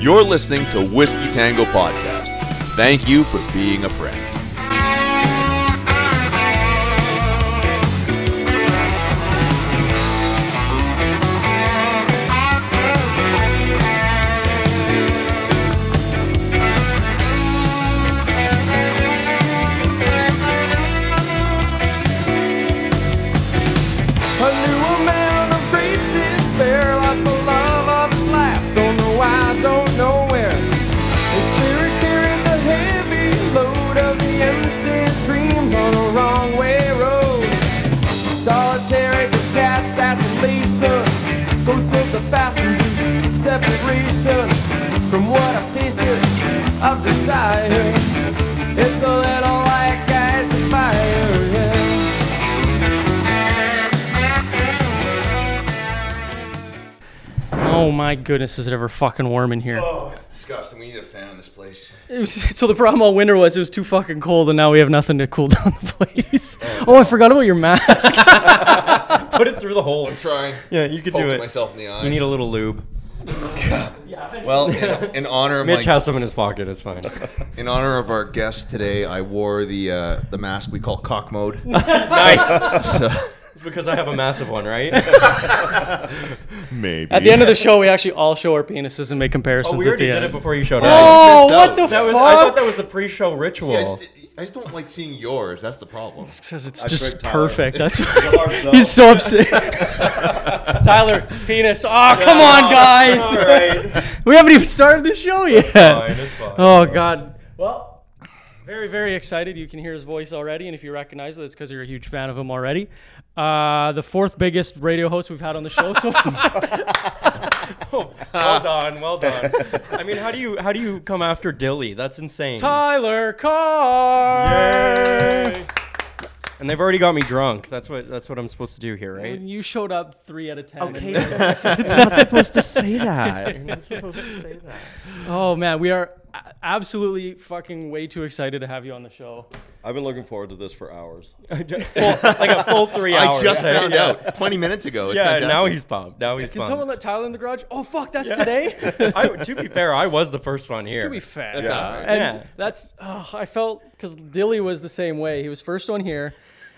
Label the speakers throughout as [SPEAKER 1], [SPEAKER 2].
[SPEAKER 1] You're listening to Whiskey Tango Podcast. Thank you for being a friend.
[SPEAKER 2] I knew a man of great despair, lost the love of his life, don't know why, don't know where. His spirit carried the heavy load of the empty dreams on a wrong way road. Solitary, detached, isolation, goes of the fast and loose separation from what I've tasted of desire. It's a little like ice and fire. Yeah.
[SPEAKER 3] Oh my goodness, is it ever fucking warm in here?
[SPEAKER 4] Oh, it's disgusting. We need a fan in this place.
[SPEAKER 3] so the problem all winter was it was too fucking cold, and now we have nothing to cool down the place. Oh, I forgot about your mask.
[SPEAKER 5] Put it through the hole.
[SPEAKER 4] I'm trying.
[SPEAKER 5] Yeah, you could do
[SPEAKER 4] Poked
[SPEAKER 5] it.
[SPEAKER 4] myself in the eye.
[SPEAKER 5] You need a little lube.
[SPEAKER 4] well, in, in honor of
[SPEAKER 5] Mitch
[SPEAKER 4] my,
[SPEAKER 5] has some in his pocket. It's fine.
[SPEAKER 4] in honor of our guest today, I wore the uh, the mask we call cock mode.
[SPEAKER 5] nice.
[SPEAKER 4] so,
[SPEAKER 5] It's because I have a massive one, right? Oh,
[SPEAKER 1] Maybe.
[SPEAKER 3] at the end of the show, we actually all show our penises and make comparisons
[SPEAKER 5] oh, we
[SPEAKER 3] at the
[SPEAKER 5] already
[SPEAKER 3] end.
[SPEAKER 5] did it before you showed up.
[SPEAKER 3] oh,
[SPEAKER 4] Missed
[SPEAKER 3] what
[SPEAKER 4] out.
[SPEAKER 3] the
[SPEAKER 5] That was,
[SPEAKER 3] fuck?
[SPEAKER 5] I thought that was the pre-show ritual.
[SPEAKER 4] I, just, I just don't like seeing yours. That's the problem.
[SPEAKER 3] because it's
[SPEAKER 5] I
[SPEAKER 3] just
[SPEAKER 5] tricked Tyler.
[SPEAKER 3] perfect. That's he's so upset. Tyler, penis. Oh, come on, guys.
[SPEAKER 5] All right.
[SPEAKER 3] We haven't even started the show yet.
[SPEAKER 5] fine, it's fine.
[SPEAKER 3] Oh God. Well, very very excited. You can hear his voice already, and if you recognize it, it's because you're a huge fan of him already. Uh, the fourth biggest radio host we've had on the show so far.
[SPEAKER 5] well done. Well done. I mean, how do you how do you come after Dilly? That's insane.
[SPEAKER 3] Tyler Carr.
[SPEAKER 5] Yay. And they've already got me drunk. That's what that's what I'm supposed to do here, right?
[SPEAKER 3] You showed up three out of ten. Okay.
[SPEAKER 5] supposed to say that. You're not supposed to say that.
[SPEAKER 3] oh man, we are a- absolutely fucking way too excited to have you on the show.
[SPEAKER 6] I've been looking forward to this for hours.
[SPEAKER 5] like a full three hours.
[SPEAKER 4] I just
[SPEAKER 5] eh?
[SPEAKER 4] found
[SPEAKER 5] yeah.
[SPEAKER 4] out 20 minutes ago. It's
[SPEAKER 5] Yeah,
[SPEAKER 4] fantastic.
[SPEAKER 5] now he's pumped. Now he's
[SPEAKER 3] Can
[SPEAKER 5] pumped.
[SPEAKER 3] someone let Tyler in the garage? Oh fuck, that's today.
[SPEAKER 5] I, to be fair, I was the first one here.
[SPEAKER 3] to be fair.
[SPEAKER 4] Yeah.
[SPEAKER 3] And
[SPEAKER 5] Yeah.
[SPEAKER 3] that's oh, I felt because Dilly was the same way. He was first on here,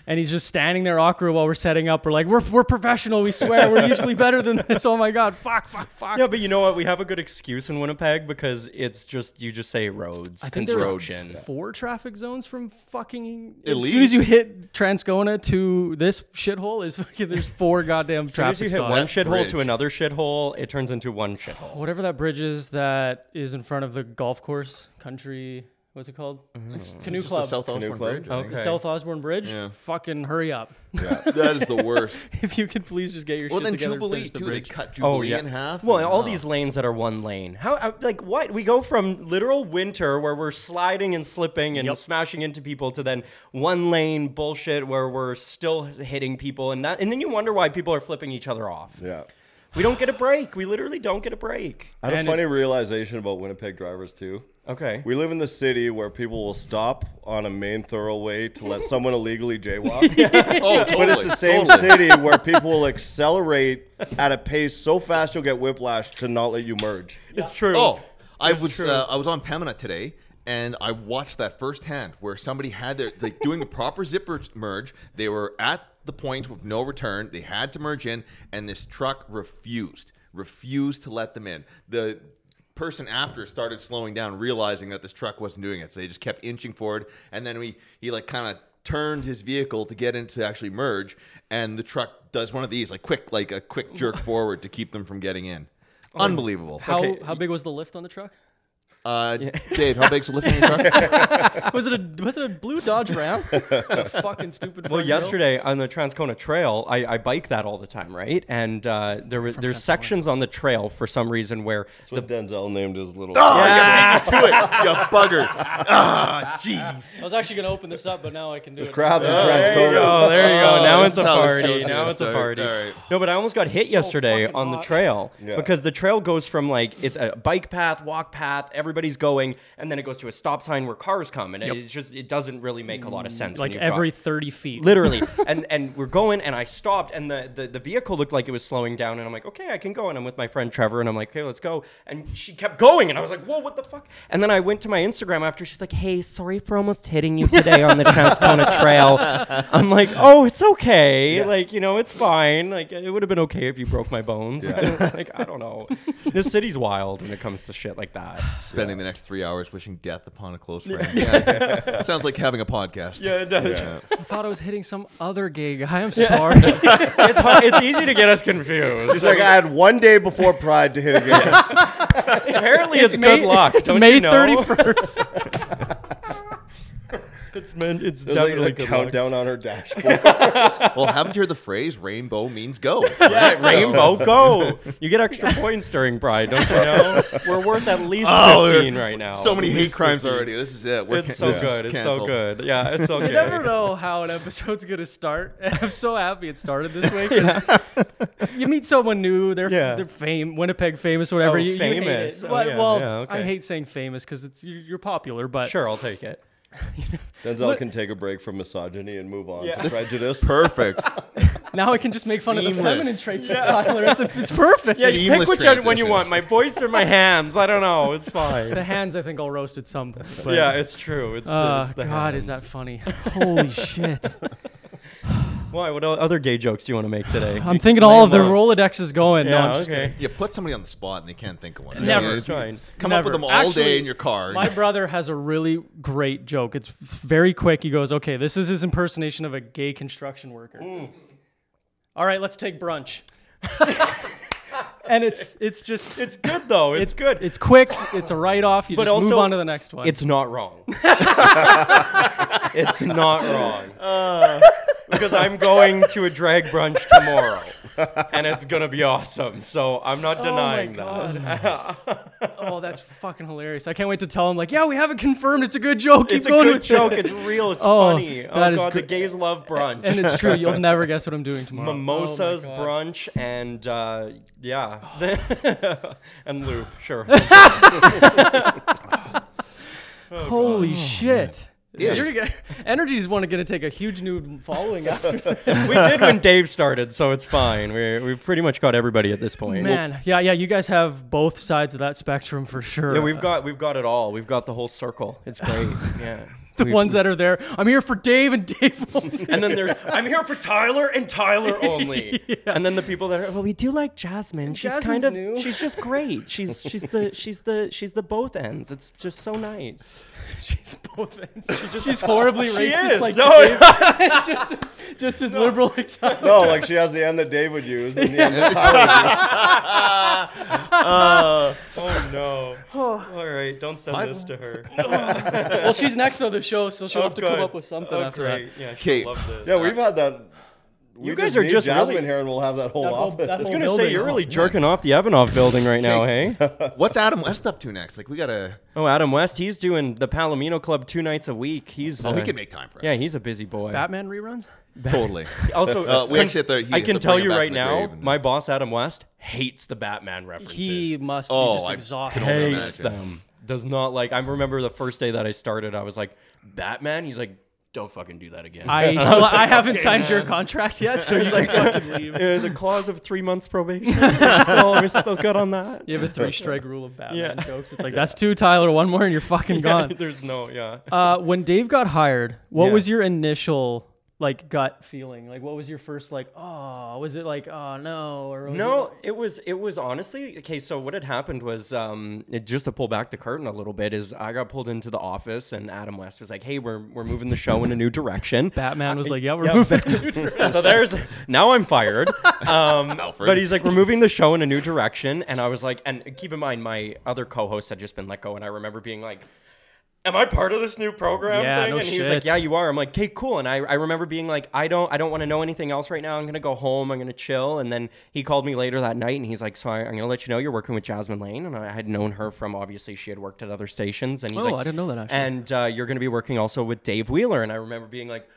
[SPEAKER 3] and he's just standing there awkward while we're setting up. We're like, we're, we're professional. We swear we're usually better than this. Oh my god, fuck, fuck, fuck.
[SPEAKER 5] Yeah, but you know what? We have a good excuse in Winnipeg because it's just you just say roads,
[SPEAKER 3] I think there
[SPEAKER 5] construction.
[SPEAKER 3] was four traffic zones from fucking.
[SPEAKER 4] At
[SPEAKER 3] as soon as
[SPEAKER 4] least.
[SPEAKER 3] you hit Transcona to this shithole, is fucking there's four goddamn
[SPEAKER 5] As soon as
[SPEAKER 3] traffic
[SPEAKER 5] you hit
[SPEAKER 3] stops.
[SPEAKER 5] one shithole
[SPEAKER 4] bridge.
[SPEAKER 5] to another shithole, it turns into one shithole.
[SPEAKER 3] Whatever that bridge is that is in front of the golf course, country. What's it called? Canoe
[SPEAKER 4] Mm-hmm. Just the
[SPEAKER 3] Club.
[SPEAKER 4] South Osborne
[SPEAKER 5] club?
[SPEAKER 4] Bridge. I think.
[SPEAKER 3] the
[SPEAKER 5] Okay.
[SPEAKER 3] South Osborne Bridge.
[SPEAKER 4] Yeah.
[SPEAKER 3] Fucking hurry up.
[SPEAKER 6] that is the worst.
[SPEAKER 3] if you could please just get your
[SPEAKER 4] Well,
[SPEAKER 3] shit
[SPEAKER 4] then
[SPEAKER 3] together and
[SPEAKER 4] Jubilee
[SPEAKER 3] finish the
[SPEAKER 4] too. They
[SPEAKER 3] bridge.
[SPEAKER 4] cut Jubilee
[SPEAKER 5] Oh yeah,
[SPEAKER 4] in half.
[SPEAKER 5] Well,
[SPEAKER 4] and-
[SPEAKER 5] all
[SPEAKER 4] oh.
[SPEAKER 5] these lanes that are one lane. How I- like what? We go from literal winter where we're sliding and slipping and smashing into people to then one lane bullshit where we're still hitting people and that, and then you wonder why people are flipping each other off.
[SPEAKER 6] Yeah.
[SPEAKER 5] We don't get a break. We literally don't get a break.
[SPEAKER 6] I had
[SPEAKER 3] And
[SPEAKER 6] a funny realization about Winnipeg drivers too.
[SPEAKER 5] Okay.
[SPEAKER 6] We live in the city where people will stop on a main thoroughway to let someone illegally jaywalk.
[SPEAKER 4] Oh, totally.
[SPEAKER 6] But it's the same
[SPEAKER 4] totally.
[SPEAKER 6] city where people will accelerate at a pace so fast you'll get whiplash to not let you merge.
[SPEAKER 5] It's true.
[SPEAKER 4] Oh, I was uh, I was on Pemina today, and I watched that firsthand where somebody had their like doing a proper zipper merge. They were at the point with no return. They had to merge in, and this truck refused refused to let them in. The person after started slowing down, realizing that this truck wasn't doing it, so they just kept inching forward. And then we he like kind of turned his vehicle to get into actually merge and the truck does one of these like quick like a quick jerk forward to keep them from getting in unbelievable
[SPEAKER 3] How,
[SPEAKER 5] Okay.
[SPEAKER 3] how big was the lift on the truck?
[SPEAKER 4] uh, Dave, how big's the lift in your truck?
[SPEAKER 3] Was it a was it a blue Dodge Ram? A fucking stupid.
[SPEAKER 5] Well,
[SPEAKER 3] front wheel?
[SPEAKER 5] yesterday on the Transcona Trail, I, I bike that all the time, right? And uh, there was there's sections on the trail for some reason where
[SPEAKER 6] That's what Denzel named his little.
[SPEAKER 4] Do it, you bugger! Ah, jeez.
[SPEAKER 3] I was actually gonna open this up, but now I can do it.
[SPEAKER 6] Crabs and
[SPEAKER 5] There you go.
[SPEAKER 6] Transcona.
[SPEAKER 5] There you go.
[SPEAKER 4] Oh,
[SPEAKER 5] now
[SPEAKER 4] this
[SPEAKER 5] it's a
[SPEAKER 4] is how the
[SPEAKER 5] party.
[SPEAKER 4] show's
[SPEAKER 5] Now
[SPEAKER 4] gonna
[SPEAKER 5] it's a
[SPEAKER 4] start.
[SPEAKER 5] party.
[SPEAKER 4] All right.
[SPEAKER 5] No, but I almost got hit yesterday
[SPEAKER 3] fucking
[SPEAKER 5] on the
[SPEAKER 3] hot.
[SPEAKER 5] trail
[SPEAKER 6] Yeah.
[SPEAKER 5] because the trail goes from like it's a bike path, walk path. Everybody everybody's going, and then it goes to a stop sign where cars come, and it's just it doesn't really make a lot of sense. when
[SPEAKER 3] like
[SPEAKER 5] you've got-
[SPEAKER 3] every 30 feet.
[SPEAKER 5] literally and and we're going and i stopped and the, the the vehicle looked like it was slowing down and i'm like okay i can go and i'm with my friend trevor and i'm like okay let's go and she kept going and i was like whoa what the fuck and then i went to my instagram after she's like hey sorry for almost hitting you today on the transcona trail i'm like oh it's okay like you know it's fine like it would have been okay if you broke my bones it's like i don't know this city's wild when it comes to shit like that
[SPEAKER 4] Spending the next three hours wishing death upon a close friend. Yeah, it's- sounds like having a podcast.
[SPEAKER 5] yeah it does
[SPEAKER 3] I thought I was hitting some other gay guy. I'm sorry.
[SPEAKER 5] it's hard it's easy to get us confused
[SPEAKER 6] It's like I had one day before Pride to hit again.
[SPEAKER 5] apparently it's,
[SPEAKER 3] May-
[SPEAKER 5] good luck
[SPEAKER 3] It's
[SPEAKER 5] Don't you
[SPEAKER 3] May
[SPEAKER 5] know?
[SPEAKER 3] 31st.
[SPEAKER 5] It's meant. It's
[SPEAKER 6] It was like
[SPEAKER 5] definitely
[SPEAKER 6] a
[SPEAKER 5] good
[SPEAKER 6] countdown on her dashboard.
[SPEAKER 4] Well, haven't you heard the phrase "rainbow means go"?
[SPEAKER 5] luck. Rainbow, go! You get extra points during Pride, don't you know? We're worth at least fifteen right now.
[SPEAKER 4] So many hate crimes already. This is it. We're
[SPEAKER 5] It's
[SPEAKER 4] can-
[SPEAKER 5] so
[SPEAKER 4] this is
[SPEAKER 5] good. It's so
[SPEAKER 4] canceled.
[SPEAKER 5] good. Yeah, it's okay.
[SPEAKER 3] You never know how an episode's gonna start. I'm so happy it started this way. 'cause You meet someone new. They're
[SPEAKER 5] Yeah.
[SPEAKER 3] they're fame, Winnipeg famous, whatever.
[SPEAKER 5] Oh,
[SPEAKER 3] you, you hate it.
[SPEAKER 5] famous. Oh,
[SPEAKER 3] well,
[SPEAKER 5] yeah,
[SPEAKER 3] well,
[SPEAKER 5] yeah, okay.
[SPEAKER 3] I hate saying famous because it's you're, you're popular, but
[SPEAKER 5] Sure, I'll take it.
[SPEAKER 6] Denzel can take a break from misogyny and move on
[SPEAKER 5] Yeah.
[SPEAKER 6] to prejudice.
[SPEAKER 4] Perfect.
[SPEAKER 3] now I can just make fun of the
[SPEAKER 4] Seamless.
[SPEAKER 3] feminine traits of Tyler. It's, it's perfect.
[SPEAKER 5] Yeah,
[SPEAKER 4] you
[SPEAKER 5] you take
[SPEAKER 4] Seamless
[SPEAKER 5] which one when you
[SPEAKER 4] transition.
[SPEAKER 5] want. My voice or my hands? I don't know. It's
[SPEAKER 3] The
[SPEAKER 5] fine.
[SPEAKER 3] hands, I think, all roasted some. But,
[SPEAKER 5] Yeah, it's true. It's, the,
[SPEAKER 3] uh,
[SPEAKER 5] it's the
[SPEAKER 3] God, is that
[SPEAKER 5] hands.
[SPEAKER 3] funny? Holy shit!
[SPEAKER 5] why? What o- other gay jokes do you want to make today?
[SPEAKER 3] I'm thinking all of the
[SPEAKER 5] roles.
[SPEAKER 3] Rolodex is going.
[SPEAKER 5] Yeah,
[SPEAKER 3] no, I'm just
[SPEAKER 5] okay.
[SPEAKER 4] You put somebody on the spot and they can't think of one.
[SPEAKER 3] Never.
[SPEAKER 4] You
[SPEAKER 5] It's
[SPEAKER 4] just
[SPEAKER 5] fine.
[SPEAKER 4] Come up
[SPEAKER 3] Never.
[SPEAKER 4] with them all
[SPEAKER 3] Actually,
[SPEAKER 4] day in your car.
[SPEAKER 3] My brother has a really great joke. It's very quick. He goes, "Okay, this is his impersonation of a gay construction worker."
[SPEAKER 5] Mm.
[SPEAKER 3] All right, let's take brunch. and it's it's just
[SPEAKER 5] It's good though. It's good.
[SPEAKER 3] It's quick. It's a write off. You
[SPEAKER 5] But
[SPEAKER 3] just move
[SPEAKER 5] also,
[SPEAKER 3] on to the next one.
[SPEAKER 5] It's not wrong. it's not wrong. Uh. because I'm going to a drag brunch tomorrow. And it's going to be awesome. So I'm not denying
[SPEAKER 3] Oh God.
[SPEAKER 5] that.
[SPEAKER 3] oh, that's fucking hilarious. I can't wait to tell him like, yeah, we have it confirmed. It's a good joke. Keep
[SPEAKER 5] It's a
[SPEAKER 3] going
[SPEAKER 5] good
[SPEAKER 3] with
[SPEAKER 5] joke.
[SPEAKER 3] it.
[SPEAKER 5] It's real. It's
[SPEAKER 3] Oh,
[SPEAKER 5] funny. Oh,
[SPEAKER 3] that is
[SPEAKER 5] God.
[SPEAKER 3] gr-
[SPEAKER 5] the gays love brunch.
[SPEAKER 3] and it's true. You'll never guess what I'm doing tomorrow.
[SPEAKER 5] Mimosas,
[SPEAKER 3] Oh my God.
[SPEAKER 5] brunch, and uh, yeah, and loop. Sure,
[SPEAKER 3] Oh,
[SPEAKER 5] Oh,
[SPEAKER 3] Holy shit.
[SPEAKER 4] Yeah.
[SPEAKER 3] You're gonna, energy's one going to take a huge new following after
[SPEAKER 5] we did when Dave started, so it's fine. We we pretty much got everybody at this point.
[SPEAKER 3] Man, yeah, yeah, you guys have both sides of that spectrum for sure.
[SPEAKER 5] Yeah, we've got we've got it all. We've got the whole circle. It's great. Yeah.
[SPEAKER 3] the ones that are there. I'm here for Dave and Dave. only.
[SPEAKER 5] And then there's I'm here for Tyler and Tyler only. And then the people that are well, we do like Jasmine. She's
[SPEAKER 3] Jasmine's
[SPEAKER 5] kind of
[SPEAKER 3] new.
[SPEAKER 5] she's just great. She's she's the she's the she's the both ends. It's just so nice.
[SPEAKER 3] she's both ends. She just, she's horribly racist,
[SPEAKER 5] is.
[SPEAKER 3] like
[SPEAKER 5] No.
[SPEAKER 3] Dave. just as, just as liberal. Like Tyler.
[SPEAKER 6] No, Oh, like she has the end that Dave would use and the end that Tyler would use.
[SPEAKER 5] Oh no. All right, don't send
[SPEAKER 4] this
[SPEAKER 5] to her.
[SPEAKER 3] Well, she's next on the show, so
[SPEAKER 5] Oh,
[SPEAKER 3] she'll have to come up with something after that.
[SPEAKER 5] Yeah,
[SPEAKER 4] she'll love
[SPEAKER 5] this.
[SPEAKER 6] Yeah, we've had that. You
[SPEAKER 5] guys are just
[SPEAKER 6] Jasmine
[SPEAKER 5] really-
[SPEAKER 6] here, and we'll have that whole
[SPEAKER 3] That whole-
[SPEAKER 6] office.
[SPEAKER 3] that
[SPEAKER 5] I was
[SPEAKER 3] whole
[SPEAKER 5] gonna say
[SPEAKER 3] building.
[SPEAKER 5] you're really jerking off the Ivanov building right now, hey?
[SPEAKER 4] What's Adam West up to next? Like we gotta.
[SPEAKER 5] Oh, Adam West, he's doing the Palomino Club two nights a week. He's
[SPEAKER 4] Oh,
[SPEAKER 5] uh,
[SPEAKER 4] he can make time for us.
[SPEAKER 5] Yeah, he's a busy boy.
[SPEAKER 3] Batman reruns.
[SPEAKER 4] totally.
[SPEAKER 5] Also,
[SPEAKER 4] Uh, we
[SPEAKER 5] con-
[SPEAKER 4] actually have to- he
[SPEAKER 5] I
[SPEAKER 4] has
[SPEAKER 5] can
[SPEAKER 4] to
[SPEAKER 5] tell
[SPEAKER 4] bring him
[SPEAKER 5] you
[SPEAKER 4] back
[SPEAKER 5] right
[SPEAKER 4] from the
[SPEAKER 5] now,
[SPEAKER 4] grave and-
[SPEAKER 5] my boss Adam West hates the Batman references.
[SPEAKER 3] He must
[SPEAKER 4] Oh,
[SPEAKER 3] be just
[SPEAKER 4] I
[SPEAKER 3] exhausted.
[SPEAKER 4] can only imagine.
[SPEAKER 5] hates them. Does not like. I remember the first day that I started, I was like, Batman. He's like, don't fucking do that again.
[SPEAKER 3] I,
[SPEAKER 5] was
[SPEAKER 3] sli-
[SPEAKER 5] like,
[SPEAKER 3] I haven't signed your contract yet, so you like, fucking leave.
[SPEAKER 5] Uh, the clause of three months probation. we're, still, we're still good on that.
[SPEAKER 3] You have a three-strike rule of Batman
[SPEAKER 5] Yeah.
[SPEAKER 3] jokes. It's like that's two, Tyler. One more, and you're fucking gone.
[SPEAKER 5] There's no. Yeah.
[SPEAKER 3] Uh, when Dave got hired, what
[SPEAKER 5] Yeah.
[SPEAKER 3] was your initial like gut feeling? Like, what was your first like? Oh, was it like, oh no, or was it-
[SPEAKER 5] No, it was it was honestly okay. So what had happened was um, it, just to pull back the curtain a little bit is I got pulled into the office and Adam West was like, "Hey, we're we're moving the show in a new direction."
[SPEAKER 3] Batman was like, yeah, we're moving.
[SPEAKER 5] so there's now I'm fired. Um,
[SPEAKER 4] Alfred.
[SPEAKER 5] but he's like, we're moving the show in a new direction, and I was like, and keep in mind, my other co-host had just been let go, and I remember being like. Am I part of this new program
[SPEAKER 3] Yeah,
[SPEAKER 5] thing?
[SPEAKER 3] no
[SPEAKER 5] and he was like,
[SPEAKER 3] shit.
[SPEAKER 5] Yeah, you are. I'm like, Okay, cool. And I, I remember being like, I don't I don't want to know anything else right now. I'm gonna go home, I'm gonna chill. And then he called me later that night and he's like, So I, I'm gonna let you know you're working with Jasmine Lane. And I had known her from obviously she had worked at other stations and he's
[SPEAKER 3] Oh,
[SPEAKER 5] like
[SPEAKER 3] I didn't know that, actually.
[SPEAKER 5] And uh, you're gonna be working also with Dave Wheeler. And I remember being like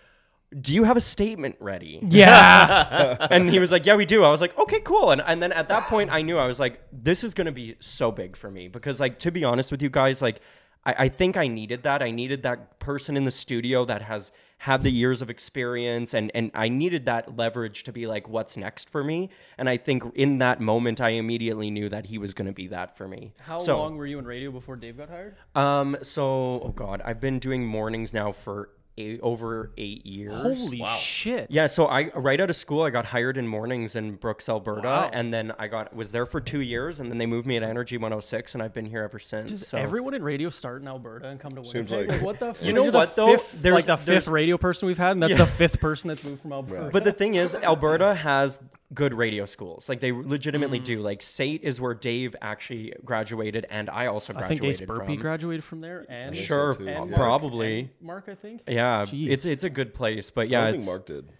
[SPEAKER 5] do you have a statement ready?
[SPEAKER 3] Yeah.
[SPEAKER 5] and he was like, "Yeah, we do." I was like, "Okay, cool." And and then at that point, I knew I was like, "This is gonna be so big for me because, like, to be honest with you guys, like, I, I think I needed that. I needed that person in the studio that has had the years of experience, and and I needed that leverage to be like, what's next for me? And I think in that moment, I immediately knew that he was gonna be that for me.
[SPEAKER 3] How
[SPEAKER 5] So-
[SPEAKER 3] long were you in radio before Dave got hired?
[SPEAKER 5] Um. So, oh god, I've been doing mornings now for. Eight, over eight years.
[SPEAKER 3] Holy shit.
[SPEAKER 5] Yeah, so I right out of school I got hired in mornings in Brooks, Alberta, and then I got was there for two years, and then they moved me at Energy 106, and I've been here ever since.
[SPEAKER 3] Does
[SPEAKER 5] so.
[SPEAKER 3] everyone in radio start in Alberta and come to Winnipeg?
[SPEAKER 6] like-
[SPEAKER 3] Like, what the? F-
[SPEAKER 5] You know
[SPEAKER 3] you're the
[SPEAKER 5] what, though?
[SPEAKER 3] Fifth,
[SPEAKER 5] There's-
[SPEAKER 3] like the
[SPEAKER 5] there's-
[SPEAKER 3] fifth radio person we've had, and that's the fifth person that's moved from Alberta.
[SPEAKER 5] But the thing is, Alberta has good radio schools. Like they legitimately
[SPEAKER 3] Mm.
[SPEAKER 5] do. Like Sate is where Dave actually graduated, and I also
[SPEAKER 3] I
[SPEAKER 5] graduated
[SPEAKER 3] think Ace Burpee
[SPEAKER 5] from.
[SPEAKER 3] graduated from there, and
[SPEAKER 5] sure,
[SPEAKER 6] too,
[SPEAKER 3] and
[SPEAKER 5] and
[SPEAKER 3] Mark,
[SPEAKER 5] probably.
[SPEAKER 3] and Mark, I think.
[SPEAKER 5] Yeah,
[SPEAKER 3] Jeez.
[SPEAKER 5] it's it's a good place, but
[SPEAKER 6] I
[SPEAKER 5] yeah,
[SPEAKER 6] don't think
[SPEAKER 5] it's-
[SPEAKER 6] Mark did.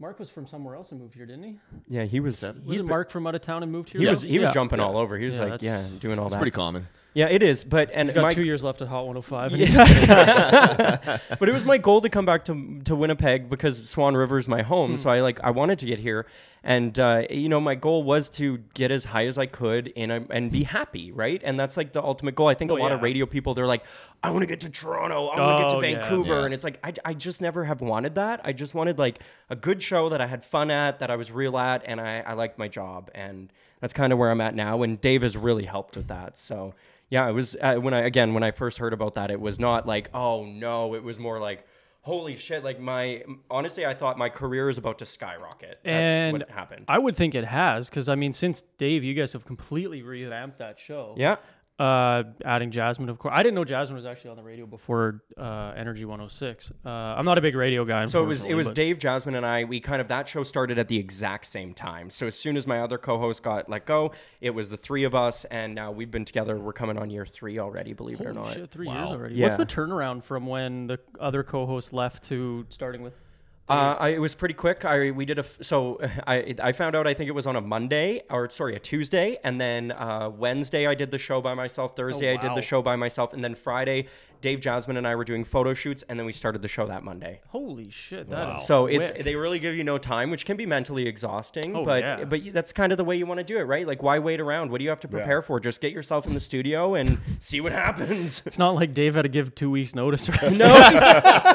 [SPEAKER 3] Mark was from somewhere else and moved here, didn't he?
[SPEAKER 5] yeah, he was
[SPEAKER 3] Was Mark from out of town and moved here?
[SPEAKER 5] he
[SPEAKER 3] though?
[SPEAKER 5] was he was
[SPEAKER 3] Yeah.
[SPEAKER 5] jumping all over. He was
[SPEAKER 3] Yeah,
[SPEAKER 5] like, yeah,
[SPEAKER 3] that's-
[SPEAKER 5] doing all that.
[SPEAKER 4] Pretty common.
[SPEAKER 5] Yeah, it is. But and
[SPEAKER 3] He's got
[SPEAKER 5] my-
[SPEAKER 3] two years left at Hot 105. and he's-
[SPEAKER 5] Yeah. but it was my goal to come back to to Winnipeg because Swan River is my home.
[SPEAKER 3] Hmm.
[SPEAKER 5] So I like I wanted to get here, and uh, you know my goal was to get as high as I could and and be happy, right? And that's like the ultimate goal. I think a lot of
[SPEAKER 3] Oh, yeah.
[SPEAKER 5] radio people they're like, I want to get to Toronto, I want to
[SPEAKER 3] Oh,
[SPEAKER 5] get
[SPEAKER 3] yeah.
[SPEAKER 5] to Vancouver,
[SPEAKER 4] Yeah.
[SPEAKER 5] and it's like I I just never have wanted that. I just wanted like a good show that I had fun at, that I was real at, and I I liked my job and. That's kind of where I'm at now, and Dave has really helped with that. So yeah, it was uh, when I again when I first heard about that, it was not like oh no, it was more like holy shit. Like my honestly, I thought my career is about to skyrocket. That's
[SPEAKER 3] and
[SPEAKER 5] what happened.
[SPEAKER 3] I would think it has, because I mean, since Dave, you guys have completely revamped that show.
[SPEAKER 5] yeah,
[SPEAKER 3] uh, adding Jasmine, of course. I didn't know Jasmine was actually on the radio before uh, Energy 106. Uh, I'm not a big radio guy.
[SPEAKER 5] so it was it
[SPEAKER 3] unfortunately,
[SPEAKER 5] was
[SPEAKER 3] but-
[SPEAKER 5] Dave Jasmine and I. We kind of that show started at the exact same time. So as soon as my other co-host got let go, it was the three of us, and now we've been together. We're coming on year three already. Believe it or
[SPEAKER 3] Holy
[SPEAKER 5] not.
[SPEAKER 3] shit, three years already. What's
[SPEAKER 5] Yeah.
[SPEAKER 3] the turnaround from when the other co-host left to starting with?
[SPEAKER 5] Uh, I, it was pretty quick. I we did a f- so I I found out I think it was on a Monday or sorry a Tuesday, and then uh, Wednesday I did the show by myself. Thursday I did
[SPEAKER 3] Oh, wow.
[SPEAKER 5] the show by myself, and then Friday, Dave Jasmine and I were doing photo shoots, and then we started the show that Monday.
[SPEAKER 3] Holy shit! That is
[SPEAKER 5] So it's
[SPEAKER 3] quick.
[SPEAKER 5] they really give you no time, which can be mentally exhausting.
[SPEAKER 3] Oh,
[SPEAKER 5] but
[SPEAKER 3] yeah.
[SPEAKER 5] but that's kind of the way you want to do it, right? Like why wait around? What do you have to prepare for? Just get yourself in the studio and see what happens.
[SPEAKER 3] it's not like Dave had to give two weeks notice. Or no,
[SPEAKER 5] no,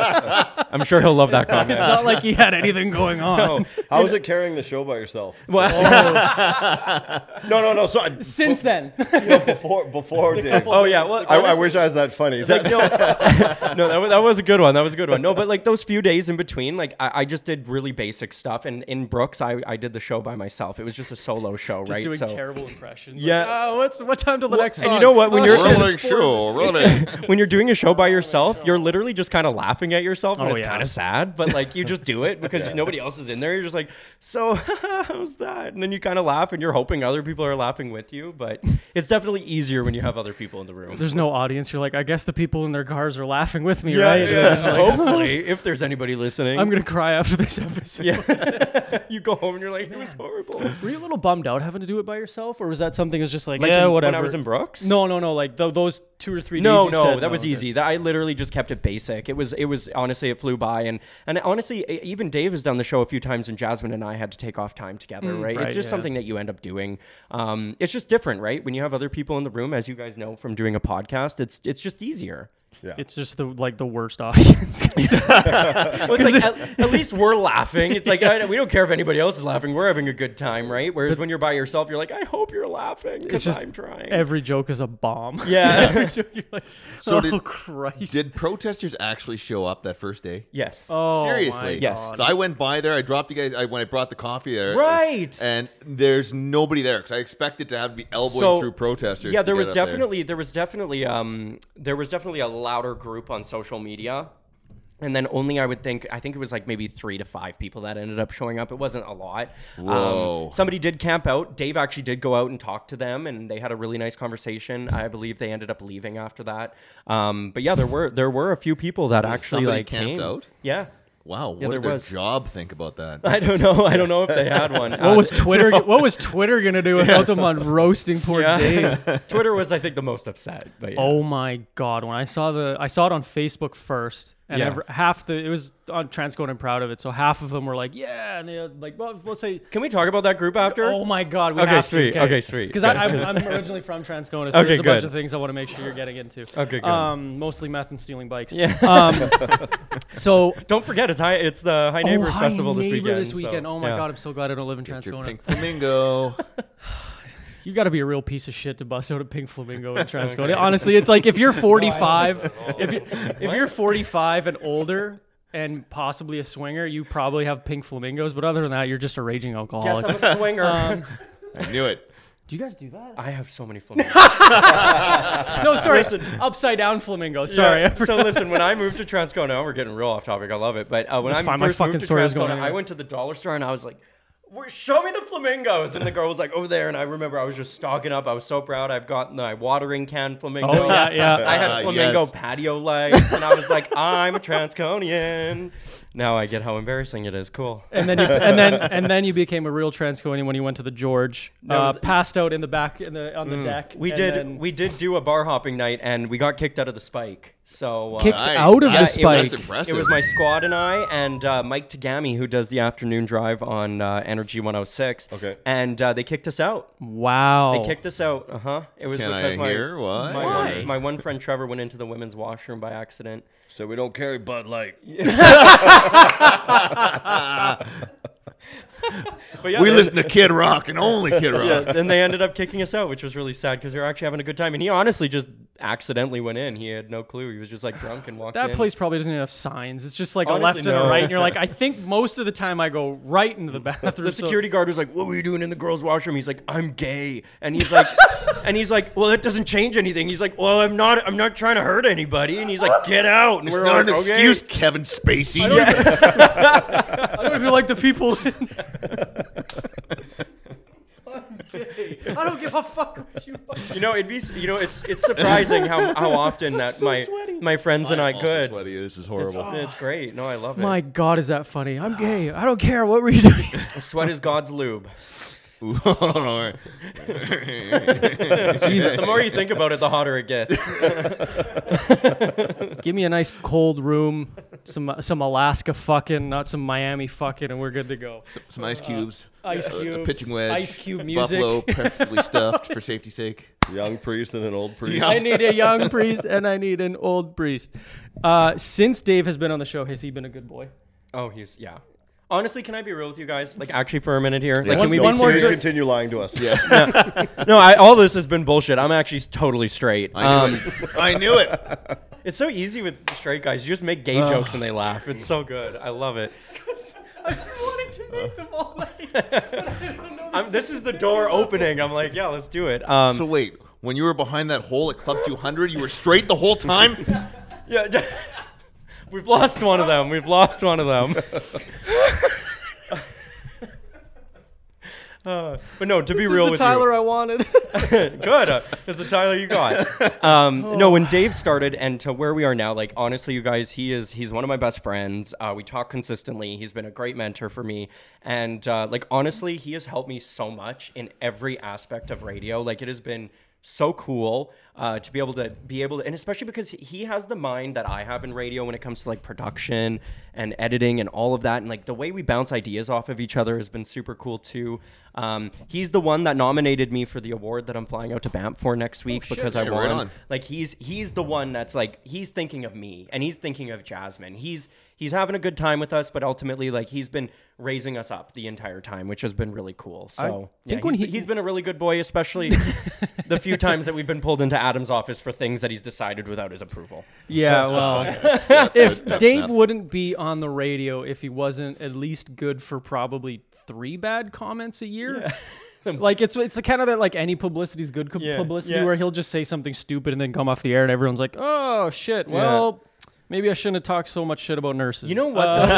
[SPEAKER 5] I'm sure he'll love that comment.
[SPEAKER 3] it's not like he had anything going on
[SPEAKER 6] How was it carrying the show by yourself?
[SPEAKER 5] Well-
[SPEAKER 6] No, no, no. Sorry.
[SPEAKER 3] since then.
[SPEAKER 6] No, before, before Dave.
[SPEAKER 5] oh yeah, well
[SPEAKER 6] I, I
[SPEAKER 5] honestly-
[SPEAKER 6] wish I was that funny.
[SPEAKER 5] like no, no, that, wa- that was a good one. That was a good one. No, but like those few days in between, like I, I just did really basic stuff. And in Brooks, I, I did the show by myself. It was just a solo show, right?
[SPEAKER 3] Doing
[SPEAKER 5] so
[SPEAKER 3] terrible impressions. Like,
[SPEAKER 5] Yeah.
[SPEAKER 3] "Ah, what's what time till the next
[SPEAKER 5] and
[SPEAKER 3] song?
[SPEAKER 5] you know what? When
[SPEAKER 3] Oh,
[SPEAKER 5] you're-
[SPEAKER 3] shit, it's
[SPEAKER 4] Rolling
[SPEAKER 3] four
[SPEAKER 4] show, rolling.
[SPEAKER 5] when you're doing a show by yourself, you're literally just kind of laughing at yourself, and
[SPEAKER 3] Oh,
[SPEAKER 5] it's
[SPEAKER 3] yeah.
[SPEAKER 5] kind of sad. But like you just do it because nobody else is in there. You're just like, so how's that? And then you kind of laugh, and you're hoping other people are laughing with you. But it's definitely easier when you have other people in the room.
[SPEAKER 3] There's no audience. You're like, I guess the people in their cars are laughing with me,
[SPEAKER 5] Yeah,
[SPEAKER 3] right?
[SPEAKER 5] yeah. Hopefully, if there's anybody listening,
[SPEAKER 3] I'm gonna cry after this episode.
[SPEAKER 5] Yeah. you go home and you're like, it was horrible.
[SPEAKER 3] Were you a little bummed out having to do it by yourself, or was that something that's just like,
[SPEAKER 5] Like
[SPEAKER 3] yeah,
[SPEAKER 5] in-
[SPEAKER 3] whatever?
[SPEAKER 5] When I was in Brooks?
[SPEAKER 3] No, no, no. Like th- those two or three.
[SPEAKER 5] No,
[SPEAKER 3] days you
[SPEAKER 5] no,
[SPEAKER 3] said,
[SPEAKER 5] that was
[SPEAKER 3] okay.
[SPEAKER 5] easy. That I literally just kept it basic. It was, it was honestly, it flew by, and and honestly, e- even Dave has done the show a few times, and Jasmine and I had to take off time together, right?
[SPEAKER 3] Mm, right,
[SPEAKER 5] It's just
[SPEAKER 3] yeah.
[SPEAKER 5] something that you end up doing. Um, it's just different, right? When you have other people in the room, as you guys know from doing a podcast, it's it's just easier.
[SPEAKER 3] It's just the like the worst audience.
[SPEAKER 5] Well, it's like at, at least we're laughing. It's like I, we don't care if anybody else is laughing. We're having a good time, right? Whereas when you're by yourself, you're like, I hope you're laughing
[SPEAKER 3] it's
[SPEAKER 5] because
[SPEAKER 3] just
[SPEAKER 5] I'm trying.
[SPEAKER 3] every joke is a bomb.
[SPEAKER 5] Yeah.
[SPEAKER 3] Every joke, you're like,
[SPEAKER 4] So
[SPEAKER 3] oh
[SPEAKER 4] did-
[SPEAKER 3] Christ.
[SPEAKER 4] Did protesters actually show up that first day?
[SPEAKER 5] yes.
[SPEAKER 3] oh,
[SPEAKER 4] Seriously,
[SPEAKER 3] My
[SPEAKER 5] Yes.
[SPEAKER 3] God.
[SPEAKER 4] So I went by there. I dropped you guys I, when I brought the coffee there.
[SPEAKER 5] Right.
[SPEAKER 4] And there's nobody there because I expected to have the elbowing through protesters.
[SPEAKER 5] Yeah,
[SPEAKER 4] to
[SPEAKER 5] there
[SPEAKER 4] get
[SPEAKER 5] was
[SPEAKER 4] up there.
[SPEAKER 5] definitely there. was definitely um there was definitely a louder group on social media. And then only I would think I think it was like maybe three to five people that ended up showing up. It wasn't a lot. Um,
[SPEAKER 4] Whoa.
[SPEAKER 5] somebody did camp out. Dave actually did go out and talk to them, and they had a really nice conversation. I believe they ended up leaving after that. Um, but yeah, there were there were a few people that actually
[SPEAKER 4] Somebody
[SPEAKER 5] like
[SPEAKER 4] camped
[SPEAKER 5] came.
[SPEAKER 4] out?
[SPEAKER 5] Yeah,
[SPEAKER 4] Wow.
[SPEAKER 5] Yeah,
[SPEAKER 4] what
[SPEAKER 5] there
[SPEAKER 4] did their
[SPEAKER 5] was.
[SPEAKER 4] job think about that?
[SPEAKER 5] I don't know. I don't know if they had one.
[SPEAKER 3] What was Twitter? What was Twitter gonna do without them on roasting poor
[SPEAKER 5] Um,
[SPEAKER 3] Dave?
[SPEAKER 5] Twitter was I think the most upset. But yeah.
[SPEAKER 3] Oh my god! When I saw the, I saw it on Facebook first, and
[SPEAKER 5] Yeah.
[SPEAKER 3] ever- half the it was on Transcode. I'm proud of it. So half of them were like, yeah, and they had like, well, we'll say.
[SPEAKER 5] Can we talk about that group after?
[SPEAKER 3] Oh my God! We
[SPEAKER 5] Okay,
[SPEAKER 3] have
[SPEAKER 5] sweet.
[SPEAKER 3] To,
[SPEAKER 5] Okay, sweet.
[SPEAKER 3] Because
[SPEAKER 5] Good.
[SPEAKER 3] I'm originally from Transcona, so
[SPEAKER 5] Okay,
[SPEAKER 3] there's a bunch
[SPEAKER 5] good.
[SPEAKER 3] of things I want to make sure you're getting into.
[SPEAKER 5] Okay, good.
[SPEAKER 3] Um, mostly meth and stealing bikes.
[SPEAKER 5] Yeah.
[SPEAKER 3] Um, so
[SPEAKER 5] Don't forget, it's high. It's the High Neighbor
[SPEAKER 3] Oh, High
[SPEAKER 5] Festival this
[SPEAKER 3] Neighbor
[SPEAKER 5] weekend.
[SPEAKER 3] This
[SPEAKER 5] so,
[SPEAKER 3] weekend. oh my
[SPEAKER 5] yeah.
[SPEAKER 3] God! I'm so glad I don't live in
[SPEAKER 4] Your
[SPEAKER 3] Transcona.
[SPEAKER 4] pink flamingo.
[SPEAKER 3] You got to be a real piece of shit to bust out a pink flamingo in Transcona. Honestly, it's like if you're 45, if you if you're 45 and older and possibly a swinger, you probably have pink flamingos. But other than that, you're just a raging
[SPEAKER 5] Yes,
[SPEAKER 3] alcoholic.
[SPEAKER 5] I'm a swinger.
[SPEAKER 3] Um,
[SPEAKER 4] I knew it.
[SPEAKER 3] Do you guys do that?
[SPEAKER 5] I have so many flamingos.
[SPEAKER 3] no, sorry. Upside down flamingo. Sorry.
[SPEAKER 5] Uh, Yeah, so listen, when I moved to Transcona, we're getting real off topic. I love it. But uh, when
[SPEAKER 3] It's
[SPEAKER 5] I
[SPEAKER 3] fine, my
[SPEAKER 5] first
[SPEAKER 3] fucking
[SPEAKER 5] moved to
[SPEAKER 3] story is going
[SPEAKER 5] Transcona, I
[SPEAKER 3] anywhere.
[SPEAKER 5] went to the dollar store and I was like, "Where- "Show me the flamingos!" And the girl was like, "Over there." And I remember I was just stocking up. I was so proud. I've gotten my watering can flamingo.
[SPEAKER 3] Oh, yeah, yeah.
[SPEAKER 5] I had
[SPEAKER 4] Ah,
[SPEAKER 5] flamingo
[SPEAKER 4] yes.
[SPEAKER 5] patio lights, and I was like, "I'm a Transconian." Now I get how embarrassing it is. Cool.
[SPEAKER 3] and then you, and then and then you became a real Transconian when you went to the George. Uh,
[SPEAKER 5] was- Mm.
[SPEAKER 3] passed out in the back in the on the deck.
[SPEAKER 5] We
[SPEAKER 3] and
[SPEAKER 5] did.
[SPEAKER 3] then
[SPEAKER 5] we did do a bar hopping night, and we got kicked out of the spike. So uh,
[SPEAKER 3] Kicked out of
[SPEAKER 5] Yeah,
[SPEAKER 3] the
[SPEAKER 5] it was-
[SPEAKER 3] spike.
[SPEAKER 4] That's impressive.
[SPEAKER 5] It was my squad and I and uh, Mike Tagami, who does the afternoon drive on uh, Energy 106.
[SPEAKER 6] Okay.
[SPEAKER 5] And uh, they kicked us out.
[SPEAKER 3] Wow.
[SPEAKER 5] They kicked us out. Uh huh. It was
[SPEAKER 4] Can
[SPEAKER 5] because
[SPEAKER 4] I
[SPEAKER 5] my,
[SPEAKER 4] hear why?
[SPEAKER 5] My,
[SPEAKER 4] Why?
[SPEAKER 5] One, my one friend Trevor went into the women's washroom by accident.
[SPEAKER 6] So we don't carry Bud Light.
[SPEAKER 5] But yeah,
[SPEAKER 4] We
[SPEAKER 5] they-
[SPEAKER 4] listen to Kid Rock and only Kid Rock.
[SPEAKER 5] yeah, and they ended up kicking us out, which was really sad because they were actually having a good time. And he honestly just accidentally went in. He had no clue. He was just like drunk and walked in.
[SPEAKER 3] That place probably doesn't have signs. It's just like
[SPEAKER 5] Honestly,
[SPEAKER 3] a left and
[SPEAKER 5] no.
[SPEAKER 3] a right, and you're like, I think most of the time I go right into the bathroom.
[SPEAKER 5] the
[SPEAKER 3] so-
[SPEAKER 5] security guard was like, "What were you doing in the girls' washroom?" He's like, "I'm gay," and he's like, and he's like, "Well, that doesn't change anything." He's like, "Well, I'm not, I'm not trying to hurt anybody," and he's like, "Get out!" And
[SPEAKER 4] It's
[SPEAKER 5] we're
[SPEAKER 4] not
[SPEAKER 5] like,
[SPEAKER 4] an
[SPEAKER 5] "Okay."
[SPEAKER 4] excuse, Kevin Spacey.
[SPEAKER 3] I don't feel like the people. In I'm gay. I don't give a fuck what you.
[SPEAKER 5] You know, it'd be, you know, it's it's surprising how how often that my
[SPEAKER 3] sweaty.
[SPEAKER 5] my friends and I
[SPEAKER 4] I'm also
[SPEAKER 5] could.
[SPEAKER 4] sweaty. This is horrible.
[SPEAKER 5] It's great. No, I love it.
[SPEAKER 3] My God, is that funny? I'm gay. I don't care. What were you doing?
[SPEAKER 5] Sweat is God's lube.
[SPEAKER 3] Jesus,
[SPEAKER 5] The more you think about it, the hotter it gets.
[SPEAKER 3] give me a nice cold room, some some Alaska fucking, not some Miami fucking, and we're good to go.
[SPEAKER 4] Some ice cubes.
[SPEAKER 3] Ice
[SPEAKER 4] uh, a- A,
[SPEAKER 3] cubes,
[SPEAKER 4] pitching wedge.
[SPEAKER 3] ice cube
[SPEAKER 4] Buffalo
[SPEAKER 3] music.
[SPEAKER 4] perfectly stuffed for safety's sake.
[SPEAKER 6] Young priest and an old priest.
[SPEAKER 3] I need a young priest and I need an old priest. Uh, since Dave has been on the show, has he been a good boy?
[SPEAKER 5] Oh, he's yeah. Honestly, can I be real with you guys? Like, actually, for a minute here, like,
[SPEAKER 3] One-
[SPEAKER 5] can we
[SPEAKER 3] one
[SPEAKER 5] be
[SPEAKER 3] more
[SPEAKER 5] serious?
[SPEAKER 6] Please
[SPEAKER 3] just-
[SPEAKER 6] continue lying to us.
[SPEAKER 4] Yeah.
[SPEAKER 5] No, I, all this has been bullshit. I'm actually totally straight.
[SPEAKER 4] I knew
[SPEAKER 5] Um,
[SPEAKER 4] it. I knew it.
[SPEAKER 5] It's so easy with straight guys. You just make gay jokes and they laugh. It's so good. I love it.
[SPEAKER 3] I've been wanting to make them all night, but I don't know.
[SPEAKER 5] I'm, this is the door opening. I'm like, yeah, let's do it. Um,
[SPEAKER 4] So wait, when you were behind that hole at Club 200, you were straight the whole time?
[SPEAKER 5] yeah, we've lost one of them. We've lost one of them. Uh, but no, to be real with you,
[SPEAKER 3] Tyler I wanted.
[SPEAKER 5] good. Uh, it's the Tyler you got. Um, No, when Dave started and to where we are now, like honestly, you guys, he is he's one of my best friends. Uh, we talk consistently. He's been a great mentor for me, and uh, like honestly, he has helped me so much in every aspect of radio. Like it has been so cool uh, to be able to be able to, and especially because he has the mind that I have in radio when it comes to like production and editing and all of that, and like the way we bounce ideas off of each other has been super cool too. Um, he's the one that nominated me for the award that I'm flying out to Banff for next week because I
[SPEAKER 4] Hey,
[SPEAKER 5] won.
[SPEAKER 4] Oh, right on.
[SPEAKER 5] Like he's he's the one that's like he's thinking of me and he's thinking of Jasmine. He's he's having a good time with us, but ultimately like he's been raising us up the entire time, which has been really cool. So yeah,
[SPEAKER 3] think when
[SPEAKER 5] he's-
[SPEAKER 3] he-
[SPEAKER 5] he's been a really good boy, especially the few times that we've been pulled into Adam's office for things that he's decided without his approval.
[SPEAKER 3] yeah, well, if Dave wouldn't be on the radio if he wasn't at least good for probably three bad comments a year. like it's it's the kind of that like any publicity is good co-
[SPEAKER 5] Yeah,
[SPEAKER 3] publicity
[SPEAKER 5] yeah.
[SPEAKER 3] where he'll just say something stupid and then come off the air and everyone's like, oh shit, well. Maybe I shouldn't have talked so much shit about nurses.
[SPEAKER 5] You know what?
[SPEAKER 3] Uh,
[SPEAKER 5] though?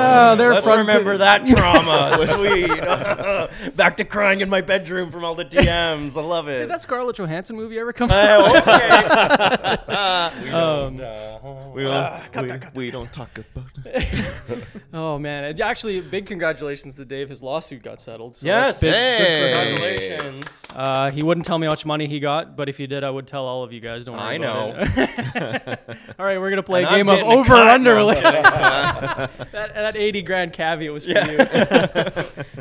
[SPEAKER 5] Ah.
[SPEAKER 3] uh, they're
[SPEAKER 5] Uh, Let's
[SPEAKER 3] front-
[SPEAKER 5] remember that trauma. Sweet. Back to crying in my bedroom from all the DMs. I love it.
[SPEAKER 3] Did that Scarlett Johansson movie ever come out?
[SPEAKER 5] Uh, okay.
[SPEAKER 4] We don't, we, we don't talk about it.
[SPEAKER 3] Oh man! And Actually, big congratulations to Dave. His lawsuit got settled. So
[SPEAKER 5] Yes.
[SPEAKER 3] that's big-
[SPEAKER 4] Hey.
[SPEAKER 5] Congratulations.
[SPEAKER 3] Uh, he wouldn't tell me how much money he got, but if he did, I would tell all of you guys. Don't worry.
[SPEAKER 5] I
[SPEAKER 3] about
[SPEAKER 5] know.
[SPEAKER 3] it. all right, we're gonna play
[SPEAKER 5] And
[SPEAKER 3] a
[SPEAKER 5] I'm
[SPEAKER 3] game of
[SPEAKER 5] getting a
[SPEAKER 3] over or
[SPEAKER 5] cut.
[SPEAKER 3] under.
[SPEAKER 5] No, I'm
[SPEAKER 3] that, that eighty grand caveat was for you.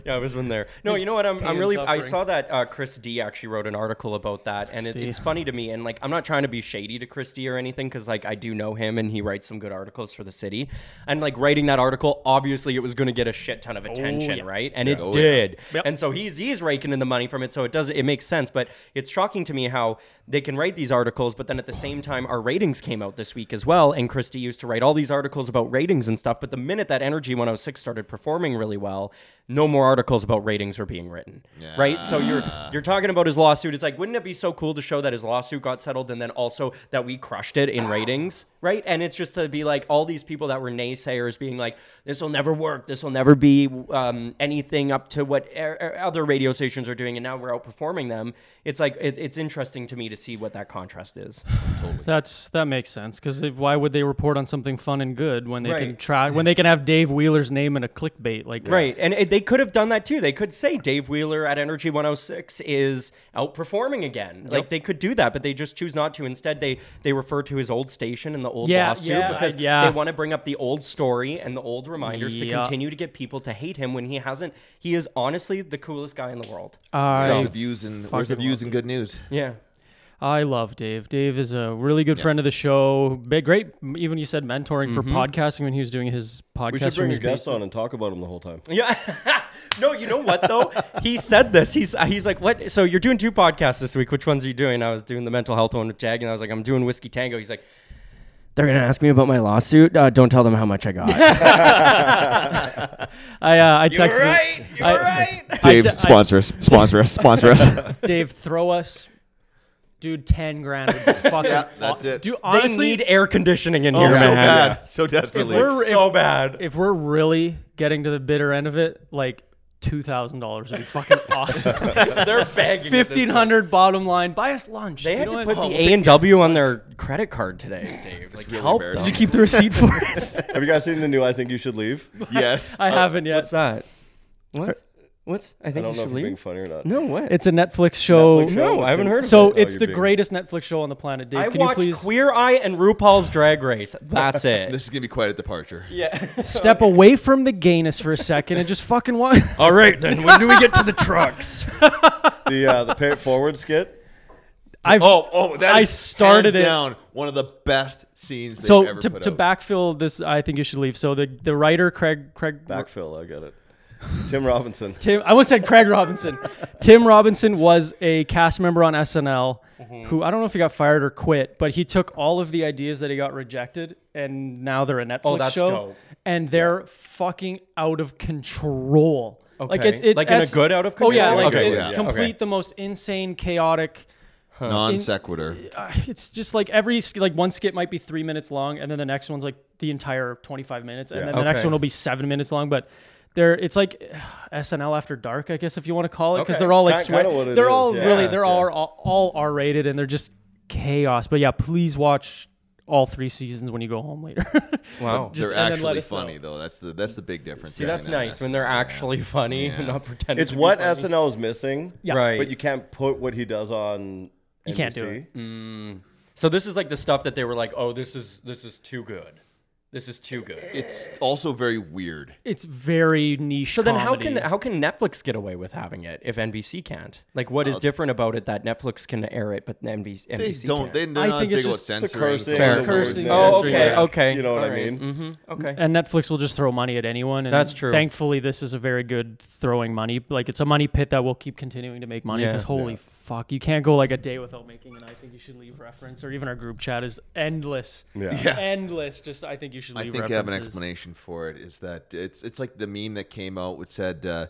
[SPEAKER 5] yeah, I was in there. No, you know what? I'm,
[SPEAKER 3] pain
[SPEAKER 5] I'm
[SPEAKER 3] and
[SPEAKER 5] really. I
[SPEAKER 3] suffering.
[SPEAKER 5] saw that uh, Chris D actually wrote an article about that, and it,
[SPEAKER 3] D.
[SPEAKER 5] it's funny to me. And like, I'm not trying to be shady to Chris D or anything, because like I do know him, and he writes some good articles for the city. And like writing that article, obviously it was going to get a shit ton of attention,
[SPEAKER 3] Oh, yeah.
[SPEAKER 5] right? And it
[SPEAKER 4] Oh, yeah.
[SPEAKER 5] did.
[SPEAKER 3] Yep.
[SPEAKER 5] And so he's he's raking in the money from it, so it does it makes sense. But it's shocking to me how they can write these articles, but then at the same time, our ratings came out this week as well. And Christy used to write all these articles about ratings and stuff. But the minute that Energy 106 started performing really well, no more articles about ratings were being written, right? So you're you're talking about his lawsuit. It's like, wouldn't it be so cool to show that his lawsuit got settled and then also that we crushed it in ratings, right? And it's just to be like all these people that were naysayers being like, this will never work. This will never be um, anything up to what er- er- other radio stations are doing. And now we're outperforming them. It's like, it, it's interesting to me to see what that contrast is.
[SPEAKER 3] That's that makes sense because why would they report on something fun and good when they can
[SPEAKER 5] Right.
[SPEAKER 3] try when they can have Dave Wheeler's name in a clickbait like
[SPEAKER 5] Right. And it, they could have done that too. They could say Dave Wheeler at Energy 106 is outperforming again. Like they could do that, but they just choose not to. Instead, they they refer to his old station and the old
[SPEAKER 3] Yeah,
[SPEAKER 5] lawsuit
[SPEAKER 3] yeah,
[SPEAKER 5] because
[SPEAKER 3] I- yeah.
[SPEAKER 5] they want to bring up the old story and the old reminders to
[SPEAKER 3] Yeah.
[SPEAKER 5] continue to get people to hate him when he hasn't. He is honestly the coolest guy in the world.
[SPEAKER 3] I
[SPEAKER 4] Where's the views and where's the
[SPEAKER 3] fucking
[SPEAKER 4] views and good news?
[SPEAKER 5] Yeah.
[SPEAKER 3] I love Dave. Dave is a really good friend of the show. Big, great. Even you said mentoring for podcasting when he was doing his podcast.
[SPEAKER 6] We should
[SPEAKER 3] from
[SPEAKER 6] bring
[SPEAKER 3] his
[SPEAKER 6] a guest
[SPEAKER 3] basement.
[SPEAKER 6] on and talk about him the whole time.
[SPEAKER 5] Yeah. no, you know what though? He said this. He's uh, he's like, what? So you're doing two podcasts this week. Which ones are you doing? I was doing the mental health one with Jag, and I was like, I'm doing whiskey tango. He's like. They're gonna ask me about my lawsuit. Uh, don't tell them how much I got.
[SPEAKER 3] I uh, I texted.
[SPEAKER 5] You're right.
[SPEAKER 1] Dave,
[SPEAKER 3] I-
[SPEAKER 1] sponsor us, sponsor us, sponsor us.
[SPEAKER 3] Dave, throw us, dude. Ten grand. Would be fucking
[SPEAKER 4] Yeah, that's
[SPEAKER 3] aw-
[SPEAKER 4] it.
[SPEAKER 3] Dude,
[SPEAKER 4] They
[SPEAKER 3] honestly,
[SPEAKER 5] they need air conditioning in
[SPEAKER 4] so
[SPEAKER 5] here, man.
[SPEAKER 4] bad, so desperately.
[SPEAKER 3] If we're-
[SPEAKER 5] Oh, So bad.
[SPEAKER 3] if we're really getting to the bitter end of it, like two thousand dollars would be fucking awesome.
[SPEAKER 5] They're begging. at this
[SPEAKER 3] Fifteen hundred bottom line. Buy us lunch.
[SPEAKER 5] They
[SPEAKER 3] You
[SPEAKER 5] had
[SPEAKER 3] know
[SPEAKER 5] to
[SPEAKER 3] what?
[SPEAKER 5] put the A and W on their credit card today, Dave. Like,
[SPEAKER 4] really
[SPEAKER 5] help
[SPEAKER 4] embarrassing.
[SPEAKER 5] them.
[SPEAKER 3] keep the receipt for it.
[SPEAKER 6] Have you guys seen the new I Think You Should Leave?
[SPEAKER 4] yes.
[SPEAKER 3] I haven't yet.
[SPEAKER 5] What's that? What? What's? I
[SPEAKER 6] I
[SPEAKER 5] think
[SPEAKER 6] don't
[SPEAKER 5] you
[SPEAKER 6] know if
[SPEAKER 5] should
[SPEAKER 6] you're being
[SPEAKER 5] leave.
[SPEAKER 6] funny or not.
[SPEAKER 5] No, what?
[SPEAKER 3] It's a Netflix show.
[SPEAKER 6] Netflix show?
[SPEAKER 5] No, I haven't heard of it.
[SPEAKER 3] So
[SPEAKER 6] Oh,
[SPEAKER 3] it's
[SPEAKER 6] you're
[SPEAKER 3] the
[SPEAKER 6] being-
[SPEAKER 3] greatest Netflix show on the planet, Dave.
[SPEAKER 5] I
[SPEAKER 3] Can you
[SPEAKER 5] watched
[SPEAKER 3] please
[SPEAKER 5] Queer Eye and RuPaul's Drag Race. That's it.
[SPEAKER 4] This is gonna be quite a departure.
[SPEAKER 5] yeah.
[SPEAKER 3] step away from the gayness for a second and just fucking watch?
[SPEAKER 5] All right, then. When do we get to the trucks?
[SPEAKER 6] The uh, the pay it forward skit.
[SPEAKER 3] I've
[SPEAKER 4] Oh, oh, that
[SPEAKER 3] I
[SPEAKER 4] is
[SPEAKER 3] started
[SPEAKER 4] hands
[SPEAKER 3] it.
[SPEAKER 4] down one of the best scenes.
[SPEAKER 3] so
[SPEAKER 4] they've ever
[SPEAKER 3] to,
[SPEAKER 4] put
[SPEAKER 3] to
[SPEAKER 4] out.
[SPEAKER 3] backfill this, I think you should leave. So the the writer Craig Craig
[SPEAKER 6] Backfill. I got it. Tim Robinson.
[SPEAKER 3] Tim. I almost said Craig Robinson. Tim Robinson was a cast member on SNL who I don't know if he got fired or quit, but he took all of the ideas that he got rejected and now they're a Netflix
[SPEAKER 5] Oh, that's
[SPEAKER 3] show.
[SPEAKER 5] dope.
[SPEAKER 3] And they're fucking out of control. Like
[SPEAKER 5] Okay.
[SPEAKER 3] it's it's
[SPEAKER 5] Like in a
[SPEAKER 3] S-
[SPEAKER 5] good out of
[SPEAKER 3] Oh yeah,
[SPEAKER 5] control?
[SPEAKER 3] like
[SPEAKER 5] Okay,
[SPEAKER 3] it-
[SPEAKER 4] yeah.
[SPEAKER 3] complete
[SPEAKER 5] Okay.
[SPEAKER 3] the most insane chaotic
[SPEAKER 4] non sequitur.
[SPEAKER 3] uh, it's just like every sk- like one skit might be three minutes long, and then the next one's like the entire twenty five minutes, and then the next
[SPEAKER 5] Okay.
[SPEAKER 3] one will be seven minutes long. But they're it's like SNL after dark, I guess if you want to call it, because
[SPEAKER 5] Okay.
[SPEAKER 3] they're all like
[SPEAKER 6] Ki-
[SPEAKER 3] sweat.
[SPEAKER 6] kinda what it
[SPEAKER 3] They're
[SPEAKER 6] is,
[SPEAKER 3] all
[SPEAKER 6] yeah.
[SPEAKER 3] really they're all,
[SPEAKER 6] Yeah.
[SPEAKER 3] all all R rated, and they're just chaos. But yeah, please watch all three seasons when you go home later.
[SPEAKER 5] Wow.
[SPEAKER 3] Just-
[SPEAKER 4] They're
[SPEAKER 3] and then let
[SPEAKER 4] actually
[SPEAKER 3] us know.
[SPEAKER 4] funny though. That's the that's the big difference.
[SPEAKER 5] See, that's nice when they're actually funny and not pretending.
[SPEAKER 6] It's
[SPEAKER 5] to be
[SPEAKER 6] what
[SPEAKER 5] funny.
[SPEAKER 6] SNL is missing.
[SPEAKER 3] Yeah.
[SPEAKER 5] Right.
[SPEAKER 6] But you can't put what he does on.
[SPEAKER 3] You can't do
[SPEAKER 6] NBC.
[SPEAKER 5] So this is like the stuff that they were like, "Oh, this is this is too good. This is too good."
[SPEAKER 4] It's also very weird.
[SPEAKER 3] it's very niche.
[SPEAKER 5] So then how can
[SPEAKER 3] comedy.
[SPEAKER 5] how can Netflix get away with having it if NBC can't? Like what is different about it that Netflix can air it but NBC, NBC
[SPEAKER 4] Uh, They don't.
[SPEAKER 5] can't?
[SPEAKER 4] They, they're
[SPEAKER 3] I
[SPEAKER 4] not
[SPEAKER 3] think
[SPEAKER 4] as big
[SPEAKER 3] it's
[SPEAKER 4] about
[SPEAKER 3] just the
[SPEAKER 4] censoring.
[SPEAKER 6] cursing,
[SPEAKER 5] Fair.
[SPEAKER 6] the
[SPEAKER 3] Cursing,
[SPEAKER 6] wordness.
[SPEAKER 5] Oh,
[SPEAKER 3] censoring,
[SPEAKER 5] okay,
[SPEAKER 3] yeah.
[SPEAKER 5] okay.
[SPEAKER 6] You know what
[SPEAKER 5] All
[SPEAKER 6] I
[SPEAKER 5] right.
[SPEAKER 6] mean?
[SPEAKER 5] Mhm, Okay.
[SPEAKER 3] and Netflix will just throw money at anyone. And
[SPEAKER 5] That's true.
[SPEAKER 3] Thankfully, this is a very good throwing money. Like it's a money pit that will keep continuing to make money.
[SPEAKER 5] Yeah.
[SPEAKER 3] Because holy fuck, you can't go like a day without making an "I think you should leave" reference, or even our group chat is endless,
[SPEAKER 6] Yeah.
[SPEAKER 3] endless. Just I think you should
[SPEAKER 4] I
[SPEAKER 3] leave.
[SPEAKER 4] think I have an
[SPEAKER 3] references."
[SPEAKER 4] explanation for it. Is that it's it's like the meme that came out which said. Uh,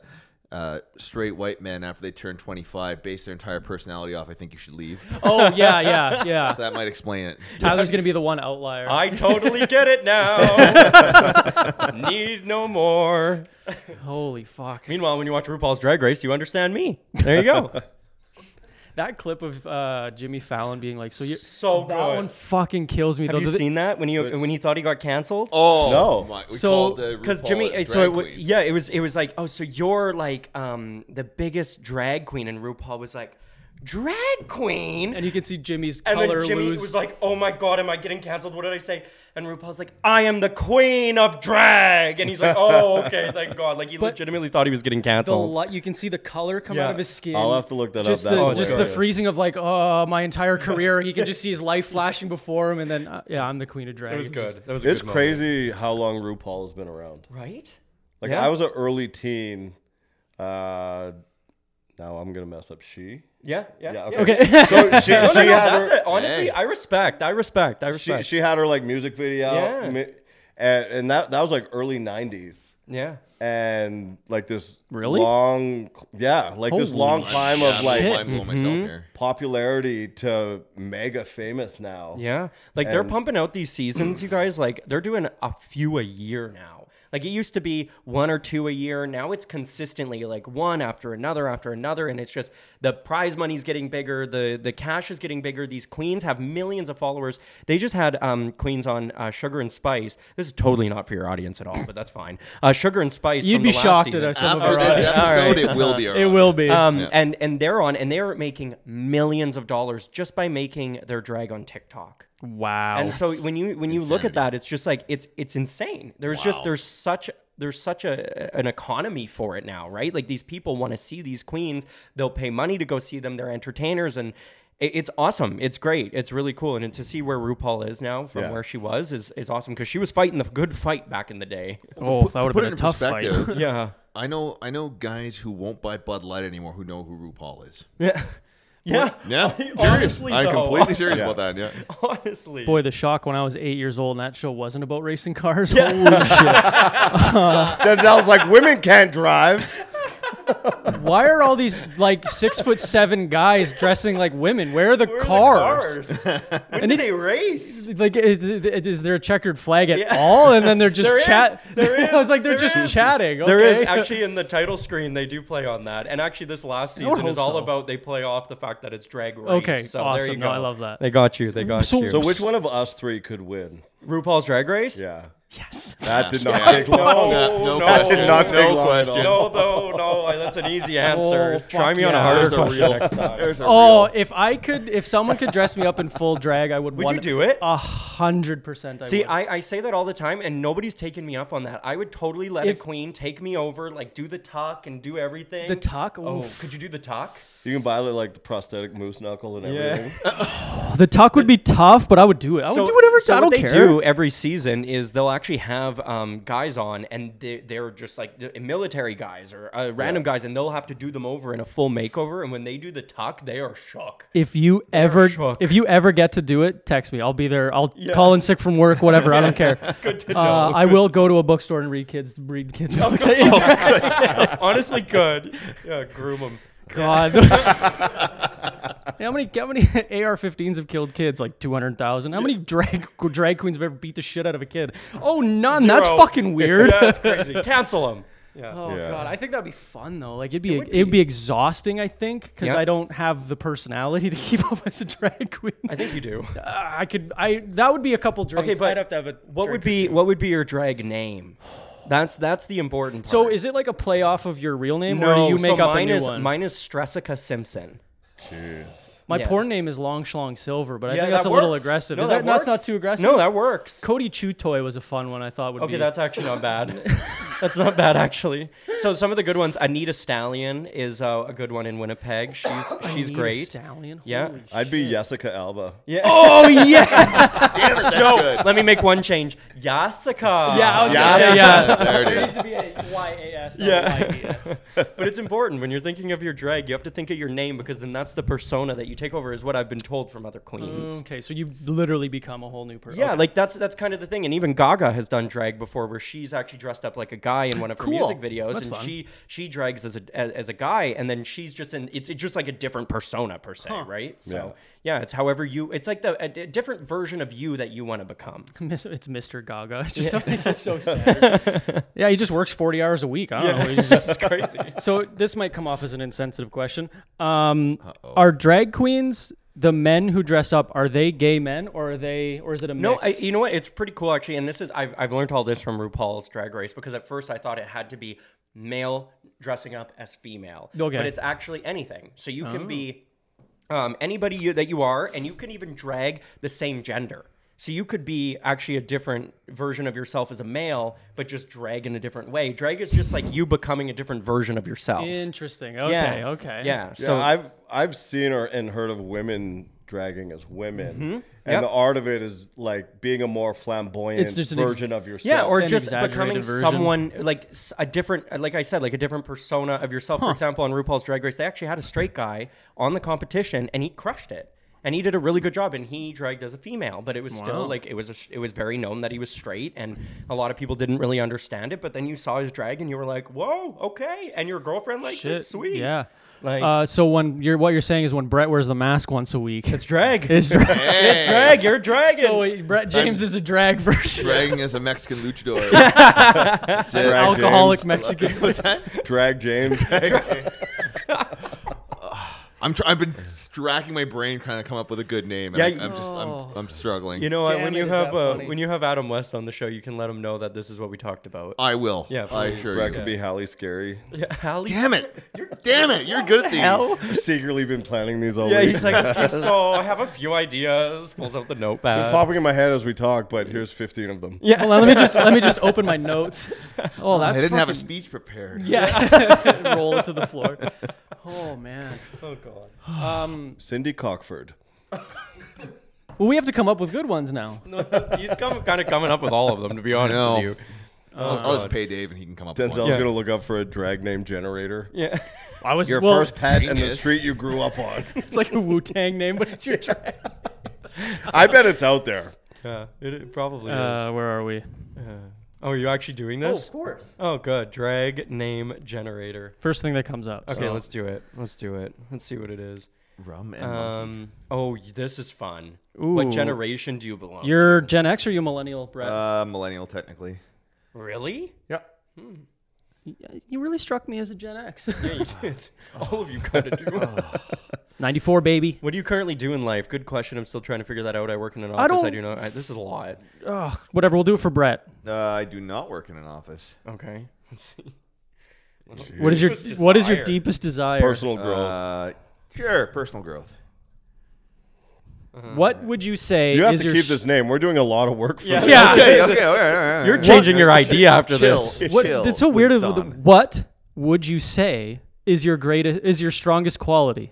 [SPEAKER 4] uh, straight white men after they turn 25 base their entire personality off i think you should leave
[SPEAKER 3] Oh yeah, yeah, yeah.
[SPEAKER 4] so that might explain it
[SPEAKER 3] Tyler's gonna be the one outlier.
[SPEAKER 5] I totally get it now. Need no more.
[SPEAKER 3] holy fuck.
[SPEAKER 5] Meanwhile, when you watch RuPaul's Drag Race, you understand me. There you go.
[SPEAKER 3] That clip of uh, Jimmy Fallon being like, "So you."
[SPEAKER 5] so good.
[SPEAKER 3] That one fucking kills me.
[SPEAKER 5] Have
[SPEAKER 3] though.
[SPEAKER 5] you
[SPEAKER 3] Does it-
[SPEAKER 5] seen that when he when he thought he got canceled?
[SPEAKER 4] oh
[SPEAKER 6] No.
[SPEAKER 4] my, we
[SPEAKER 3] So-
[SPEAKER 4] called the
[SPEAKER 5] because
[SPEAKER 4] RuPaul
[SPEAKER 5] Jimmy,
[SPEAKER 4] a
[SPEAKER 5] so it
[SPEAKER 4] drag
[SPEAKER 5] w-
[SPEAKER 4] queen.
[SPEAKER 5] yeah, it was it was like, oh, so you're like um the biggest drag queen, and RuPaul was like, drag queen.
[SPEAKER 3] and you can see Jimmy's
[SPEAKER 5] And
[SPEAKER 3] color
[SPEAKER 5] then Jimmy
[SPEAKER 3] lose.
[SPEAKER 5] was like, "Oh my god, am I getting canceled? What did I say?" And RuPaul's like, "I am the queen of drag," and he's like, "Oh, okay, thank God." Like he legitimately thought he was getting
[SPEAKER 3] the
[SPEAKER 5] canceled.
[SPEAKER 3] light, you can see the color come
[SPEAKER 5] Yeah.
[SPEAKER 3] out of his skin.
[SPEAKER 6] I'll have to look that up.
[SPEAKER 3] just
[SPEAKER 6] That's
[SPEAKER 3] The,
[SPEAKER 6] hilarious.
[SPEAKER 3] just the freezing of like, oh, my entire career. He can just see his life flashing before him, and then uh, yeah, I'm the queen of drag. It was
[SPEAKER 5] That was
[SPEAKER 6] It's crazy how long RuPaul has been around.
[SPEAKER 5] right?
[SPEAKER 6] Like
[SPEAKER 3] Yeah.
[SPEAKER 6] I was an early teen. Uh, now I'm gonna mess up. She.
[SPEAKER 5] Yeah, yeah.
[SPEAKER 6] Yeah.
[SPEAKER 5] yeah.
[SPEAKER 6] Okay.
[SPEAKER 3] Okay.
[SPEAKER 6] So she, she
[SPEAKER 5] No, no, no,
[SPEAKER 6] had
[SPEAKER 5] that's
[SPEAKER 6] her,
[SPEAKER 5] it. Honestly, I respect. I respect. I
[SPEAKER 6] She,
[SPEAKER 5] respect.
[SPEAKER 6] she had her like music video.
[SPEAKER 5] Yeah.
[SPEAKER 6] mi- And, and that that was like early '90s.
[SPEAKER 5] yeah.
[SPEAKER 6] And like this
[SPEAKER 3] Really?
[SPEAKER 6] long, yeah, like this
[SPEAKER 3] Holy
[SPEAKER 6] long climb
[SPEAKER 4] Yeah,
[SPEAKER 6] of
[SPEAKER 4] I'm
[SPEAKER 6] like
[SPEAKER 4] blowing- I'm blowing
[SPEAKER 3] Mm-hmm.
[SPEAKER 4] myself here.
[SPEAKER 6] popularity to mega famous now.
[SPEAKER 5] Yeah. Like they're
[SPEAKER 6] And-
[SPEAKER 5] pumping out these seasons, you guys. Like they're doing a few a year now. Like it used to be one or two a year. Now it's consistently like one after another after another. And it's just the prize money's getting bigger. The the cash is getting bigger. These queens have millions of followers. They just had um, queens on uh, Sugar and Spice. This is totally not for your audience at all, but that's fine. Uh, Sugar and Spice.
[SPEAKER 3] You'd
[SPEAKER 5] from
[SPEAKER 3] be
[SPEAKER 5] the last
[SPEAKER 3] shocked
[SPEAKER 5] season.
[SPEAKER 3] at us.
[SPEAKER 4] After this
[SPEAKER 5] All right.
[SPEAKER 4] episode, it will be. our
[SPEAKER 3] It
[SPEAKER 4] honor.
[SPEAKER 3] will be.
[SPEAKER 5] Um, and and they're on, and they're making millions of dollars just by making their drag on TikTok.
[SPEAKER 3] wow.
[SPEAKER 5] And so when you when you look at that, it's just like it's it's insane. There's just there's such there's such a an economy for it now, right? Like these people want to see these queens. They'll pay money to go see them. They're entertainers and. it- It's awesome. It's great. It's really cool, and to see where RuPaul is now from
[SPEAKER 6] Yeah.
[SPEAKER 5] where she was is, is awesome because she was fighting the good fight back in the day.
[SPEAKER 3] oh, that would
[SPEAKER 4] Put
[SPEAKER 3] have
[SPEAKER 4] it
[SPEAKER 3] been a
[SPEAKER 4] in
[SPEAKER 3] tough fight.
[SPEAKER 4] perspective.
[SPEAKER 5] Yeah,
[SPEAKER 4] I know. I know guys who won't buy Bud Light anymore who know who RuPaul is.
[SPEAKER 5] yeah, yeah.
[SPEAKER 4] Yeah, serious.
[SPEAKER 5] Honestly,
[SPEAKER 4] I'm
[SPEAKER 5] though.
[SPEAKER 4] completely serious
[SPEAKER 6] Yeah.
[SPEAKER 4] about that. Yeah.
[SPEAKER 5] Honestly,
[SPEAKER 3] Boy, the shock when I was eight years old and that show wasn't about racing cars. Holy shit.
[SPEAKER 6] Denzel's like, women can't drive.
[SPEAKER 3] Why are all these like six foot seven guys dressing like women? Where are the
[SPEAKER 5] Where are the
[SPEAKER 3] cars?
[SPEAKER 5] cars? when did they race?
[SPEAKER 3] Like, is, is there a checkered flag at all? And then they're just
[SPEAKER 5] There is,
[SPEAKER 3] chat.
[SPEAKER 5] there is,
[SPEAKER 3] I was like, they're
[SPEAKER 5] there
[SPEAKER 3] just
[SPEAKER 5] is.
[SPEAKER 3] chatting.
[SPEAKER 5] There is
[SPEAKER 3] okay?
[SPEAKER 5] actually in the title screen they do play on that, and actually this last
[SPEAKER 3] would
[SPEAKER 5] season is
[SPEAKER 3] hope
[SPEAKER 5] all
[SPEAKER 3] so.
[SPEAKER 5] about they play off the fact that it's drag race.
[SPEAKER 3] Okay,
[SPEAKER 5] so There
[SPEAKER 3] awesome.
[SPEAKER 5] you go.
[SPEAKER 3] No, I love that.
[SPEAKER 5] They got you. They got
[SPEAKER 3] So-
[SPEAKER 5] you.
[SPEAKER 6] So which one of us three could win?
[SPEAKER 5] RuPaul's Drag Race?
[SPEAKER 6] Yeah.
[SPEAKER 3] Yes.
[SPEAKER 6] That did not take long.
[SPEAKER 4] No, no
[SPEAKER 6] that did not
[SPEAKER 4] question.
[SPEAKER 6] take
[SPEAKER 4] No
[SPEAKER 6] long. at all.
[SPEAKER 4] question.
[SPEAKER 5] No, no, no. That's an easy answer.
[SPEAKER 3] Oh,
[SPEAKER 5] Try
[SPEAKER 3] fuck
[SPEAKER 5] me on a
[SPEAKER 3] yeah.
[SPEAKER 5] harder
[SPEAKER 4] There's a
[SPEAKER 5] question
[SPEAKER 4] real-
[SPEAKER 5] next time.
[SPEAKER 4] There's a
[SPEAKER 3] Oh,
[SPEAKER 4] real-
[SPEAKER 3] if I could, if someone could dress me up in full drag, I would.
[SPEAKER 5] Would
[SPEAKER 3] one,
[SPEAKER 5] you do it?
[SPEAKER 3] A hundred percent. I
[SPEAKER 5] See,
[SPEAKER 3] would.
[SPEAKER 5] I, I say that all the time, and nobody's taken me up on that. I would totally let
[SPEAKER 3] If-
[SPEAKER 5] a queen take me over, like do the tuck and do everything.
[SPEAKER 3] the tuck.
[SPEAKER 5] Oh,
[SPEAKER 3] oof.
[SPEAKER 5] could you do the tuck?
[SPEAKER 6] You can buy like the prosthetic moose knuckle and everything.
[SPEAKER 3] the tuck would be tough, but I would do it. I would do whatever.
[SPEAKER 5] So
[SPEAKER 3] I
[SPEAKER 5] what
[SPEAKER 3] don't
[SPEAKER 5] they
[SPEAKER 3] care.
[SPEAKER 5] do every season is they'll actually have um, guys on, and they, they're just like the- military guys or uh, random guys, and they'll have to do them over in a full makeover. And when they do the tuck, they are shook.
[SPEAKER 3] If you ever,
[SPEAKER 5] shook.
[SPEAKER 3] if you ever get to do it, text me. I'll be there. I'll call in sick from work. Whatever. I don't care. Good to know. Uh, I will go to a bookstore and read kids, read kids
[SPEAKER 5] Oh,
[SPEAKER 3] books.
[SPEAKER 5] Honestly, good. Yeah, groom them.
[SPEAKER 3] God. how many how many AR-15s have killed kids? Like two hundred thousand. How many drag drag queens have ever beat the shit out of a kid? Oh, none. That's
[SPEAKER 5] Zero.
[SPEAKER 3] fucking weird.
[SPEAKER 5] Yeah, that's crazy. Cancel them. Yeah.
[SPEAKER 3] Oh
[SPEAKER 6] Yeah.
[SPEAKER 3] god, I think that'd be fun though. Like it'd be it would be, exhausting, I think, because
[SPEAKER 5] Yeah.
[SPEAKER 3] I don't have the personality to keep up as a drag queen.
[SPEAKER 5] I think you do.
[SPEAKER 3] Uh, I could I that would be a couple drinks.
[SPEAKER 5] but
[SPEAKER 3] I'd have to have a.
[SPEAKER 5] What would
[SPEAKER 3] drink or
[SPEAKER 5] be
[SPEAKER 3] two.
[SPEAKER 5] what would be your drag name? That's that's the important part.
[SPEAKER 3] So is it like a play off of your real name,
[SPEAKER 5] no,
[SPEAKER 3] or do you make
[SPEAKER 5] so
[SPEAKER 3] up a
[SPEAKER 5] mine
[SPEAKER 3] new
[SPEAKER 5] is
[SPEAKER 3] one?
[SPEAKER 5] mine is Stressica Simpson.
[SPEAKER 3] My
[SPEAKER 5] yeah.
[SPEAKER 3] porn name is Long Shlong Silver, but I think that's a little aggressive.
[SPEAKER 5] No,
[SPEAKER 3] is that, that's not
[SPEAKER 5] works.
[SPEAKER 3] too aggressive?
[SPEAKER 5] No, that works.
[SPEAKER 3] Cody Chew Toy was a fun one. I thought would
[SPEAKER 5] Okay,
[SPEAKER 3] be.
[SPEAKER 5] that's actually not bad. that's not bad actually. So some of the good ones, Anita Stallion is uh, a good one in Winnipeg. She's she's
[SPEAKER 3] Need a
[SPEAKER 5] great.
[SPEAKER 3] Stallion.
[SPEAKER 5] Yeah.
[SPEAKER 3] Holy sh-
[SPEAKER 6] I'd be Jessica Alba.
[SPEAKER 5] Yeah.
[SPEAKER 3] Oh yeah.
[SPEAKER 4] Damn it, that's good.
[SPEAKER 5] Let me make one change. Yasika.
[SPEAKER 3] yeah. I was
[SPEAKER 6] Yeah,
[SPEAKER 3] gonna say,
[SPEAKER 6] yeah.
[SPEAKER 3] yeah.
[SPEAKER 4] There it
[SPEAKER 3] There
[SPEAKER 4] is.
[SPEAKER 3] needs to be a YAS. not
[SPEAKER 5] Yeah.
[SPEAKER 3] YAS.
[SPEAKER 5] But it's important when you're thinking of your drag, you have to think of your name because then that's the persona that you take over is what I've been told from other queens.
[SPEAKER 3] Okay, so you literally become a whole new person.
[SPEAKER 5] Yeah, like that's that's kind of the thing. And even Gaga has done drag before, where she's actually dressed up like a guy in one of her
[SPEAKER 3] Cool.
[SPEAKER 5] music videos,
[SPEAKER 3] That's
[SPEAKER 5] and
[SPEAKER 3] fun.
[SPEAKER 5] she she drags as a as, as a guy, and then she's just in it's, it's just like a different persona per se, right? So yeah. it's however you it's like the a, d- different version of you that you want to become.
[SPEAKER 3] Miss- it's Mr. Gaga. It's just something that's so standard. yeah, he just works 40 hours a week. I don't know. He's just-
[SPEAKER 5] It's crazy.
[SPEAKER 3] so this might come off as an insensitive question. Um, are drag queens the men who dress up? Are they gay men, or are they, or is it a
[SPEAKER 5] No,
[SPEAKER 3] mix?
[SPEAKER 5] I, you know what? It's pretty cool actually, and this is I've I've learned all this from RuPaul's Drag Race because at first I thought it had to be male dressing up as female,
[SPEAKER 3] Okay. Oh.
[SPEAKER 5] but it's actually anything. So you can be um, anybody you, that you are, and you can even drag the same gender. So you could be actually a different version of yourself as a male, but just drag in a different way. Drag is just like you becoming a different version of yourself.
[SPEAKER 3] Interesting. Okay.
[SPEAKER 5] yeah.
[SPEAKER 3] Okay.
[SPEAKER 5] Yeah.
[SPEAKER 6] Yeah,
[SPEAKER 5] So
[SPEAKER 6] I've I've seen or and heard of women dragging as women, and
[SPEAKER 5] Mm-hmm. Yep.
[SPEAKER 6] the art of it is like being a more flamboyant
[SPEAKER 3] It's just an ex-
[SPEAKER 6] version of yourself.
[SPEAKER 5] Yeah, or
[SPEAKER 3] An
[SPEAKER 5] just
[SPEAKER 3] exaggerated
[SPEAKER 5] becoming
[SPEAKER 3] version.
[SPEAKER 5] someone like s- a different, uh, like I said, like a different persona of yourself. For example, on RuPaul's Drag Race, they actually had a straight guy on the competition, and he crushed it, and he did a really good job, and he dragged as a female, but it was
[SPEAKER 3] Wow.
[SPEAKER 5] still like it was a, sh- it was very known that he was straight, and a lot of people didn't really understand it. But then you saw his drag, and you were like, "Whoa, okay," and your girlfriend like,
[SPEAKER 3] Shit.
[SPEAKER 5] "It's sweet."
[SPEAKER 3] Yeah.
[SPEAKER 5] Like-
[SPEAKER 3] uh, so when you're what you're saying is when Brett wears the mask once a week,
[SPEAKER 5] it's drag.
[SPEAKER 3] it's drag.
[SPEAKER 5] It's drag. You're dragging.
[SPEAKER 3] so wait, Brett James is a drag version.
[SPEAKER 4] Dragging as a Mexican luchador. That's it.
[SPEAKER 6] Drag
[SPEAKER 3] Alcoholic
[SPEAKER 6] James.
[SPEAKER 3] Mexican.
[SPEAKER 4] What's that?
[SPEAKER 6] drag James.
[SPEAKER 4] I'm try- I've been racking my brain trying to come up with a good name. And
[SPEAKER 5] Yeah,
[SPEAKER 4] I'm,
[SPEAKER 5] you-
[SPEAKER 4] I'm just I'm, I'm struggling.
[SPEAKER 5] you know what?
[SPEAKER 3] Damn
[SPEAKER 5] When
[SPEAKER 3] it,
[SPEAKER 5] you
[SPEAKER 3] is
[SPEAKER 5] have
[SPEAKER 3] that
[SPEAKER 5] uh,
[SPEAKER 3] funny.
[SPEAKER 5] when you have Adam West on the show, you can let him know that this is what we talked about.
[SPEAKER 4] I will.
[SPEAKER 5] Yeah,
[SPEAKER 4] I
[SPEAKER 5] please.
[SPEAKER 4] assure
[SPEAKER 6] that
[SPEAKER 4] you.
[SPEAKER 6] could be Hallie Scary.
[SPEAKER 3] Uh,
[SPEAKER 5] Yeah, Hallie-
[SPEAKER 4] Damn it! You're damn it! You're good at these.
[SPEAKER 5] Hell?
[SPEAKER 6] I've secretly been planning these all
[SPEAKER 5] Yeah,
[SPEAKER 6] week.
[SPEAKER 5] he's like, okay, so I have a few ideas. Pulls out the
[SPEAKER 6] It's
[SPEAKER 5] notepad.
[SPEAKER 6] popping in my head as we talk, but here's 15 of them.
[SPEAKER 3] Hold on, let me just let me just open my notes. Oh, that's
[SPEAKER 4] I didn't have a
[SPEAKER 3] fucking-
[SPEAKER 4] speech prepared.
[SPEAKER 3] Yeah. Roll it to the floor. Oh man.
[SPEAKER 5] oh god.
[SPEAKER 6] Cindy Cockford.
[SPEAKER 3] Well, we have to come up with good ones now.
[SPEAKER 5] he's come, kind of coming up with all of them, to be honest
[SPEAKER 4] know.
[SPEAKER 5] with you.
[SPEAKER 4] I'll, I'll just pay Dave and he can come up with
[SPEAKER 6] Denzel's
[SPEAKER 4] one.
[SPEAKER 5] Yeah.
[SPEAKER 6] gonna look up for a drag name generator.
[SPEAKER 5] Yeah.
[SPEAKER 3] I was
[SPEAKER 6] Your
[SPEAKER 3] well,
[SPEAKER 6] first pet and the
[SPEAKER 4] genius.
[SPEAKER 6] street you grew up on.
[SPEAKER 3] It's like a Wu Tang name, but it's your drag.
[SPEAKER 6] I bet it's out there.
[SPEAKER 5] Yeah, it, it probably
[SPEAKER 3] Uh, where are we?
[SPEAKER 5] Oh, are you actually doing this?
[SPEAKER 3] course.
[SPEAKER 5] Oh, good. Drag name generator.
[SPEAKER 3] First thing that comes up.
[SPEAKER 5] Okay,
[SPEAKER 3] so.
[SPEAKER 5] let's do it. Let's do it. Let's see what it is.
[SPEAKER 4] Rum and
[SPEAKER 3] Uh,
[SPEAKER 5] Um. Oh, y- this is fun. What
[SPEAKER 3] Ooh.
[SPEAKER 5] generation do you belong?
[SPEAKER 3] You're Gen X or you millennial, Brett?
[SPEAKER 4] uh, millennial technically.
[SPEAKER 5] really?
[SPEAKER 4] Yeah.
[SPEAKER 3] you really struck me as a Gen X.
[SPEAKER 5] Yeah, you did. All of you kind of do.
[SPEAKER 3] 94, baby.
[SPEAKER 5] what do you currently do in life? Good question. I'm still trying to figure that out. I work in an office.
[SPEAKER 3] don't-
[SPEAKER 5] do not. I, this is a lot.
[SPEAKER 3] Ugh, whatever, we'll do it for Brett.
[SPEAKER 4] Uh, I do not work in an office.
[SPEAKER 3] Oh.
[SPEAKER 5] Okay. Let's see.
[SPEAKER 3] What is your
[SPEAKER 5] Deepest
[SPEAKER 3] What is your
[SPEAKER 5] desire.
[SPEAKER 3] deepest desire?
[SPEAKER 6] Personal growth.
[SPEAKER 4] Uh, sure, personal growth.
[SPEAKER 3] what would you say?
[SPEAKER 6] you have
[SPEAKER 3] is
[SPEAKER 6] to
[SPEAKER 3] your
[SPEAKER 6] keep
[SPEAKER 3] sh-
[SPEAKER 6] this name. We're doing a lot of work for
[SPEAKER 5] Yeah.
[SPEAKER 6] this.
[SPEAKER 3] Yeah.
[SPEAKER 4] Okay, okay, all right, all right, all right.
[SPEAKER 5] You're changing your idea after
[SPEAKER 4] chill,
[SPEAKER 5] this.
[SPEAKER 4] Chill,
[SPEAKER 3] What, it's so weird. Of, the-
[SPEAKER 4] Winston.
[SPEAKER 3] what would you say is your greatest? Is your strongest quality?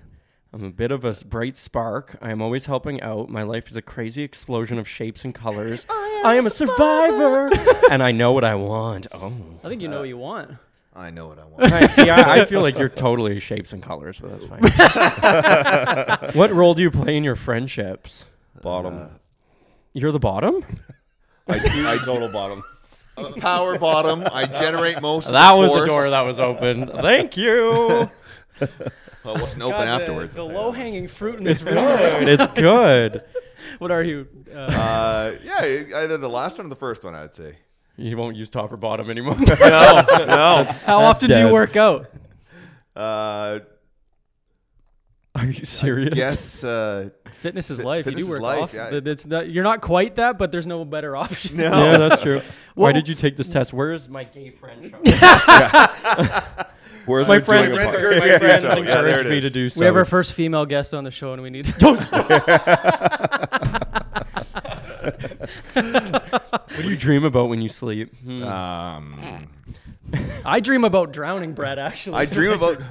[SPEAKER 5] I'm a bit of a s- bright spark. I am always helping out. My life is a crazy explosion of shapes and colors. I am, a survivor, and I know what I want. Oh,
[SPEAKER 3] I think you know what you want.
[SPEAKER 4] I know what I want.
[SPEAKER 5] I see. I, I feel like you're totally shapes and colors, but that's fine. what role do you play in your friendships?
[SPEAKER 6] Bottom.
[SPEAKER 5] You're the bottom.
[SPEAKER 4] Uh,
[SPEAKER 6] I, I total bottom.
[SPEAKER 4] I'm a power bottom. I generate most. of
[SPEAKER 5] That
[SPEAKER 4] the
[SPEAKER 5] was a
[SPEAKER 4] force.
[SPEAKER 5] door that was open. Thank you.
[SPEAKER 4] Well, it wasn't open afterwards.
[SPEAKER 3] The, low hanging fruit in this
[SPEAKER 5] Dude, it's good.
[SPEAKER 3] What are you? Uh,
[SPEAKER 4] Uh, yeah, either the last one or the first one, I'd say.
[SPEAKER 5] You won't use top or bottom anymore.
[SPEAKER 3] how often do
[SPEAKER 5] dead.
[SPEAKER 3] you work out?
[SPEAKER 4] Uh,
[SPEAKER 5] Are you serious?
[SPEAKER 4] yes. Uh,
[SPEAKER 3] Fitness is life.
[SPEAKER 4] fitness is
[SPEAKER 3] you do work
[SPEAKER 4] life,
[SPEAKER 3] off.
[SPEAKER 4] yeah.
[SPEAKER 3] Th- It's not, you're not quite that, but there's no better option. No.
[SPEAKER 5] Yeah, that's true. Why
[SPEAKER 3] Well-
[SPEAKER 5] did you take this test? Where is my gay friend?
[SPEAKER 6] Where's
[SPEAKER 5] my
[SPEAKER 6] we're doing
[SPEAKER 5] friends,
[SPEAKER 6] a
[SPEAKER 5] my
[SPEAKER 6] podcast?
[SPEAKER 5] friends
[SPEAKER 4] so. Yeah, there
[SPEAKER 5] encouraged
[SPEAKER 4] it
[SPEAKER 5] me
[SPEAKER 4] is.
[SPEAKER 5] to do so.
[SPEAKER 3] We have our first female guest on the show, and we need. To
[SPEAKER 5] what do you dream about when you sleep?
[SPEAKER 4] um,
[SPEAKER 3] I dream about drowning, Brett. Actually,
[SPEAKER 4] I dream about.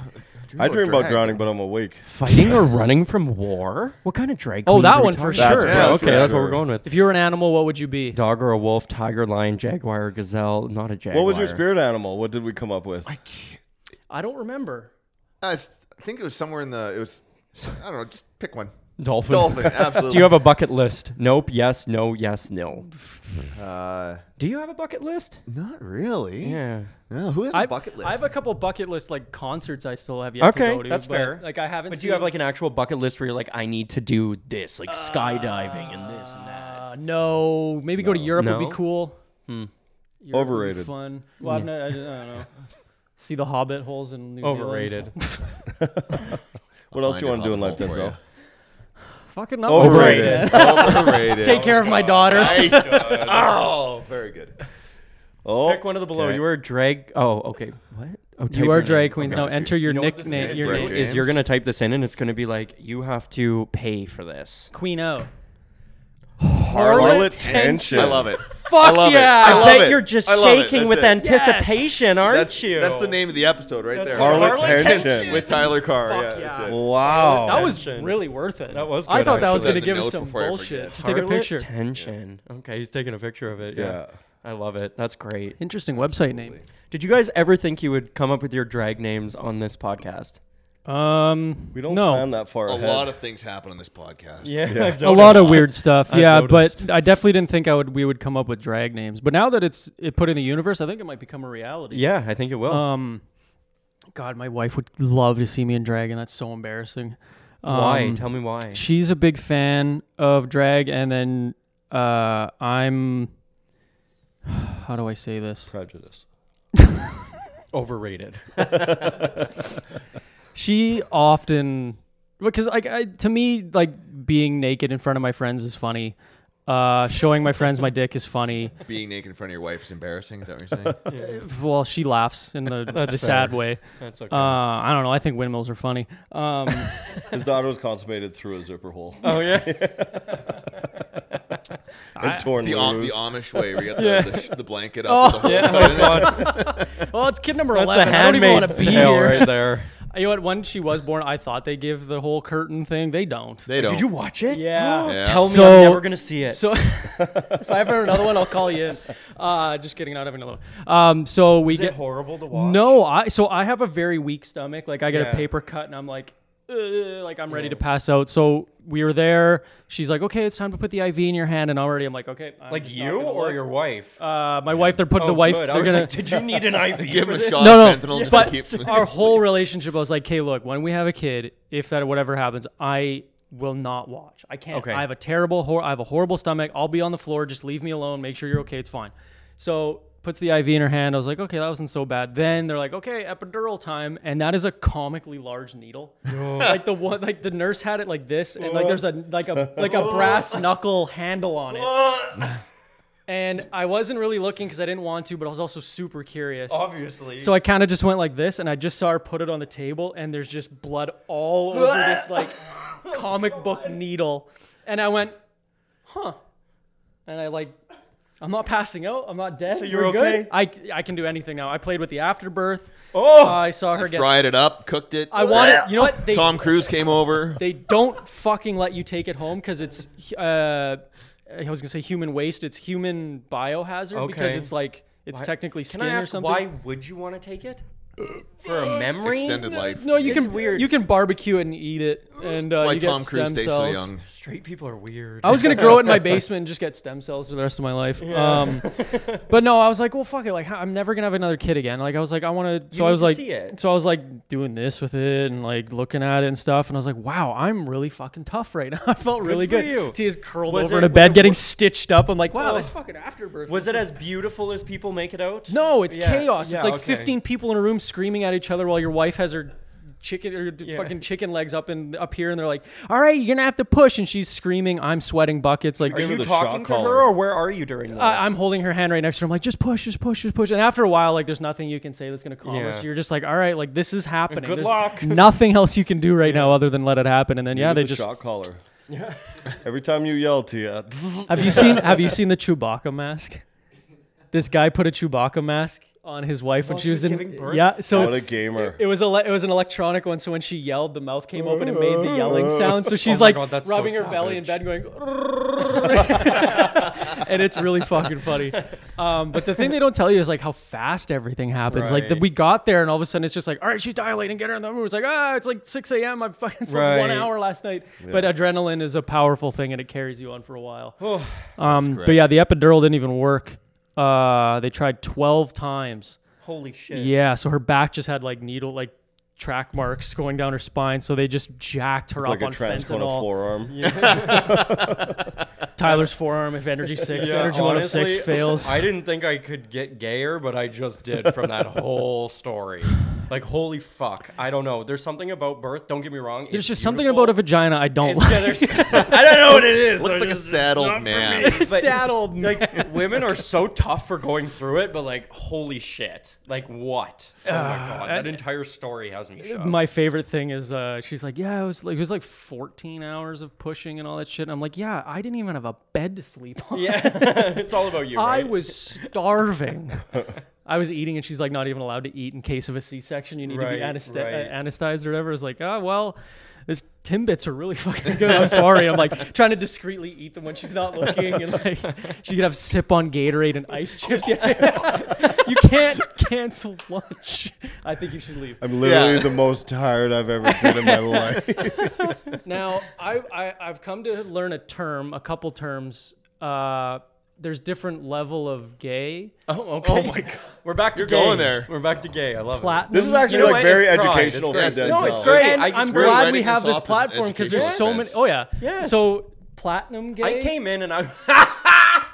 [SPEAKER 6] I dream about
[SPEAKER 4] drag.
[SPEAKER 6] drowning, but I'm awake.
[SPEAKER 5] Fighting or running from war? What kind of drag?
[SPEAKER 3] Oh,
[SPEAKER 5] queens
[SPEAKER 3] that
[SPEAKER 5] are we
[SPEAKER 3] one for
[SPEAKER 5] talking about?
[SPEAKER 3] sure.
[SPEAKER 4] Yeah, that's
[SPEAKER 5] okay, that's what
[SPEAKER 4] right.
[SPEAKER 5] we're going with.
[SPEAKER 3] If you were an animal, what would you be?
[SPEAKER 5] Dog or a wolf, tiger, lion, jaguar, gazelle, not a jaguar.
[SPEAKER 6] What was your spirit animal? What did we come up with?
[SPEAKER 3] I don't remember.
[SPEAKER 4] I s- Uh, I think it was somewhere in the. It was. I don't know. Just pick one.
[SPEAKER 5] Dolphin.
[SPEAKER 4] Dolphin. Absolutely.
[SPEAKER 5] Do you have a bucket list? Nope, yes, no, yes, no.
[SPEAKER 4] Uh,
[SPEAKER 5] Do you have a bucket list?
[SPEAKER 4] not really.
[SPEAKER 5] Yeah.
[SPEAKER 4] No, who has a
[SPEAKER 3] I've-
[SPEAKER 4] bucket list?
[SPEAKER 3] I have a couple bucket list like concerts I still have yet to
[SPEAKER 5] Okay,
[SPEAKER 3] go to.
[SPEAKER 5] that's
[SPEAKER 3] but,
[SPEAKER 5] fair.
[SPEAKER 3] Like I haven't.
[SPEAKER 5] But
[SPEAKER 3] seen,
[SPEAKER 5] do you have like an actual bucket list where you're like, I need to do this, like skydiving and this and that?
[SPEAKER 3] Uh, no, maybe go to Europe would
[SPEAKER 5] No?
[SPEAKER 3] be cool. Europe would be
[SPEAKER 6] Overrated.
[SPEAKER 3] fun. Well, I've not, I, I don't know. See the Hobbit holes in New Zealand.
[SPEAKER 5] Overrated.
[SPEAKER 6] What else do you
[SPEAKER 4] find
[SPEAKER 6] want to do
[SPEAKER 4] it
[SPEAKER 6] in life,
[SPEAKER 4] helpful for
[SPEAKER 6] Denzel?
[SPEAKER 3] Fucking not
[SPEAKER 6] Overrated.
[SPEAKER 3] overrated.
[SPEAKER 4] Overrated.
[SPEAKER 3] Take care of my daughter.
[SPEAKER 4] Oh, very good.
[SPEAKER 6] Oh,
[SPEAKER 5] Pick one of the below.
[SPEAKER 6] Okay.
[SPEAKER 5] You were a drag. Oh, okay. What? Oh,
[SPEAKER 3] You
[SPEAKER 5] type
[SPEAKER 3] are
[SPEAKER 5] your name.
[SPEAKER 3] drag queens. now enter your
[SPEAKER 5] You know what this is
[SPEAKER 3] nickname.
[SPEAKER 5] gonna
[SPEAKER 3] Your
[SPEAKER 5] do
[SPEAKER 3] name.
[SPEAKER 5] Is you're gonna type this in and it's gonna be like you have to pay for this.
[SPEAKER 3] Queen O.
[SPEAKER 6] Harlot tension.
[SPEAKER 4] I love it.
[SPEAKER 3] Fuck
[SPEAKER 4] love it.
[SPEAKER 3] yeah!
[SPEAKER 4] I love
[SPEAKER 5] bet
[SPEAKER 4] it.
[SPEAKER 5] you're just
[SPEAKER 4] I love it. That's
[SPEAKER 5] shaking with
[SPEAKER 4] it.
[SPEAKER 5] anticipation,
[SPEAKER 3] Yes.
[SPEAKER 5] aren't
[SPEAKER 4] That's,
[SPEAKER 5] you?
[SPEAKER 4] that's the name of the episode right there.
[SPEAKER 6] Harlot
[SPEAKER 5] Harlot
[SPEAKER 6] tension.
[SPEAKER 4] with Tyler Carr.
[SPEAKER 3] Fuck
[SPEAKER 4] yeah,
[SPEAKER 3] yeah.
[SPEAKER 4] that's it.
[SPEAKER 6] Wow.
[SPEAKER 3] That was
[SPEAKER 5] Tension.
[SPEAKER 3] really worth it.
[SPEAKER 5] That was
[SPEAKER 3] I
[SPEAKER 5] good,
[SPEAKER 3] thought that was
[SPEAKER 4] actually.
[SPEAKER 3] going
[SPEAKER 4] Put that in the
[SPEAKER 3] to give us
[SPEAKER 4] notes
[SPEAKER 3] some
[SPEAKER 4] before I
[SPEAKER 3] bullshit.
[SPEAKER 4] forget.
[SPEAKER 3] Just take a
[SPEAKER 5] Harlot
[SPEAKER 3] picture.
[SPEAKER 5] Tension. Okay, he's taking a picture of it. Yeah.
[SPEAKER 6] Yeah.
[SPEAKER 5] I love it. That's great.
[SPEAKER 3] Interesting website name.
[SPEAKER 5] Did you guys ever think you would come up with your drag names on this podcast?
[SPEAKER 3] Um,
[SPEAKER 6] we don't
[SPEAKER 3] no.
[SPEAKER 6] plan that far
[SPEAKER 4] A
[SPEAKER 6] ahead.
[SPEAKER 4] lot of things happen on this podcast.
[SPEAKER 5] I've
[SPEAKER 3] a lot of
[SPEAKER 5] noticed.
[SPEAKER 3] weird stuff.
[SPEAKER 5] I've
[SPEAKER 3] yeah,
[SPEAKER 5] noticed.
[SPEAKER 3] but I definitely didn't think I would. We would come up with drag names. But now that it's it put in the universe, I think it might become a reality.
[SPEAKER 5] Yeah, I think it will.
[SPEAKER 3] Um, God, my wife would love to see me in drag, and that's so embarrassing. Um,
[SPEAKER 5] why? Tell me why.
[SPEAKER 3] She's a big fan of drag, and then uh, I'm. How do I say this?
[SPEAKER 6] prejudice.
[SPEAKER 5] Overrated.
[SPEAKER 3] she often because like I, to me like being naked in front of my friends is funny uh showing my friends my dick is funny
[SPEAKER 4] Being naked in front of your wife is embarrassing. Is that what you're saying?
[SPEAKER 3] Uh, well she laughs in the, the sad
[SPEAKER 5] fair.
[SPEAKER 3] way
[SPEAKER 5] That's okay.
[SPEAKER 3] uh i don't know i think windmills are funny um
[SPEAKER 6] His daughter was consummated through a zipper hole.
[SPEAKER 5] oh yeah.
[SPEAKER 6] and torn
[SPEAKER 4] the, Am-
[SPEAKER 6] loose.
[SPEAKER 4] the Amish way where you got the, the, sh- the blanket up. with the whole thing in it.
[SPEAKER 3] well it's kid number
[SPEAKER 5] That's the
[SPEAKER 3] 11 i don't even want
[SPEAKER 5] handmaid's
[SPEAKER 3] to be
[SPEAKER 5] tale
[SPEAKER 3] here
[SPEAKER 5] right there.
[SPEAKER 3] you know what when she was born i thought they give the whole curtain thing they don't
[SPEAKER 4] They don't.
[SPEAKER 5] Did you watch it?
[SPEAKER 3] Yeah. Yeah.
[SPEAKER 5] Tell me
[SPEAKER 3] So-
[SPEAKER 5] I'm never gonna see it.
[SPEAKER 3] so if i ever have another one i'll call you in uh just kidding i don't have another one um so we
[SPEAKER 5] Is
[SPEAKER 3] get
[SPEAKER 5] it horrible to watch?
[SPEAKER 3] No, I so I have a very weak stomach. Like I get
[SPEAKER 5] Yeah.
[SPEAKER 3] a paper cut and I'm like, "Ugh," like I'm ready to pass out. So we were there. She's like, okay, it's time to put the IV in your hand, and already I'm like, okay, I'm
[SPEAKER 5] Like
[SPEAKER 3] just not
[SPEAKER 5] you
[SPEAKER 3] gonna
[SPEAKER 5] or
[SPEAKER 3] look.
[SPEAKER 5] your wife?
[SPEAKER 3] Uh, my wife. They're putting the wife.
[SPEAKER 5] Oh, Good. I
[SPEAKER 3] They're
[SPEAKER 5] was
[SPEAKER 3] gonna.
[SPEAKER 5] like, did you need an IV?
[SPEAKER 4] Give him
[SPEAKER 5] for
[SPEAKER 4] a
[SPEAKER 5] this?
[SPEAKER 4] shot
[SPEAKER 3] no,
[SPEAKER 4] of fentanyl
[SPEAKER 3] no.
[SPEAKER 4] just
[SPEAKER 3] But
[SPEAKER 4] to keep him
[SPEAKER 3] our whole relationship, I was like, "Hey, look, when we have a kid, if that whatever happens, I will not watch. I can't.
[SPEAKER 5] Okay.
[SPEAKER 3] I have a terrible, hor- I have a horrible stomach. I'll be on the floor. Just leave me alone. Make sure you're okay. It's fine." So puts the IV in her hand. I was like, "Okay, that wasn't so bad." Then they're like, "Okay, epidural time," and that is a comically large needle. like the one, like the nurse had it like this, and like there's a like a like a brass knuckle handle on it. And I wasn't really looking because I didn't want to, but I was also super curious.
[SPEAKER 5] Obviously.
[SPEAKER 3] So I kind of just went like this, and I just saw her put it on the table, and there's just blood all over this like comic book needle, and I went, huh, and I like, I'm not passing out, I'm not dead.
[SPEAKER 5] So you're
[SPEAKER 3] We're good.
[SPEAKER 5] okay?
[SPEAKER 3] I I can do anything now. I played with the afterbirth.
[SPEAKER 5] oh,
[SPEAKER 3] I saw her get
[SPEAKER 4] fried it up, cooked it.
[SPEAKER 3] I wanted, you know what? They
[SPEAKER 4] Tom Cruise came over.
[SPEAKER 3] they don't fucking let you take it home because it's uh, I was gonna say human waste. It's human biohazard because
[SPEAKER 5] Okay.
[SPEAKER 3] it's like it's technically
[SPEAKER 5] Can
[SPEAKER 3] skin
[SPEAKER 5] I
[SPEAKER 3] or
[SPEAKER 5] ask
[SPEAKER 3] something. Uh,
[SPEAKER 5] why would you want to take it? For a memory?
[SPEAKER 4] Extended life.
[SPEAKER 3] No, you
[SPEAKER 5] It's
[SPEAKER 3] can
[SPEAKER 5] weird.
[SPEAKER 3] you can barbecue it and eat it, and uh,
[SPEAKER 4] Why
[SPEAKER 3] you
[SPEAKER 4] Tom
[SPEAKER 3] get
[SPEAKER 4] Cruise
[SPEAKER 3] stem
[SPEAKER 4] stays
[SPEAKER 3] cells.
[SPEAKER 4] so young.
[SPEAKER 5] Straight people are weird.
[SPEAKER 3] I was gonna grow it in my basement and just get stem cells for the rest of my life. Um, but no, I was like, well, fuck it. Like, I'm never gonna have another kid again. Like, I was like, I want to. So
[SPEAKER 5] need
[SPEAKER 3] I was
[SPEAKER 5] to
[SPEAKER 3] like,
[SPEAKER 5] see it.
[SPEAKER 3] so I was like doing this with it and like looking at it and stuff. And I was like, wow, I'm really fucking tough right now. I felt really
[SPEAKER 5] for
[SPEAKER 3] good.
[SPEAKER 5] you.
[SPEAKER 3] Tia's curled
[SPEAKER 5] Was it-
[SPEAKER 3] over in a
[SPEAKER 5] was
[SPEAKER 3] bed,
[SPEAKER 5] it-
[SPEAKER 3] getting stitched up. I'm like, wow,
[SPEAKER 5] Oh.
[SPEAKER 3] this fucking afterbirth.
[SPEAKER 5] Was it as beautiful as people make it out?
[SPEAKER 3] No, it's
[SPEAKER 5] Yeah,
[SPEAKER 3] chaos.
[SPEAKER 5] yeah,
[SPEAKER 3] it's like
[SPEAKER 5] okay.
[SPEAKER 3] 15 people in a room screaming at each other while your wife has her chicken or d-
[SPEAKER 5] Yeah.
[SPEAKER 3] fucking chicken legs up and up here, and they're like, "All right, you're gonna have to push," and she's screaming, "I'm sweating buckets." Like,
[SPEAKER 5] Are
[SPEAKER 6] Give her
[SPEAKER 5] you
[SPEAKER 6] the
[SPEAKER 5] talking
[SPEAKER 6] shock
[SPEAKER 5] to
[SPEAKER 6] collar.
[SPEAKER 5] her or where are you during this?
[SPEAKER 3] I, Uh, I'm holding her hand right next to her. I'm like, "Just push, just push, just push." And after a while, like, there's nothing you can say that's gonna calm
[SPEAKER 5] Yeah.
[SPEAKER 3] us. You're just like, "All right, like this is happening."
[SPEAKER 5] Good
[SPEAKER 3] There's
[SPEAKER 5] luck.
[SPEAKER 3] Nothing else you can do right now other than let it happen. And then yeah,
[SPEAKER 6] Look at
[SPEAKER 3] they
[SPEAKER 6] the
[SPEAKER 3] just.
[SPEAKER 6] shock collar. Every time you yell, Tia.
[SPEAKER 3] Have you seen Have you seen the Chewbacca mask? This guy put a Chewbacca mask on his wife when
[SPEAKER 5] While
[SPEAKER 3] she
[SPEAKER 5] she
[SPEAKER 3] was
[SPEAKER 5] was
[SPEAKER 3] in.
[SPEAKER 5] giving birth?
[SPEAKER 3] Yeah, so
[SPEAKER 6] What a
[SPEAKER 3] it's,
[SPEAKER 6] gamer.
[SPEAKER 3] It was a it was an electronic one, so when she yelled, the mouth came open and made the yelling sound. So she's
[SPEAKER 5] Oh my
[SPEAKER 3] like
[SPEAKER 5] God, that's so
[SPEAKER 3] rubbing her belly in bed,
[SPEAKER 5] savage.
[SPEAKER 3] going, and it's really fucking funny. Um, but the thing they don't tell you is like how fast everything happens. Like that
[SPEAKER 5] Right.
[SPEAKER 3] we got there, and all of a sudden it's just like, all right, she's dilating, get her in the room. It's like ah, it's like six a.m. I fucking slept
[SPEAKER 5] Right.
[SPEAKER 3] one hour last night. But adrenaline is a powerful thing, and it carries you on for a while. um, but
[SPEAKER 4] correct.
[SPEAKER 3] yeah, the epidural didn't even work. Uh, they tried twelve times.
[SPEAKER 5] Holy shit.
[SPEAKER 3] Yeah, so her back just had like needle like track marks going down her spine, so they just jacked her
[SPEAKER 6] like
[SPEAKER 3] up
[SPEAKER 6] a
[SPEAKER 3] on
[SPEAKER 6] trans on a
[SPEAKER 3] fentanyl.
[SPEAKER 6] forearm.
[SPEAKER 3] Tyler's forearm if energy six, energy one of six fails.
[SPEAKER 5] I didn't think I could get gayer, but I just did from that whole story. Like, holy fuck. I don't know. There's something about birth. Don't get me wrong.
[SPEAKER 3] There's just something about a vagina I don't
[SPEAKER 5] It's, yeah,
[SPEAKER 3] like.
[SPEAKER 5] there's, I don't know what it is.
[SPEAKER 4] Looks like a sad old man.
[SPEAKER 5] but-
[SPEAKER 3] Saddled.
[SPEAKER 5] Like, women are so tough for going through it, but like, holy shit. Like, what? Oh my
[SPEAKER 3] Uh,
[SPEAKER 5] God. That entire story has me shocked.
[SPEAKER 3] My favorite thing is uh, she's like, yeah, it was like it was like 14 hours of pushing and all that shit. And I'm like, yeah, I didn't even have a bed to sleep on.
[SPEAKER 5] yeah. it's all about you.
[SPEAKER 3] I
[SPEAKER 5] right?
[SPEAKER 3] was starving. I was eating, and she's like, not even allowed to eat in case of a C-section. You need to
[SPEAKER 5] Right,
[SPEAKER 3] be anesthe-
[SPEAKER 5] right.
[SPEAKER 3] uh, anesthetized or whatever. It's like, oh well, this Timbits are really fucking good. I'm sorry. I'm like trying to discreetly eat them when she's not looking, and like she could have sip on Gatorade and ice chips. Yeah, you can't cancel lunch. I think you should leave.
[SPEAKER 6] I'm literally
[SPEAKER 4] Yeah.
[SPEAKER 6] the most tired I've ever been in my life.
[SPEAKER 3] Now, I, I I've come to learn a term, a couple terms. Uh, there's different level of gay.
[SPEAKER 5] Oh, okay. Oh my God. We're back to
[SPEAKER 4] You're
[SPEAKER 5] gay.
[SPEAKER 4] going there.
[SPEAKER 5] We're back to gay. I love it.
[SPEAKER 3] Platinum.
[SPEAKER 6] This is actually
[SPEAKER 5] know
[SPEAKER 6] like
[SPEAKER 5] what?
[SPEAKER 6] very
[SPEAKER 5] It's pride.
[SPEAKER 6] educational.
[SPEAKER 4] It's
[SPEAKER 6] for
[SPEAKER 4] great.
[SPEAKER 6] Denzel.
[SPEAKER 5] No, it's great.
[SPEAKER 3] and
[SPEAKER 5] I-
[SPEAKER 3] I,
[SPEAKER 5] it's
[SPEAKER 3] am
[SPEAKER 5] great
[SPEAKER 3] glad
[SPEAKER 4] writing
[SPEAKER 3] we
[SPEAKER 4] this
[SPEAKER 3] have this
[SPEAKER 4] off as an
[SPEAKER 3] platform because there's
[SPEAKER 4] educational
[SPEAKER 3] so many.
[SPEAKER 4] offense.
[SPEAKER 3] Oh yeah.
[SPEAKER 5] Yes.
[SPEAKER 3] So platinum gay,
[SPEAKER 5] I came in and I.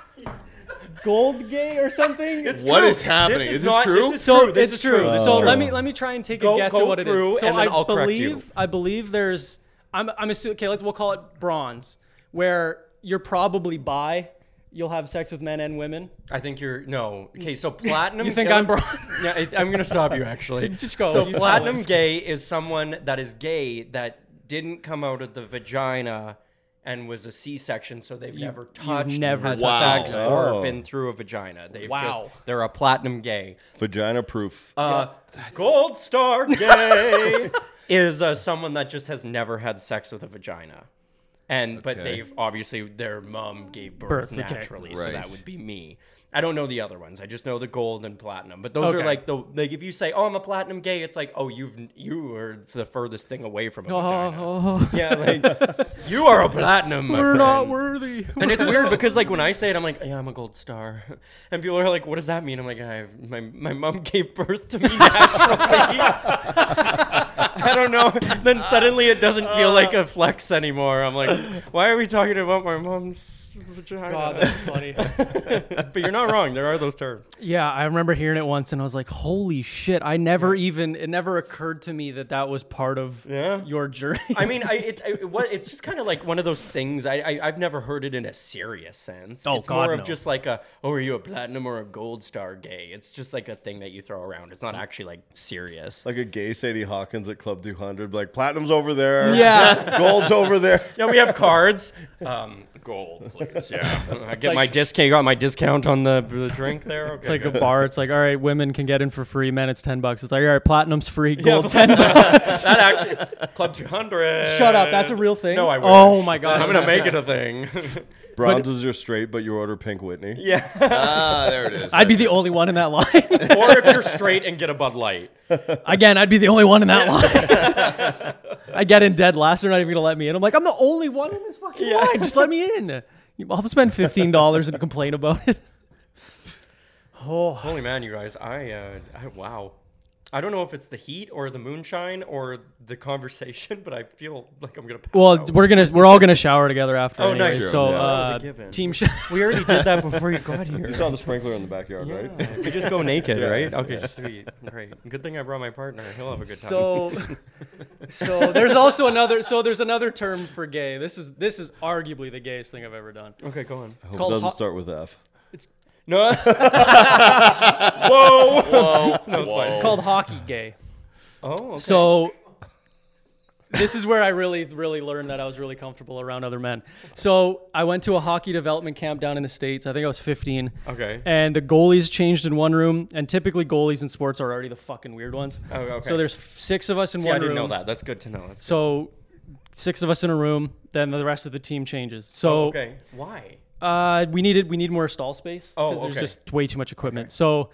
[SPEAKER 3] gold gay, or something.
[SPEAKER 5] It's
[SPEAKER 4] What
[SPEAKER 5] true.
[SPEAKER 4] is happening?
[SPEAKER 5] This is,
[SPEAKER 4] Is this
[SPEAKER 5] not,
[SPEAKER 4] true?
[SPEAKER 5] This is
[SPEAKER 3] so
[SPEAKER 5] true. This
[SPEAKER 3] it's
[SPEAKER 5] is true.
[SPEAKER 3] true.
[SPEAKER 5] This is
[SPEAKER 3] so
[SPEAKER 5] true.
[SPEAKER 3] let me let me try and take
[SPEAKER 5] Go-
[SPEAKER 3] a guess
[SPEAKER 5] go
[SPEAKER 3] at what it
[SPEAKER 5] through,
[SPEAKER 3] is. So
[SPEAKER 5] and then
[SPEAKER 3] I
[SPEAKER 5] I'll correct you.
[SPEAKER 3] believe I believe there's I'm I'm assuming okay. Let's we'll call it bronze, where you're probably bi. You'll have sex with men and women.
[SPEAKER 5] I think you're no. Okay, so platinum.
[SPEAKER 3] You think
[SPEAKER 5] gay-
[SPEAKER 3] I'm bronze?
[SPEAKER 5] Yeah, I, I'm gonna stop you actually.
[SPEAKER 3] Just go,
[SPEAKER 5] So
[SPEAKER 3] you tell
[SPEAKER 5] platinum
[SPEAKER 3] us.
[SPEAKER 5] gay is someone that is gay that didn't come out of the vagina and was a C-section, so they've never touched,
[SPEAKER 3] never
[SPEAKER 5] had
[SPEAKER 4] touched.
[SPEAKER 5] sex,
[SPEAKER 6] Wow.
[SPEAKER 5] or been through a vagina. They've
[SPEAKER 3] Wow.
[SPEAKER 5] just they're a platinum gay.
[SPEAKER 6] Vagina proof.
[SPEAKER 5] Uh, gold star gay is uh, someone that just has never had sex with a vagina. And but
[SPEAKER 4] Okay.
[SPEAKER 5] they've obviously their mom gave birth,
[SPEAKER 3] Birth, okay.
[SPEAKER 5] naturally, so that
[SPEAKER 4] Right.
[SPEAKER 5] would be me. I don't know the other ones. I just know the gold and platinum. But those are
[SPEAKER 3] Okay.
[SPEAKER 5] like the like if you say, "Oh, I'm a platinum gay," it's like, "Oh, you've you are the furthest thing away from a vagina."
[SPEAKER 3] Oh,
[SPEAKER 5] Yeah, like you are a platinum. my
[SPEAKER 3] we're not
[SPEAKER 5] friend.
[SPEAKER 3] worthy.
[SPEAKER 5] And it's weird because like when I say it, I'm like, yeah, I'm a gold star, and people are like, what does that mean? I'm like, I my my mom gave birth to me naturally. I don't know. Then suddenly it doesn't feel like a flex anymore. I'm like, why are we talking about my mom's vagina?
[SPEAKER 3] God, that's funny.
[SPEAKER 5] but you're not wrong. There are those terms.
[SPEAKER 3] Yeah, I remember hearing it once and I was like, holy shit. I never even, it never occurred to me that that was part of
[SPEAKER 5] Yeah.
[SPEAKER 3] your journey.
[SPEAKER 5] I mean, I, it, I- it, wa- it's just kind of like one of those things. I, I I've never heard it in a serious sense.
[SPEAKER 3] Oh,
[SPEAKER 5] it's
[SPEAKER 3] God,
[SPEAKER 5] more of
[SPEAKER 3] no.
[SPEAKER 5] just like a oh, are you a platinum or a gold star gay? It's just like a thing that you throw around. It's not
[SPEAKER 3] Mm.
[SPEAKER 5] actually like serious.
[SPEAKER 6] like a gay Sadie Hawkins at Club 200. Like, platinum's over there.
[SPEAKER 3] Yeah.
[SPEAKER 6] Gold's over there.
[SPEAKER 5] No, we have cards. Um, gold, please. Yeah, I get my discount. Got my discount on the, the drink there. Okay,
[SPEAKER 3] it's like a
[SPEAKER 5] good.
[SPEAKER 3] bar. It's like, all right, women can get in for free. Men, it's 10 bucks. It's like, all right, platinum's free, gold 10 bucks.
[SPEAKER 5] that actually Club 200.
[SPEAKER 3] Shut up. That's a real thing?
[SPEAKER 5] No, I wish.
[SPEAKER 3] Oh, my God.
[SPEAKER 5] I'm gonna make it a thing.
[SPEAKER 6] Bronze is your straight, but you order Pink Whitney.
[SPEAKER 5] yeah.
[SPEAKER 4] Ah, there it is.
[SPEAKER 3] I'd be the only one in that line.
[SPEAKER 5] Or if you're straight and get a Bud Light.
[SPEAKER 3] Again, I'd be the only one in that line. I get in dead last. They're not even going to let me in. I'm like, I'm the only one in this fucking
[SPEAKER 5] Yeah.
[SPEAKER 3] line. Just let me in. I'll spend $15 and complain about it. Oh,
[SPEAKER 5] Holy man, you guys! I, uh, I wow. I don't know if it's the heat or the moonshine or the conversation, but I feel like I'm gonna. Pass
[SPEAKER 3] Well,
[SPEAKER 5] out.
[SPEAKER 3] we're gonna we're all gonna shower together after.
[SPEAKER 5] Oh,
[SPEAKER 3] anyway,
[SPEAKER 5] nice.
[SPEAKER 3] So
[SPEAKER 6] Yeah.
[SPEAKER 5] That was a
[SPEAKER 3] uh,
[SPEAKER 5] given.
[SPEAKER 3] team shower.
[SPEAKER 5] we already did that before you got here.
[SPEAKER 6] You saw the sprinkler in the backyard, right?
[SPEAKER 5] Yeah, we just go naked, right? Okay, sweet, great. Good thing I brought my partner. He'll have a good time.
[SPEAKER 3] So, so there's also another. So there's another term for gay. This is this is arguably the gayest thing I've ever done.
[SPEAKER 5] okay, go on.
[SPEAKER 6] Hope it
[SPEAKER 3] called
[SPEAKER 6] doesn't
[SPEAKER 3] hot-
[SPEAKER 6] start with F.
[SPEAKER 5] No,
[SPEAKER 4] no, it's
[SPEAKER 3] It's called hockey gay.
[SPEAKER 5] oh, okay.
[SPEAKER 3] So this is where I really, really learned that I was really comfortable around other men. So I went to a hockey development camp down in the States. I think I was 15.
[SPEAKER 5] Okay.
[SPEAKER 3] And the goalies changed in one room. And typically goalies in sports are already the fucking weird ones.
[SPEAKER 5] Oh, okay.
[SPEAKER 3] So there's f- six of us in
[SPEAKER 5] See,
[SPEAKER 3] one
[SPEAKER 5] Oh, I didn't
[SPEAKER 3] room.
[SPEAKER 5] know that. That's good to know. That's good.
[SPEAKER 3] So six of us in a room. Then the rest of the team changes. So
[SPEAKER 5] Oh, okay, why?
[SPEAKER 3] uh, we needed we need more stall space.
[SPEAKER 5] Oh,
[SPEAKER 3] 'cause
[SPEAKER 5] okay.
[SPEAKER 3] There's just way too much equipment. So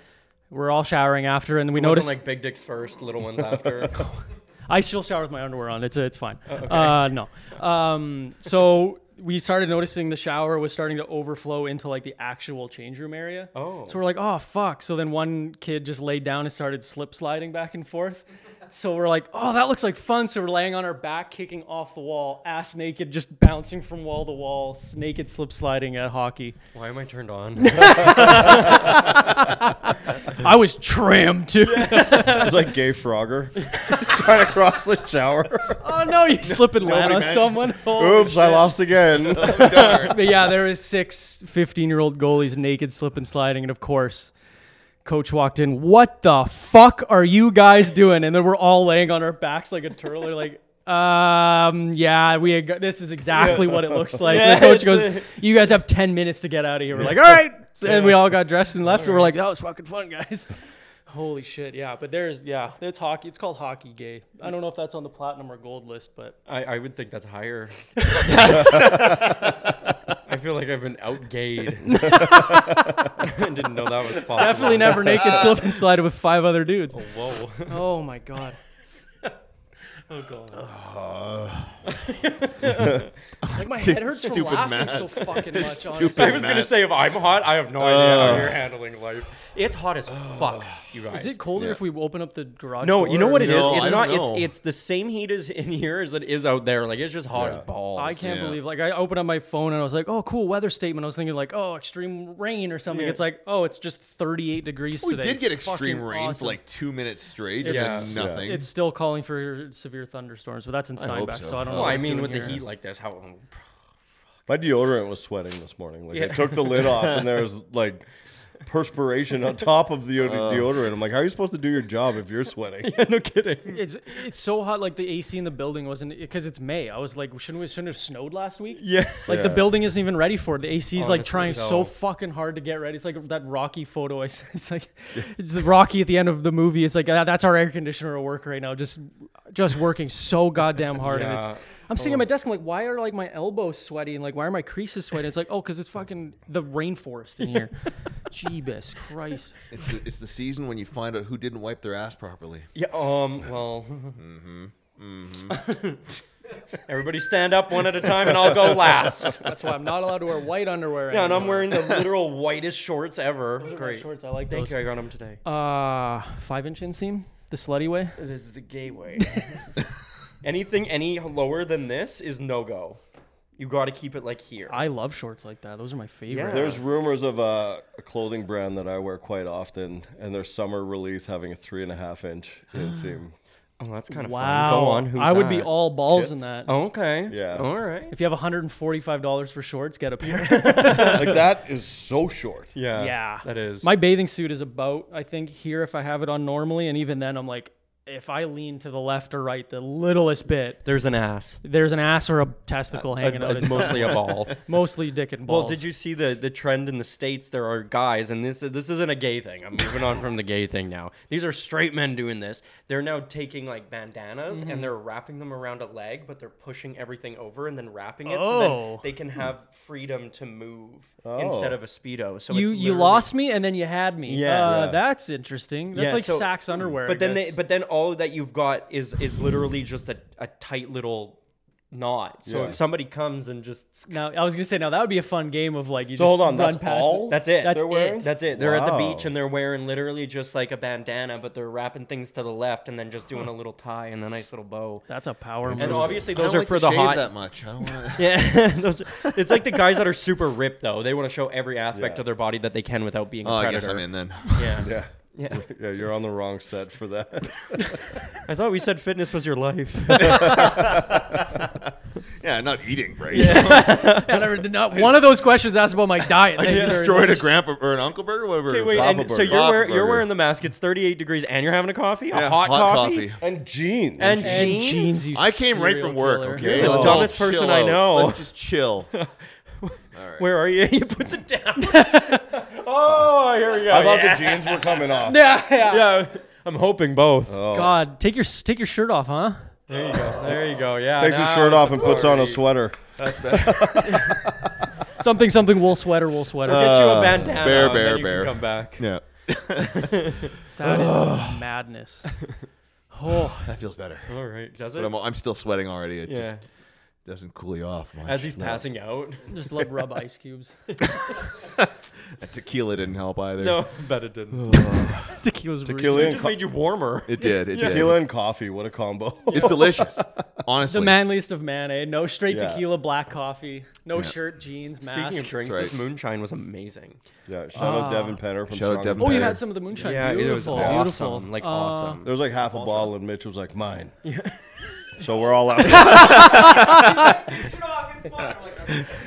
[SPEAKER 3] we're all showering after, and we
[SPEAKER 5] It wasn't
[SPEAKER 3] noticed
[SPEAKER 5] like big dicks first, little ones after.
[SPEAKER 3] I still shower with my underwear on. It's it's
[SPEAKER 5] Oh,
[SPEAKER 3] fine. Uh, no. Um, so we started noticing the shower was starting to overflow into like the actual change room area.
[SPEAKER 5] Oh.
[SPEAKER 3] So we're like, oh fuck. So then one kid just laid down and started slip sliding back and forth. So we're like, oh, that looks like fun. So we're laying on our back, kicking off the wall, ass naked, just bouncing from wall to wall, s- naked slip sliding at hockey.
[SPEAKER 5] Why am I turned on?
[SPEAKER 3] I was trimmed too.
[SPEAKER 6] It's like gay Frogger trying to cross the shower.
[SPEAKER 3] oh no, you slip and land
[SPEAKER 6] nobody
[SPEAKER 3] on
[SPEAKER 6] managed-
[SPEAKER 3] someone.
[SPEAKER 5] Oh,
[SPEAKER 3] Holy
[SPEAKER 6] Oops, I lost again.
[SPEAKER 3] But yeah, there is six 15 year old goalies naked slip and sliding. And of course, coach walked in. What the fuck are you guys doing? And then we're all laying on our backs like a turtle. They're like, um, yeah, we had, got- this is exactly what it looks like.
[SPEAKER 5] Yeah,
[SPEAKER 3] the coach
[SPEAKER 5] it's
[SPEAKER 3] goes,
[SPEAKER 5] a-
[SPEAKER 3] you guys have 10 minutes to get out of here. We're like, all right. So- And we all got dressed and left. And we're like, that was fucking fun, guys. Holy shit, yeah. But there's, yeah, it's hockey. It's called hockey gay. I don't know if that's on the platinum or gold list, but
[SPEAKER 5] I, I would think that's higher. I feel like I've been outgayed. I didn't know that was possible.
[SPEAKER 3] definitely never naked slip and slide with five other dudes.
[SPEAKER 5] Whoa.
[SPEAKER 3] Oh my god.
[SPEAKER 5] Oh, God.
[SPEAKER 3] Like my head hurts from
[SPEAKER 4] Stupid
[SPEAKER 3] laughing
[SPEAKER 4] math.
[SPEAKER 3] so fucking much.
[SPEAKER 5] I
[SPEAKER 3] Honestly.
[SPEAKER 5] was
[SPEAKER 4] Matt.
[SPEAKER 5] going to say, if I'm hot, I have no idea how you're handling life. It's hot as fuck, you guys.
[SPEAKER 3] Is it colder
[SPEAKER 4] Yeah.
[SPEAKER 3] if we open up the garage?
[SPEAKER 5] No, you know what it is.
[SPEAKER 4] No, I
[SPEAKER 5] It's
[SPEAKER 4] don't
[SPEAKER 5] not. It's
[SPEAKER 4] know.
[SPEAKER 5] it's the same heat as in here as it is out there. Like it's just hot as balls.
[SPEAKER 3] I can't
[SPEAKER 4] Yeah.
[SPEAKER 3] believe. Like I opened up my phone and I was like, "Oh, cool weather statement." I was thinking like, "Oh, extreme rain or something." It's like, "Oh, it's just 38 degrees
[SPEAKER 4] We
[SPEAKER 3] today."
[SPEAKER 4] did get
[SPEAKER 3] Fucking
[SPEAKER 4] extreme rain
[SPEAKER 3] awesome.
[SPEAKER 4] for like two minutes straight. It's
[SPEAKER 5] Yeah.
[SPEAKER 4] nothing.
[SPEAKER 3] It's still calling for severe thunderstorms, but that's in
[SPEAKER 4] hope
[SPEAKER 3] Steinbach, so.
[SPEAKER 4] so.
[SPEAKER 3] I don't know.
[SPEAKER 5] Well,
[SPEAKER 3] what
[SPEAKER 5] I
[SPEAKER 3] it's
[SPEAKER 5] mean,
[SPEAKER 3] doing
[SPEAKER 5] with the
[SPEAKER 3] here.
[SPEAKER 5] heat like this, how? um,
[SPEAKER 6] My deodorant was sweating this morning. Like
[SPEAKER 5] Yeah.
[SPEAKER 6] I took the lid off and there was like perspiration on top of the
[SPEAKER 5] Uh.
[SPEAKER 6] deodorant. I'm like, how are you supposed to do your job if you're sweating?
[SPEAKER 5] no kidding.
[SPEAKER 3] It's it's so hot. Like the AC in the building wasn't because it's May. I was like, shouldn't we shouldn't it have snowed last week?
[SPEAKER 5] Yeah. Oh,
[SPEAKER 3] Like the building isn't even ready for it. The AC's like
[SPEAKER 5] Honestly,
[SPEAKER 3] trying
[SPEAKER 5] no.
[SPEAKER 3] so fucking hard to get ready. It's like that Rocky photo I said. It's like it's the Rocky at the end of the movie. It's like ah, that's our air conditioner at work right now, just just working so goddamn hard. And
[SPEAKER 5] Yeah. Oh.
[SPEAKER 3] it's I'm sitting at my desk. I'm like, why are like my elbows sweaty and like why are my creases sweaty? It's like oh, because it's fucking the rainforest in here. Jeebus Christ.
[SPEAKER 4] It's the, it's the season when you find out who didn't wipe their ass properly.
[SPEAKER 5] Yeah. Um. Well. mm-hmm, Everybody stand up one at a time, and I'll go last.
[SPEAKER 3] That's why I'm not allowed to wear white underwear.
[SPEAKER 5] Yeah, and I'm
[SPEAKER 3] anymore.
[SPEAKER 5] wearing the literal whitest shorts ever. Great.
[SPEAKER 3] shorts. I like
[SPEAKER 5] Thank
[SPEAKER 3] those.
[SPEAKER 5] you. I got them today.
[SPEAKER 3] Uh, five inch inseam, the slutty way.
[SPEAKER 5] this is the gay way. Anything any lower than this is no go. You got to keep it like here.
[SPEAKER 3] I love shorts like that. Those are my favorite.
[SPEAKER 6] There's rumors of a, a clothing brand that I wear quite often, and their summer release having a three and a half inch inseam.
[SPEAKER 5] Oh, that's kind of
[SPEAKER 3] Wow.
[SPEAKER 5] fun. Go on. Who's
[SPEAKER 3] I would be
[SPEAKER 5] that?
[SPEAKER 3] all balls in that.
[SPEAKER 5] Oh, okay.
[SPEAKER 6] Yeah.
[SPEAKER 5] All right.
[SPEAKER 3] If you have $145 for shorts, get a pair.
[SPEAKER 6] like that is so short.
[SPEAKER 5] Yeah.
[SPEAKER 3] yeah.
[SPEAKER 5] That is.
[SPEAKER 3] My bathing suit is about, I think, here if I have it on normally. And even then, I'm like, if I lean to the left or right the littlest bit,
[SPEAKER 5] There's an ass.
[SPEAKER 3] there's an ass or a testicle hanging out. It's
[SPEAKER 5] Uh, mostly a ball.
[SPEAKER 3] mostly dick and balls.
[SPEAKER 5] Well, did you see the, the trend in the states? There are guys, and this this isn't a gay thing. I'm moving on from the gay thing now. These are straight men doing this. They're now taking like bandanas
[SPEAKER 3] Mm-hmm.
[SPEAKER 5] and they're wrapping them around a leg, but they're pushing everything over and then wrapping it, so then
[SPEAKER 3] Oh.
[SPEAKER 5] they can have freedom to move instead of a speedo. So
[SPEAKER 3] You,
[SPEAKER 5] it's
[SPEAKER 3] you
[SPEAKER 5] literally-
[SPEAKER 3] lost me and then you had me.
[SPEAKER 5] Yeah.
[SPEAKER 3] Uh,
[SPEAKER 6] Yeah.
[SPEAKER 3] That's interesting. That's
[SPEAKER 5] Yeah,
[SPEAKER 3] like
[SPEAKER 5] so-
[SPEAKER 3] Saks underwear. I
[SPEAKER 5] But then they
[SPEAKER 3] guess.
[SPEAKER 5] but then all that you've got is is literally just a, a tight little knot. So if somebody comes and just
[SPEAKER 3] Now I was gonna say now that would be a fun game of like you
[SPEAKER 6] So
[SPEAKER 3] just
[SPEAKER 6] hold on,
[SPEAKER 3] run
[SPEAKER 6] that's
[SPEAKER 3] past
[SPEAKER 6] all?
[SPEAKER 5] That's it.
[SPEAKER 3] That's
[SPEAKER 5] They're
[SPEAKER 3] it.
[SPEAKER 5] wearing- That's it. They're at the
[SPEAKER 6] Wow.
[SPEAKER 5] beach and they're wearing literally just like a bandana, but they're wrapping things to the left and then just doing a little tie and a nice little bow.
[SPEAKER 3] That's a power move.
[SPEAKER 5] And obviously,
[SPEAKER 4] I
[SPEAKER 5] those
[SPEAKER 4] don't
[SPEAKER 5] are
[SPEAKER 4] like
[SPEAKER 5] for
[SPEAKER 4] to
[SPEAKER 5] the
[SPEAKER 4] shave
[SPEAKER 5] hot.
[SPEAKER 4] that much. I don't want to.
[SPEAKER 5] Yeah, those. It's like the guys that are super ripped though. They want to show every aspect
[SPEAKER 6] Yeah.
[SPEAKER 5] of their body that they can without being a
[SPEAKER 4] Oh, I
[SPEAKER 5] predator.
[SPEAKER 4] guess I'm in then.
[SPEAKER 5] Yeah.
[SPEAKER 6] Yeah.
[SPEAKER 5] yeah.
[SPEAKER 6] Yeah, you're on the wrong set for that.
[SPEAKER 5] I thought we said fitness was your life.
[SPEAKER 4] yeah, not eating, right?
[SPEAKER 3] I never did not one of those questions asked about my diet.
[SPEAKER 4] I just
[SPEAKER 3] Thank you very
[SPEAKER 4] destroyed a
[SPEAKER 3] much.
[SPEAKER 4] grandpa or an uncle burger, whatever. it
[SPEAKER 5] okay,
[SPEAKER 4] was.
[SPEAKER 5] wait,
[SPEAKER 6] Papa
[SPEAKER 5] and so
[SPEAKER 6] burger.
[SPEAKER 5] you're,
[SPEAKER 4] Papa
[SPEAKER 5] wear, you're
[SPEAKER 4] burger.
[SPEAKER 5] wearing the mask. It's 38 degrees, and you're having a coffee.
[SPEAKER 4] Yeah,
[SPEAKER 5] a hot, coffee.
[SPEAKER 6] and jeans.
[SPEAKER 5] And
[SPEAKER 3] and
[SPEAKER 5] jeans?
[SPEAKER 3] jeans. you
[SPEAKER 4] I came right
[SPEAKER 3] serial
[SPEAKER 4] from work.
[SPEAKER 3] killer.
[SPEAKER 4] Okay,
[SPEAKER 6] You're the
[SPEAKER 4] Let's
[SPEAKER 5] dumbest
[SPEAKER 4] all
[SPEAKER 5] person
[SPEAKER 4] chill
[SPEAKER 5] I
[SPEAKER 4] out.
[SPEAKER 5] know.
[SPEAKER 4] Let's just chill.
[SPEAKER 5] Where are you? He puts it down. oh, here we go.
[SPEAKER 6] I thought the jeans were coming off.
[SPEAKER 3] Yeah, yeah.
[SPEAKER 5] yeah, I'm hoping both.
[SPEAKER 4] Oh.
[SPEAKER 6] Oh.
[SPEAKER 3] God, take your take your shirt off, huh?
[SPEAKER 5] There you go. There you go. Yeah.
[SPEAKER 6] Takes his
[SPEAKER 5] now
[SPEAKER 6] shirt
[SPEAKER 5] it's
[SPEAKER 6] off
[SPEAKER 5] a
[SPEAKER 6] and puts on a
[SPEAKER 5] party.
[SPEAKER 6] sweater.
[SPEAKER 3] Something something wool sweater wool sweater.
[SPEAKER 6] Uh,
[SPEAKER 5] Get you a bandana.
[SPEAKER 4] Uh, bear,
[SPEAKER 5] and then
[SPEAKER 4] bear, bear.
[SPEAKER 5] you can Come back.
[SPEAKER 6] Yeah.
[SPEAKER 3] that is madness. Oh,
[SPEAKER 4] Oh, That feels better.
[SPEAKER 5] All right. Does it?
[SPEAKER 4] But I'm, I'm still sweating already. It
[SPEAKER 5] yeah.
[SPEAKER 4] just Doesn't cool you off much.
[SPEAKER 5] as he's passing out.
[SPEAKER 3] Just love rub ice cubes.
[SPEAKER 4] That tequila didn't help either.
[SPEAKER 5] No, bet it didn't.
[SPEAKER 3] Tequila's
[SPEAKER 6] Tequila
[SPEAKER 5] It
[SPEAKER 6] and,
[SPEAKER 5] just
[SPEAKER 6] co-
[SPEAKER 5] made you warmer.
[SPEAKER 4] it did. It did.
[SPEAKER 6] tequila and coffee. What a combo.
[SPEAKER 4] It's delicious. Honestly,
[SPEAKER 3] The manliest of man, eh? No straight
[SPEAKER 6] Yeah.
[SPEAKER 3] tequila, black coffee, no shirt, jeans, mask.
[SPEAKER 5] Speaking of drinks,
[SPEAKER 4] That's
[SPEAKER 5] this
[SPEAKER 4] right.
[SPEAKER 5] moonshine was amazing.
[SPEAKER 6] yeah, shout
[SPEAKER 5] Ah.
[SPEAKER 6] out Devin Penner from
[SPEAKER 4] Shout out
[SPEAKER 6] Strong
[SPEAKER 4] Devin
[SPEAKER 3] oh, you
[SPEAKER 4] Better.
[SPEAKER 3] had some of the moonshine.
[SPEAKER 5] it was
[SPEAKER 3] beautiful,
[SPEAKER 5] awesome.
[SPEAKER 3] beautiful.
[SPEAKER 5] Like
[SPEAKER 3] Uh,
[SPEAKER 5] awesome.
[SPEAKER 6] There was like half a bottle, and Mitch was like, "Mine." so we're all out.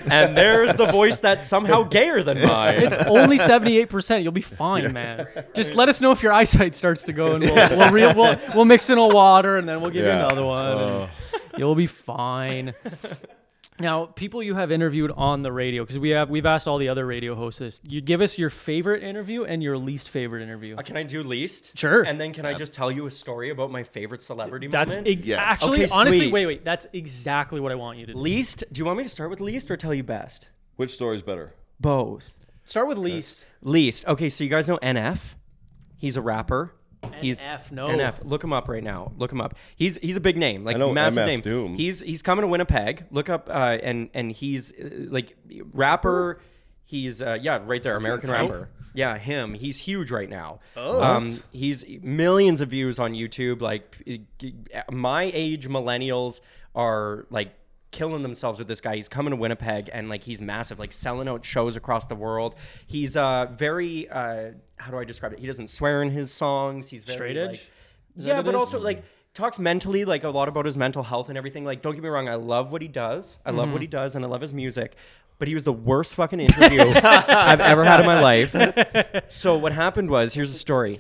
[SPEAKER 5] and there's the voice that's somehow gayer than mine.
[SPEAKER 3] It's only 78%. You'll be fine, man. Just let us know if your eyesight starts to go and we'll we'll, re- we'll, we'll mix in a water and then we'll give you
[SPEAKER 6] Yeah.
[SPEAKER 3] another one. and you'll be fine. Now, people you have interviewed on the radio because we have we've asked all the other radio hosts this. You give us your favorite interview and your least favorite interview.
[SPEAKER 5] Uh, Can I do least?
[SPEAKER 3] Sure.
[SPEAKER 5] And then can I just tell you a story about my favorite celebrity
[SPEAKER 3] That's
[SPEAKER 5] moment?
[SPEAKER 3] ex-
[SPEAKER 4] Yes.
[SPEAKER 3] actually
[SPEAKER 5] Okay,
[SPEAKER 3] honestly
[SPEAKER 5] sweet.
[SPEAKER 3] wait wait, that's exactly what I want you to do.
[SPEAKER 5] least. Do you want me to start with least or tell you best?
[SPEAKER 6] Which story's better?
[SPEAKER 5] Both.
[SPEAKER 3] Start with least.
[SPEAKER 5] Least. Okay, so you guys know NF? He's a rapper. He's
[SPEAKER 3] NF, no.
[SPEAKER 5] NF. Look him up right now. Look him up. He's he's a big name, like
[SPEAKER 6] I know
[SPEAKER 5] massive
[SPEAKER 6] MF
[SPEAKER 5] name.
[SPEAKER 6] Doom.
[SPEAKER 5] He's he's coming to Winnipeg. Look up uh, and and he's uh, like rapper. He's uh, yeah, right there, American rapper. Yeah, him. He's huge right now. Oh, um, he's millions of views on YouTube. Like p- g- my age millennials are like killing themselves with this guy. He's coming to Winnipeg and like he's massive, like selling out shows across the world. He's uh very uh how do I describe it? He doesn't swear in his songs. He's very,
[SPEAKER 3] Straight
[SPEAKER 5] like-
[SPEAKER 3] edge?
[SPEAKER 5] yeah, but also like talks mentally like a lot about his mental health and everything. Like don't get me wrong, I love what he does. I
[SPEAKER 3] Mm-hmm.
[SPEAKER 5] love what he does and I love his music. But he was the worst fucking interview I've ever had in my life. So what happened was, here's the story.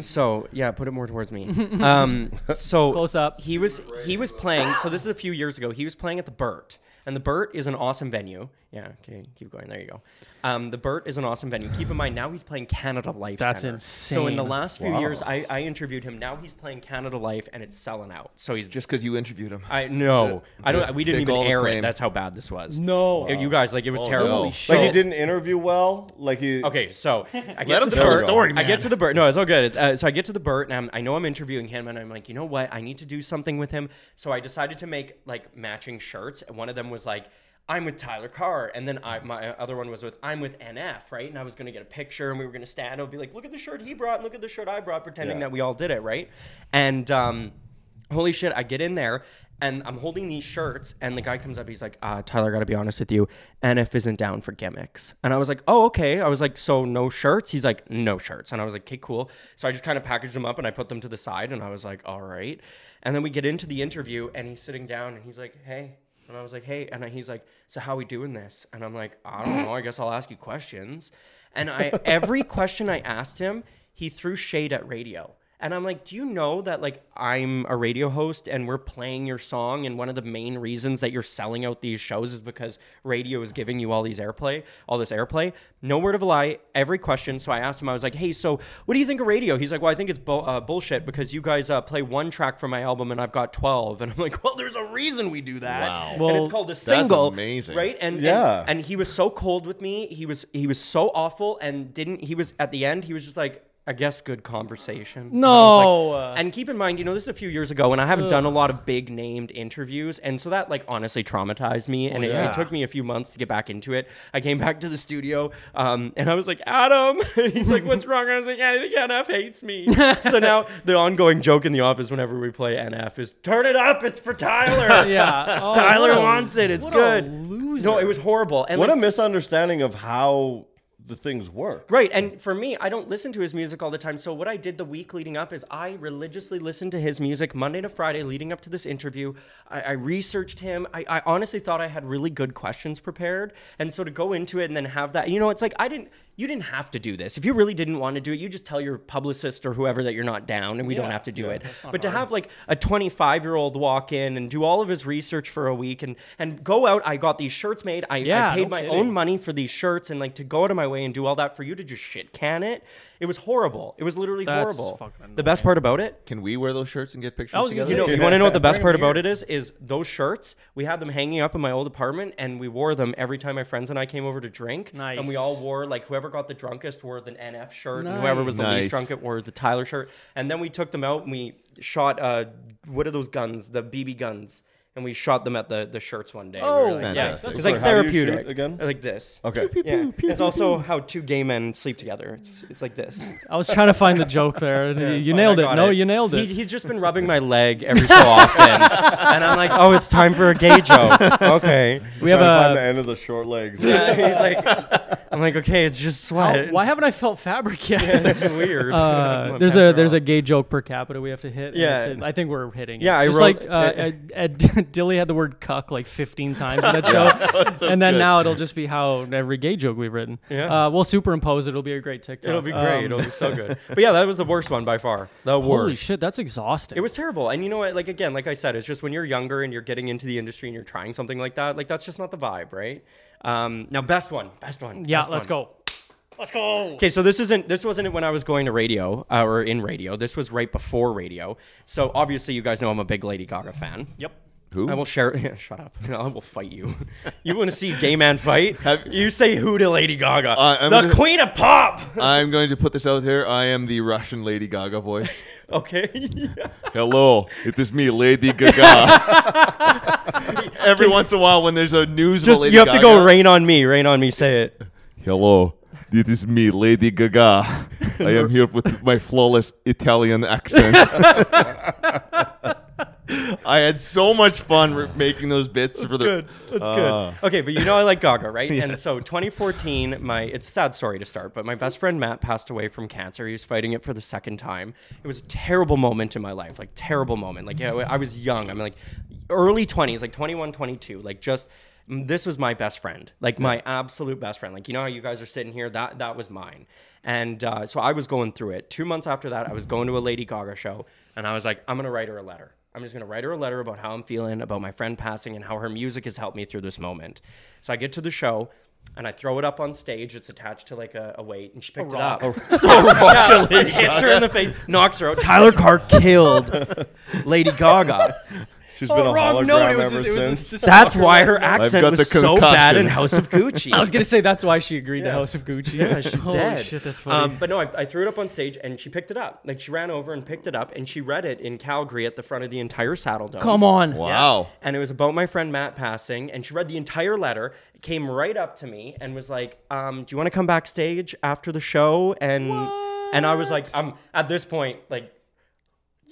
[SPEAKER 5] So yeah, put it more towards me. Um, so
[SPEAKER 3] Close up.
[SPEAKER 5] He was he was playing. So this is a few years ago. He was playing at the Burt, and the Burt is an awesome venue. Yeah, okay, keep going. There you go. Um, the Burt is an awesome venue. Keep in mind now he's playing Canada Life.
[SPEAKER 3] That's
[SPEAKER 5] Centre. So in the
[SPEAKER 3] insane.
[SPEAKER 5] last few years, I, I interviewed him. Now he's playing Canada Life, and it's selling out. So he's
[SPEAKER 4] just because you interviewed him.
[SPEAKER 5] I no, I don't.
[SPEAKER 4] to
[SPEAKER 5] We didn't
[SPEAKER 4] take
[SPEAKER 5] even
[SPEAKER 4] all the
[SPEAKER 5] air it.
[SPEAKER 4] blame.
[SPEAKER 5] That's how bad this was.
[SPEAKER 3] No.
[SPEAKER 5] you guys like it was terrible.
[SPEAKER 4] no.
[SPEAKER 6] Like
[SPEAKER 5] So-
[SPEAKER 6] you didn't interview well. Like you.
[SPEAKER 5] Okay, so I
[SPEAKER 4] Let
[SPEAKER 5] get to
[SPEAKER 4] him
[SPEAKER 5] the
[SPEAKER 4] tell the
[SPEAKER 5] Burt.
[SPEAKER 4] story,
[SPEAKER 5] I get to the Burt. No, it's all good. It's, uh, so I get to the Burt, and I'm, I know I'm interviewing him, and I'm like, you know what? I need to do something with him. So I decided to make like matching shirts, and one of them was like, "I'm with Tyler Carr," and then I, my uh, other one was with "I'm with NF," right? And I was gonna get a picture, and we were gonna stand. I'll be like, "Look at the shirt he brought, and look at the shirt I brought," pretending
[SPEAKER 6] Yeah.
[SPEAKER 5] that we all did it, right? And um, holy shit, I get in there. And I'm holding these shirts, and the guy comes up. He's like, uh, "Tyler, gotta be honest with you, NF isn't down for gimmicks." And I was like, "Oh, okay." I was like, "So no shirts?" He's like, "No shirts." And I was like, "Okay, cool." So I just kind of packaged them up and I put them to the side, and I was like, "All right." And then we get into the interview, and he's sitting down, and he's like, "Hey," and I was like, "Hey," and he's like, "So how we doing this?" And I'm like, "I don't know. I guess I'll ask you questions." And I every question I asked him, he threw shade at radio. And I'm like, do you know that like I'm a radio host and we're playing your song and one of the main reasons that you're selling out these shows is because radio is giving you all these airplay, all this airplay. No word of a lie, every question. So I asked him, I was like, hey, so what do you think of radio? He's like, well, I think it's bu- uh, bullshit because you guys uh, play one track from my album and I've got 12. And I'm like, well, there's a reason we do that. and
[SPEAKER 3] Well,
[SPEAKER 5] it's called a single.
[SPEAKER 4] amazing.
[SPEAKER 5] Right? And
[SPEAKER 6] Yeah.
[SPEAKER 5] And, and he was so cold with me. He was he was so awful and didn't he was at the end he was just like I guess good conversation. And I was like-
[SPEAKER 3] No.
[SPEAKER 5] and keep in mind, you know, this is a few years ago, and I haven't done a lot of big named interviews, and so that like honestly traumatized me,
[SPEAKER 3] Oh,
[SPEAKER 5] and it- it, took me a few months to get back into it. I came back to the studio, um, and I was like, Adam, and he's like, what's wrong? I was like, I think NF hates me. so now the ongoing joke in the office whenever we play NF is, turn it up, it's for Tyler.
[SPEAKER 3] yeah. Oh,
[SPEAKER 5] Tyler
[SPEAKER 3] what a-
[SPEAKER 5] wants it. It's
[SPEAKER 3] what a
[SPEAKER 5] good.
[SPEAKER 3] loser.
[SPEAKER 5] No, it was horrible. And
[SPEAKER 6] What a
[SPEAKER 5] like,
[SPEAKER 6] misunderstanding of how the things work.
[SPEAKER 5] Right, and for me, I don't listen to his music all the time. So what I did the week leading up is I religiously listened to his music Monday to Friday leading up to this interview. I, I researched him. I, I honestly thought I had really good questions prepared, and so to go into it and then have that, you know, it's like I didn't. You didn't have to do this. If you really didn't want to do it, you just tell your publicist or whoever that you're not down, and we don't have to do it. But to have like a 25 year old walk in and do all of his research for a week and and go out, I got these shirts made. I,
[SPEAKER 3] Yeah,
[SPEAKER 5] I paid
[SPEAKER 3] no
[SPEAKER 5] my
[SPEAKER 3] kidding.
[SPEAKER 5] own money for these shirts and like to go out of my way and do all that for you to just shit can it. It was horrible. It was literally
[SPEAKER 3] That's
[SPEAKER 5] horrible.
[SPEAKER 3] fucking
[SPEAKER 5] The best part about it,
[SPEAKER 4] Can we wear those shirts and get pictures
[SPEAKER 3] was gonna
[SPEAKER 4] together?
[SPEAKER 5] you know,
[SPEAKER 3] Yeah.
[SPEAKER 5] you want to know what the best
[SPEAKER 3] Bring
[SPEAKER 5] part
[SPEAKER 3] 'em
[SPEAKER 5] about it is? Is those shirts? We had them hanging up in my old apartment, and we wore them every time my friends and I came over to drink. And we all
[SPEAKER 3] Nice.
[SPEAKER 5] wore like whoever got the drunkest wore the NF shirt, and whoever was the least
[SPEAKER 4] Nice.
[SPEAKER 5] drunk it wore the Tyler shirt. And then we took them out and we shot uh, what are those guns? The BB guns. and we shot them at the the shirts one day. we
[SPEAKER 3] Oh,
[SPEAKER 5] were like, yeah,
[SPEAKER 4] Fantastic.
[SPEAKER 5] it's
[SPEAKER 3] That's
[SPEAKER 5] like
[SPEAKER 6] Sorry, how do you shoot
[SPEAKER 5] therapeutic
[SPEAKER 6] again?
[SPEAKER 5] like this.
[SPEAKER 6] Okay.
[SPEAKER 5] Yeah. it's also how two gay men sleep together. It's it's like this.
[SPEAKER 3] I was trying to find the joke there. you you nailed it.
[SPEAKER 5] I got
[SPEAKER 3] No, you nailed
[SPEAKER 5] He,
[SPEAKER 3] it.
[SPEAKER 5] he's just been rubbing my leg every so often, and I'm like, oh, it's time for a gay joke. Okay.
[SPEAKER 3] we have
[SPEAKER 6] Trying to find the
[SPEAKER 3] a.
[SPEAKER 6] end of the short legs.
[SPEAKER 5] Yeah, he's like, I'm like, okay, it's just sweat.
[SPEAKER 3] Why haven't I felt fabric yet?
[SPEAKER 5] It's weird.
[SPEAKER 3] Uh,
[SPEAKER 5] My
[SPEAKER 3] there's
[SPEAKER 5] pants
[SPEAKER 3] a
[SPEAKER 5] are
[SPEAKER 3] there's
[SPEAKER 5] off.
[SPEAKER 3] a gay joke per capita we have to hit. and
[SPEAKER 5] Yeah.
[SPEAKER 3] it's- I think we're hitting. it.
[SPEAKER 5] Yeah, I
[SPEAKER 3] just
[SPEAKER 5] wrote-
[SPEAKER 3] like uh, Ed, Ed- Dilly had the word cuck like 15 times in that show, and then now it'll just be how every gay joke we've written.
[SPEAKER 5] Yeah.
[SPEAKER 3] uh, we'll superimpose it. It'll be a great TikTok.
[SPEAKER 5] It'll be great.
[SPEAKER 3] Um,
[SPEAKER 5] It'll be so good. But yeah, that was the worst one by far. The worst.
[SPEAKER 3] holy shit, that's exhausting.
[SPEAKER 5] It was terrible. And you know what? Like, again, like I said, it's just when you're younger and you're getting into the industry and you're trying something like that, like, that's just not the vibe, right? Um, now, best one. Best one.
[SPEAKER 3] yeah.
[SPEAKER 5] best
[SPEAKER 3] Let's
[SPEAKER 5] one.
[SPEAKER 3] go. Let's go.
[SPEAKER 5] Okay, so this isn't this wasn't when I was going to radio uh, or in radio. This was right before radio. So obviously, you guys know I'm a big Lady Gaga fan.
[SPEAKER 3] Yep.
[SPEAKER 4] Who?
[SPEAKER 5] I will share. Yeah, shut up! I will fight you. you want to see a gay man fight? you say who to Lady Gaga?
[SPEAKER 4] I- Uh, I'm
[SPEAKER 5] the
[SPEAKER 4] gonna-
[SPEAKER 5] Queen of Pop.
[SPEAKER 4] I'm going to put this out there. I am the Russian Lady Gaga voice.
[SPEAKER 5] okay.
[SPEAKER 4] Hello, it is me, Lady Gaga. Every once in a while, when there's a news about
[SPEAKER 5] Just
[SPEAKER 4] Lady
[SPEAKER 5] you have to go
[SPEAKER 4] Gaga.
[SPEAKER 5] rain on me. Rain on me. Say it.
[SPEAKER 4] Hello, it is me, Lady Gaga. I am here with my flawless Italian accent. I had so much fun re- making those bits for the Uh,
[SPEAKER 5] good. That's good. Okay, but you know I like Gaga, right? And so 2014, my it's a sad story to start, but my best friend Matt passed away from cancer. He was fighting it for the second time. It was a terrible moment in my life, like terrible moment. Like yeah, I was young. I'm like early 20s, like 21, 22, like just mm, this was my best friend, like my absolute best friend. Like you know how you guys are sitting here, that that was mine. And uh, so I was going through it. Two months after that, I was going to a Lady Gaga show, and I was like, I'm gonna write her a letter. I'm just going to write her a letter about how I'm feeling, about my friend passing, and how her music has helped me through this moment. So I get to the show and I throw it up on stage. It's attached to like a, a weight, and she picked it up. Yeah, it hits her in the face, knocks her out. Tyler Carr killed Lady Gaga.
[SPEAKER 6] She's been a hologram ever since.
[SPEAKER 5] That's why her accent
[SPEAKER 4] got
[SPEAKER 5] was
[SPEAKER 4] the
[SPEAKER 5] so bad
[SPEAKER 4] concoction.
[SPEAKER 5] in House of Gucci.
[SPEAKER 3] I was gonna say that's why she agreed to House of Gucci. Yeah,
[SPEAKER 5] she's
[SPEAKER 3] Holy
[SPEAKER 5] dead.
[SPEAKER 3] shit, that's funny.
[SPEAKER 5] Um, but no, I, I threw it up on stage and she picked it up. Like she ran over and picked it up and she read it in Calgary at the front of the entire Saddle Dome.
[SPEAKER 3] Come on.
[SPEAKER 4] wow.
[SPEAKER 5] And it was about my friend Matt passing. And she read the entire letter, came right up to me, and was like, um, "Do you want to come backstage after the show?" And and I was like, "I'm at this point like."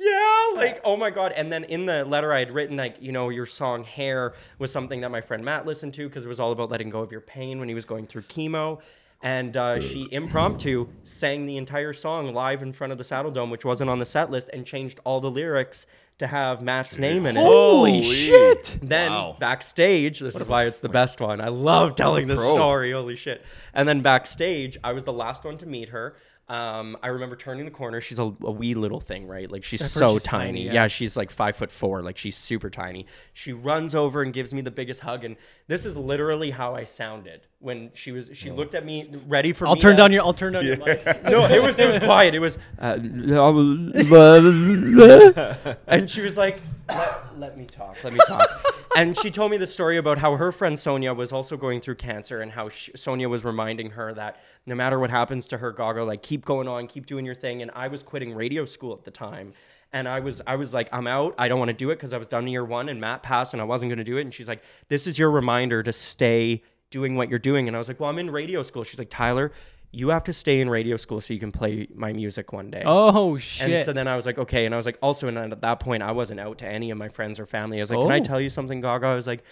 [SPEAKER 5] Yeah, like oh my god! And then in the letter I had written like you know your song "Hair" was something that my friend Matt listened to because it was all about letting go of your pain when he was going through chemo, and uh, she impromptu sang the entire song live in front of the Saddle Dome, which wasn't on the set list, and changed all the lyrics to have Matt's name in it.
[SPEAKER 3] Holy shit.
[SPEAKER 5] Then backstage, this is why it's the best one. I love telling this story. Holy shit! And then backstage, I was the last one to meet her. Um, I remember turning the corner. She's a, a wee little thing, right? Like she's so
[SPEAKER 3] she's
[SPEAKER 5] tiny.
[SPEAKER 3] tiny,
[SPEAKER 5] yeah.
[SPEAKER 3] yeah.
[SPEAKER 5] she's like five foot four. Like she's super tiny. She runs over and gives me the biggest hug. And this is literally how I sounded when she was. She looked at me, ready for.
[SPEAKER 3] I'll
[SPEAKER 5] me
[SPEAKER 3] turn
[SPEAKER 5] to-
[SPEAKER 3] down your. I'll turn down your mic.
[SPEAKER 5] no, it was it was quiet. It was, uh, and she was like, let, "Let me talk, let me talk." And she told me the story about how her friend Sonia was also going through cancer, and how she, Sonia was reminding her that no matter what happens to her, Gaga, like keep going on, keep doing your thing. And I was quitting radio school at the time, and I was I was like, I'm out. I don't want to do it because I was done year one, and Matt passed, and I wasn't going to do it. And she's like, "This is your reminder to stay." doing what you're doing. And I was like, well, I'm in radio school. She's like, Tyler, you have to stay in radio school so you can play my music one day.
[SPEAKER 3] Oh shit.
[SPEAKER 5] And so then I was like, okay. And I was like, also, and then at that point, I wasn't out to any of my friends or family. I was like, can I
[SPEAKER 3] Oh.
[SPEAKER 5] tell you something, Gaga? I was like,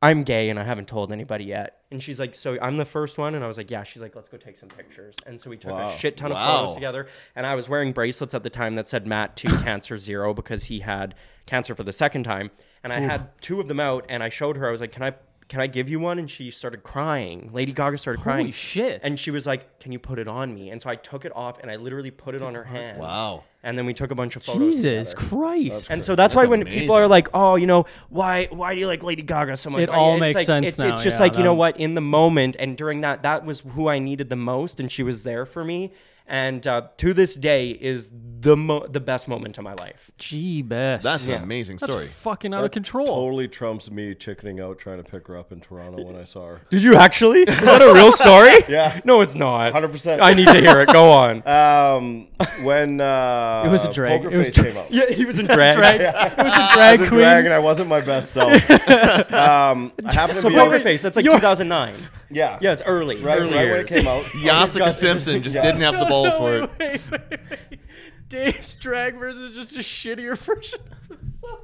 [SPEAKER 5] I'm gay and I haven't told anybody yet. And she's like, so I'm the first one. And I was like, yeah. She's like, let's go take some pictures. And so we took
[SPEAKER 6] Wow.
[SPEAKER 5] a shit ton
[SPEAKER 4] Wow.
[SPEAKER 5] of photos together. And I was wearing bracelets at the time that said Matt to cancer zero because he had cancer for the second time. And I had two of them out. And I showed her. I was like, can I? Can I give you one? And she started crying. Lady Gaga started crying.
[SPEAKER 3] shit.
[SPEAKER 5] And she was like, "Can you put it on me?" And so I took it off and I literally put it on her hand.
[SPEAKER 4] Wow.
[SPEAKER 5] And then we took a bunch of photos.
[SPEAKER 3] Jesus
[SPEAKER 5] together.
[SPEAKER 3] Christ.
[SPEAKER 5] And so that's, why when people are like, "Oh, you know, why why do you like Lady Gaga so much?"
[SPEAKER 3] It
[SPEAKER 5] Why-
[SPEAKER 3] all
[SPEAKER 5] it's
[SPEAKER 3] makes
[SPEAKER 5] like,
[SPEAKER 3] sense
[SPEAKER 5] It's,
[SPEAKER 3] now,
[SPEAKER 5] it's just
[SPEAKER 3] yeah,
[SPEAKER 5] like you know
[SPEAKER 3] that-
[SPEAKER 5] what in the moment and during that that was who I needed the most, and she was there for me. and uh, to this day is the mo- the best moment of my life.
[SPEAKER 3] Gee, best.
[SPEAKER 4] That's an amazing
[SPEAKER 3] That's
[SPEAKER 4] story.
[SPEAKER 3] fucking out of control.
[SPEAKER 6] Totally trumps me chickening out trying to pick her up in Toronto when I saw her.
[SPEAKER 5] Did you actually? Is that a real story?
[SPEAKER 6] Yeah.
[SPEAKER 5] No, it's not.
[SPEAKER 6] 100%.
[SPEAKER 5] I need to hear it. Go on.
[SPEAKER 6] Um, when uh,
[SPEAKER 3] It was a drag.
[SPEAKER 6] Poker
[SPEAKER 3] It was
[SPEAKER 6] Face
[SPEAKER 3] dra-
[SPEAKER 6] came out.
[SPEAKER 5] yeah, he was in drag.
[SPEAKER 3] drag, it was a
[SPEAKER 6] I
[SPEAKER 3] drag
[SPEAKER 6] was a
[SPEAKER 3] queen.
[SPEAKER 6] drag and I wasn't my best self. um, I happened to
[SPEAKER 5] So
[SPEAKER 6] be
[SPEAKER 5] poker
[SPEAKER 6] over,
[SPEAKER 5] face. That's like
[SPEAKER 3] You're-
[SPEAKER 5] 2009.
[SPEAKER 6] yeah,
[SPEAKER 5] Yeah, it's early.
[SPEAKER 6] right, right
[SPEAKER 5] early
[SPEAKER 6] when it came out.
[SPEAKER 4] Jessica Simpson just
[SPEAKER 6] Yeah.
[SPEAKER 4] didn't have the balls
[SPEAKER 3] No,
[SPEAKER 4] for it.
[SPEAKER 3] wait, wait, wait, wait. Dave's drag versus just a shittier version of himself.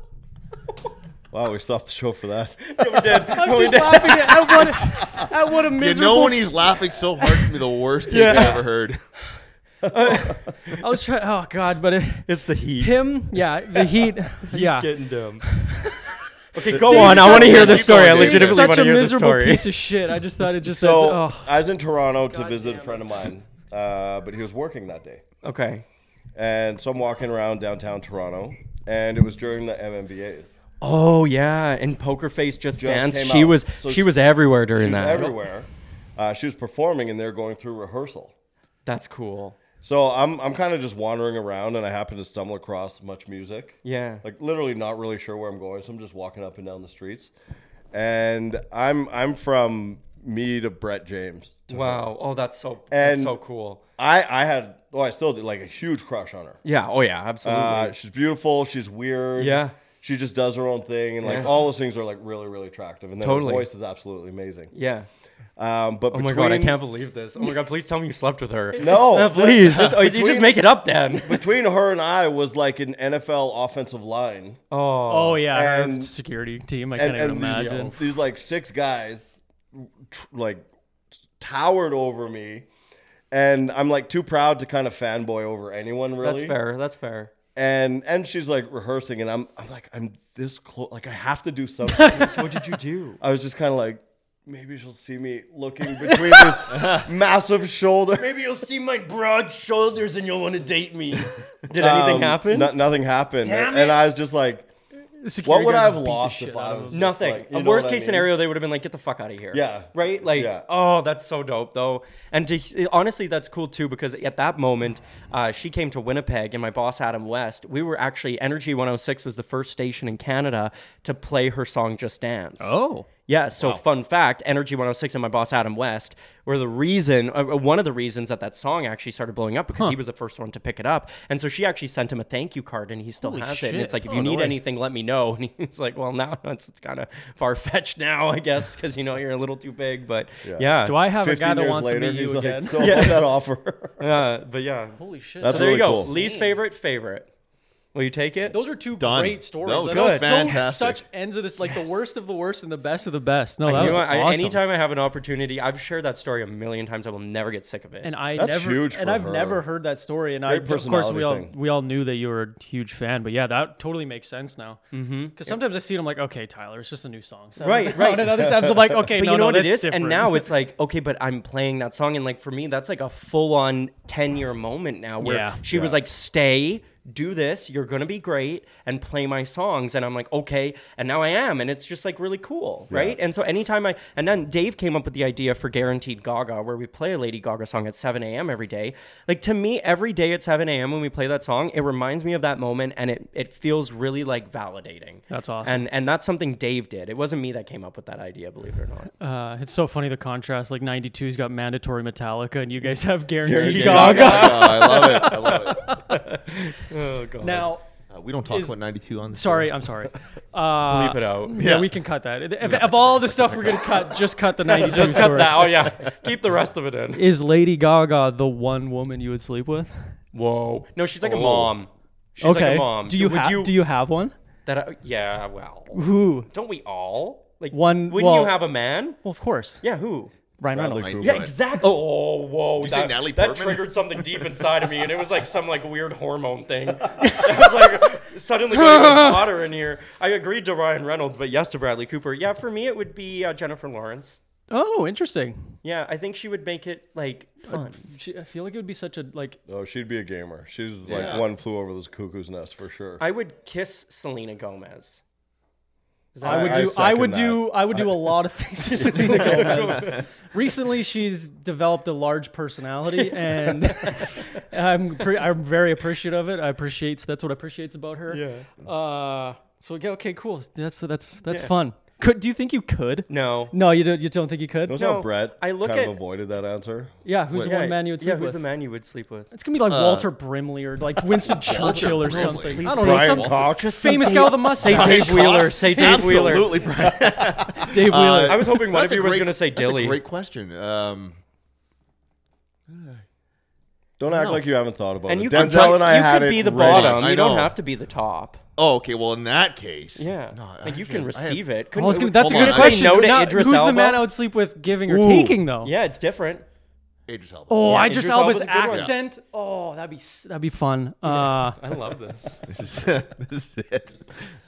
[SPEAKER 6] Wow, we stopped the show for that.
[SPEAKER 3] I'm just laughing at, at what at what a
[SPEAKER 4] You
[SPEAKER 3] miserable.
[SPEAKER 4] know when he's laughing so hard, it's gonna be the worst thing
[SPEAKER 5] Yeah.
[SPEAKER 4] I've ever heard.
[SPEAKER 3] I was trying. Oh God, but it,
[SPEAKER 5] It's the heat.
[SPEAKER 3] him, yeah, the heat, yeah.
[SPEAKER 5] It's getting dumb. okay, go on. I
[SPEAKER 3] such
[SPEAKER 5] want to
[SPEAKER 3] a-
[SPEAKER 5] hear the
[SPEAKER 3] Dave's
[SPEAKER 5] story. I
[SPEAKER 4] such a
[SPEAKER 5] legitimately want
[SPEAKER 3] such
[SPEAKER 5] to
[SPEAKER 3] a
[SPEAKER 5] hear the
[SPEAKER 3] miserable
[SPEAKER 5] story.
[SPEAKER 3] piece of shit. I just thought it just.
[SPEAKER 6] So
[SPEAKER 3] oh,
[SPEAKER 6] I was in Toronto to
[SPEAKER 3] damn
[SPEAKER 6] visit a
[SPEAKER 3] it.
[SPEAKER 6] friend of mine, uh, but he was working that day,
[SPEAKER 5] Okay.
[SPEAKER 6] and so I'm walking around downtown Toronto, and it was during the MMBAs.
[SPEAKER 5] Oh yeah, and Poker Face just, danced.
[SPEAKER 6] came
[SPEAKER 5] She
[SPEAKER 6] out.
[SPEAKER 5] was
[SPEAKER 6] So
[SPEAKER 5] she
[SPEAKER 6] she-
[SPEAKER 5] was everywhere during
[SPEAKER 6] She was
[SPEAKER 5] that.
[SPEAKER 6] everywhere. Uh, she was performing, and they're going through rehearsal.
[SPEAKER 5] That's cool.
[SPEAKER 6] So I'm I'm kind of just wandering around, and I happen to stumble across much music.
[SPEAKER 5] Yeah.
[SPEAKER 6] like literally not really sure where I'm going, so I'm just walking up and down the streets, and I'm I'm from me to Brett James.
[SPEAKER 5] Wow. Oh, that's so that's
[SPEAKER 6] And-
[SPEAKER 5] so cool.
[SPEAKER 6] I I had oh I still do like a huge crush on her.
[SPEAKER 5] Yeah. Oh yeah. Absolutely.
[SPEAKER 6] Uh, she's beautiful. She's weird.
[SPEAKER 5] Yeah.
[SPEAKER 6] She just does her own thing, and like
[SPEAKER 5] Yeah.
[SPEAKER 6] all those things are like really, really attractive. And then
[SPEAKER 5] Totally.
[SPEAKER 6] her voice is absolutely amazing.
[SPEAKER 5] yeah.
[SPEAKER 6] Um, but
[SPEAKER 5] Oh my god, I
[SPEAKER 6] between-
[SPEAKER 5] can't believe this. Oh my god, please tell me you slept with her.
[SPEAKER 6] No,
[SPEAKER 5] Uh, please. Just, oh, you just
[SPEAKER 6] Between-
[SPEAKER 5] make it up then.
[SPEAKER 6] Between her and I was like an NFL offensive line,
[SPEAKER 5] Oh.
[SPEAKER 3] oh yeah, her
[SPEAKER 6] and-
[SPEAKER 3] security team. I
[SPEAKER 6] and,
[SPEAKER 3] can't even
[SPEAKER 6] and uh, these,
[SPEAKER 3] imagine.
[SPEAKER 6] these, like six guys, tr- like towered over me, and I'm like too proud to kind of fanboy over anyone really.
[SPEAKER 5] That's fair. That's fair.
[SPEAKER 6] and and she's like rehearsing and i'm i'm like i'm this close like i have to do something
[SPEAKER 5] So what did you do?
[SPEAKER 6] i was just kind of like maybe she'll see me looking between this massive shoulder
[SPEAKER 5] Maybe you'll see my broad shoulders and you'll want to date me. Did anything
[SPEAKER 6] Um,
[SPEAKER 5] happen?
[SPEAKER 6] no- nothing happened
[SPEAKER 5] Damn
[SPEAKER 6] and
[SPEAKER 5] it.
[SPEAKER 6] i was just like
[SPEAKER 3] The security
[SPEAKER 6] what would
[SPEAKER 3] guard
[SPEAKER 6] i have
[SPEAKER 3] just beat the
[SPEAKER 6] lost
[SPEAKER 3] shit
[SPEAKER 6] if
[SPEAKER 3] out
[SPEAKER 6] i
[SPEAKER 3] of
[SPEAKER 6] was
[SPEAKER 3] him.
[SPEAKER 6] just
[SPEAKER 5] Nothing.
[SPEAKER 6] like- you
[SPEAKER 5] a
[SPEAKER 6] know
[SPEAKER 5] worst
[SPEAKER 6] what
[SPEAKER 5] case
[SPEAKER 6] I mean?
[SPEAKER 5] scenario, they would have been like, "Get the fuck out of here."
[SPEAKER 6] Yeah.
[SPEAKER 5] Right. Like,
[SPEAKER 6] Yeah.
[SPEAKER 5] oh, that's so dope, though. And to, honestly, that's cool too because at that moment, uh, she came to Winnipeg, and my boss Adam West. We were actually Energy 106 was the first station in Canada to play her song "Just Dance."
[SPEAKER 3] Oh,
[SPEAKER 5] Yeah, so fun fact Energy 106 and my boss Adam West were the reason, uh, uh, one of the reasons that that song actually started blowing up because he was the first one to pick it up. And so she actually sent him a thank you card and he still
[SPEAKER 3] Holy
[SPEAKER 5] has it. And
[SPEAKER 3] shit.
[SPEAKER 5] it's like, if
[SPEAKER 3] Oh,
[SPEAKER 5] you
[SPEAKER 3] no
[SPEAKER 5] need
[SPEAKER 3] way.
[SPEAKER 5] anything, let me know. And he's like, well, now it's kind of far fetched now, I guess, because you know you're a little too big. But yeah,
[SPEAKER 3] do I have a guy
[SPEAKER 6] 15
[SPEAKER 3] that
[SPEAKER 6] years
[SPEAKER 3] wants
[SPEAKER 6] later,
[SPEAKER 3] to meet you
[SPEAKER 6] he's like,
[SPEAKER 3] again?
[SPEAKER 6] so what's that offer
[SPEAKER 5] Uh, but yeah.
[SPEAKER 3] Holy shit!
[SPEAKER 6] That's
[SPEAKER 5] So there you
[SPEAKER 6] really
[SPEAKER 5] go.
[SPEAKER 6] cool.
[SPEAKER 5] Least favorite, favorite. Will you take it?
[SPEAKER 3] Those are two
[SPEAKER 4] Done.
[SPEAKER 3] great stories.
[SPEAKER 4] That was
[SPEAKER 3] That was
[SPEAKER 4] good.
[SPEAKER 3] so-
[SPEAKER 4] Fantastic.
[SPEAKER 3] Such ends of this, like the worst of the worst and the best of the best. No,
[SPEAKER 5] You
[SPEAKER 3] that was
[SPEAKER 5] know what? I-
[SPEAKER 3] awesome.
[SPEAKER 5] Anytime I have an opportunity, I've shared that story a million times. I will never get sick of it.
[SPEAKER 3] and I
[SPEAKER 6] That's
[SPEAKER 3] never
[SPEAKER 6] huge
[SPEAKER 3] and
[SPEAKER 6] for
[SPEAKER 3] I've
[SPEAKER 6] her.
[SPEAKER 3] never heard that story. And I,
[SPEAKER 6] Great
[SPEAKER 3] of course, we
[SPEAKER 6] personality
[SPEAKER 3] all
[SPEAKER 6] thing.
[SPEAKER 3] we all knew that you were a huge fan. But yeah, that totally makes sense now. Because sometimes I see it, I'm like, okay, Tyler, it's just a new song. Settle
[SPEAKER 5] Right,
[SPEAKER 3] down.
[SPEAKER 5] right.
[SPEAKER 3] And other times I'm like, okay,
[SPEAKER 5] But
[SPEAKER 3] no,
[SPEAKER 5] you know
[SPEAKER 3] no,
[SPEAKER 5] what it
[SPEAKER 3] that's
[SPEAKER 5] is?
[SPEAKER 3] different.
[SPEAKER 5] And now it's like, okay, but I'm playing that song. And like for me, that's like a full on 10 year moment now where
[SPEAKER 3] Yeah.
[SPEAKER 5] she was like, stay, do this, you're going to be great, and play my songs. And I'm like, okay. And now I am. And it's just like really cool. Right. And so anytime I, and then Dave came up with the idea for Guaranteed Gaga, where we play a Lady Gaga song at 7 a.m. every day. Like to me, every day at 7 a.m. when we play that song, it reminds me of that moment and it, it feels really like validating.
[SPEAKER 3] That's awesome.
[SPEAKER 5] And, and that's something Dave did. It wasn't me that came up with that idea, believe it or not.
[SPEAKER 3] uh, it's so funny the contrast. Like '92's got mandatory Metallica, and you guys have guaranteed
[SPEAKER 6] Guaranteed
[SPEAKER 5] Oh,
[SPEAKER 3] Gaga.
[SPEAKER 4] I love it. I love it.
[SPEAKER 5] Oh,
[SPEAKER 3] Now,
[SPEAKER 4] Uh, we don't talk
[SPEAKER 3] Is-
[SPEAKER 4] about '92 on this.
[SPEAKER 3] sorry, I'm sorry. Uh,
[SPEAKER 5] Bleep it out.
[SPEAKER 3] Yeah, we can cut that. If, of all the stuff we're gonna cut, just cut the '92
[SPEAKER 5] Just cut
[SPEAKER 3] story.
[SPEAKER 5] that. Oh yeah, keep the rest of it in.
[SPEAKER 3] Is Lady Gaga the one woman you would sleep with?
[SPEAKER 5] Whoa. Oh. No, she's like a mom. She's like a mom.
[SPEAKER 3] Do you,
[SPEAKER 5] would
[SPEAKER 3] ha- do you have one?
[SPEAKER 5] that? I, yeah. Well,
[SPEAKER 3] Who?
[SPEAKER 5] don't we all? Like
[SPEAKER 3] One-
[SPEAKER 5] Wouldn't
[SPEAKER 3] well-
[SPEAKER 5] you have a man?
[SPEAKER 3] Well, of course.
[SPEAKER 5] Yeah. Who?
[SPEAKER 3] Ryan Reynolds.
[SPEAKER 4] Like,
[SPEAKER 6] Like,
[SPEAKER 4] yeah,
[SPEAKER 5] Yeah, exactly. Oh, whoa!
[SPEAKER 4] you
[SPEAKER 5] that,
[SPEAKER 4] say Natalie
[SPEAKER 5] that
[SPEAKER 4] Portman?
[SPEAKER 5] triggered something deep inside of me, and it was like some like weird hormone thing. I was like suddenly got even hotter in here. I agreed to Ryan Reynolds, but yes to Bradley Cooper. Yeah, for me it would be uh, Jennifer Lawrence.
[SPEAKER 3] Oh, interesting.
[SPEAKER 5] Yeah, I think she would make it like fun.
[SPEAKER 3] She, I feel like it would be such a like.
[SPEAKER 6] oh she'd be a gamer she's like one flew over this cuckoo's nest for sure
[SPEAKER 5] I would kiss Selena Gomez.
[SPEAKER 3] I would
[SPEAKER 6] I
[SPEAKER 3] do. I,
[SPEAKER 6] second
[SPEAKER 3] would
[SPEAKER 6] that.
[SPEAKER 3] do. I would do a lot of things to Selena Gomez. Recently, she's developed a large personality, and I'm pre- I'm very appreciative of it. I appreciate that's what I appreciates about her. Yeah. Uh. So yeah, okay, cool. That's that's that's fun. Could do you think you could?
[SPEAKER 5] No.
[SPEAKER 3] No, you don't. You don't think you could?
[SPEAKER 6] Notice
[SPEAKER 5] No,
[SPEAKER 6] how Brett
[SPEAKER 5] I look
[SPEAKER 6] kind
[SPEAKER 5] at-
[SPEAKER 6] of avoided that answer.
[SPEAKER 3] Yeah. Who's the
[SPEAKER 5] Yeah,
[SPEAKER 3] one man you would sleep
[SPEAKER 5] yeah, who's
[SPEAKER 3] with?
[SPEAKER 5] the man Uh, you would sleep with?
[SPEAKER 3] It's gonna be like Walter Brimley or like Winston Churchill or
[SPEAKER 4] Brimley.
[SPEAKER 3] something.
[SPEAKER 4] Please
[SPEAKER 3] I don't know.
[SPEAKER 6] Brian
[SPEAKER 3] Some
[SPEAKER 6] Cox.
[SPEAKER 3] just famous guy with a
[SPEAKER 5] Say
[SPEAKER 3] mustache.
[SPEAKER 5] Dave Wheeler. Say Dave Wheeler.
[SPEAKER 4] Absolutely, Brian.
[SPEAKER 3] Dave Wheeler.
[SPEAKER 5] uh, I was hoping one of
[SPEAKER 4] That's a
[SPEAKER 5] you was
[SPEAKER 4] great-
[SPEAKER 5] going to say
[SPEAKER 4] that's a
[SPEAKER 5] Dilly.
[SPEAKER 4] great question. Um,
[SPEAKER 6] Don't act like you haven't thought about
[SPEAKER 5] And
[SPEAKER 6] it.
[SPEAKER 5] you
[SPEAKER 6] Denzel
[SPEAKER 5] could, tell-
[SPEAKER 6] and I
[SPEAKER 5] you
[SPEAKER 6] had
[SPEAKER 5] could
[SPEAKER 6] it
[SPEAKER 5] be the
[SPEAKER 6] ready.
[SPEAKER 5] bottom.
[SPEAKER 4] I
[SPEAKER 5] You don't
[SPEAKER 4] know.
[SPEAKER 5] have to be the top.
[SPEAKER 4] oh, okay. Well, in that case,
[SPEAKER 5] Yeah.
[SPEAKER 4] No, I
[SPEAKER 5] like
[SPEAKER 4] actually
[SPEAKER 5] you
[SPEAKER 4] have-
[SPEAKER 5] can
[SPEAKER 4] I have-
[SPEAKER 5] receive it.
[SPEAKER 3] I
[SPEAKER 5] Couldn't,
[SPEAKER 3] was gonna, that's a
[SPEAKER 4] hold
[SPEAKER 3] good
[SPEAKER 4] on.
[SPEAKER 3] question.
[SPEAKER 5] Say no to
[SPEAKER 3] Not-
[SPEAKER 5] Idris
[SPEAKER 3] who's
[SPEAKER 5] Elba?
[SPEAKER 3] the man I would sleep with, giving or
[SPEAKER 6] Ooh.
[SPEAKER 3] taking though?
[SPEAKER 5] Yeah, it's different.
[SPEAKER 4] Idris Elba.
[SPEAKER 3] Oh,
[SPEAKER 5] Yeah,
[SPEAKER 3] Idris,
[SPEAKER 5] Idris Elba's
[SPEAKER 3] Elba's
[SPEAKER 5] a good one.
[SPEAKER 3] accent. Oh, that'd be s- that'd be fun. Uh,
[SPEAKER 5] I love this.
[SPEAKER 4] this is this is it.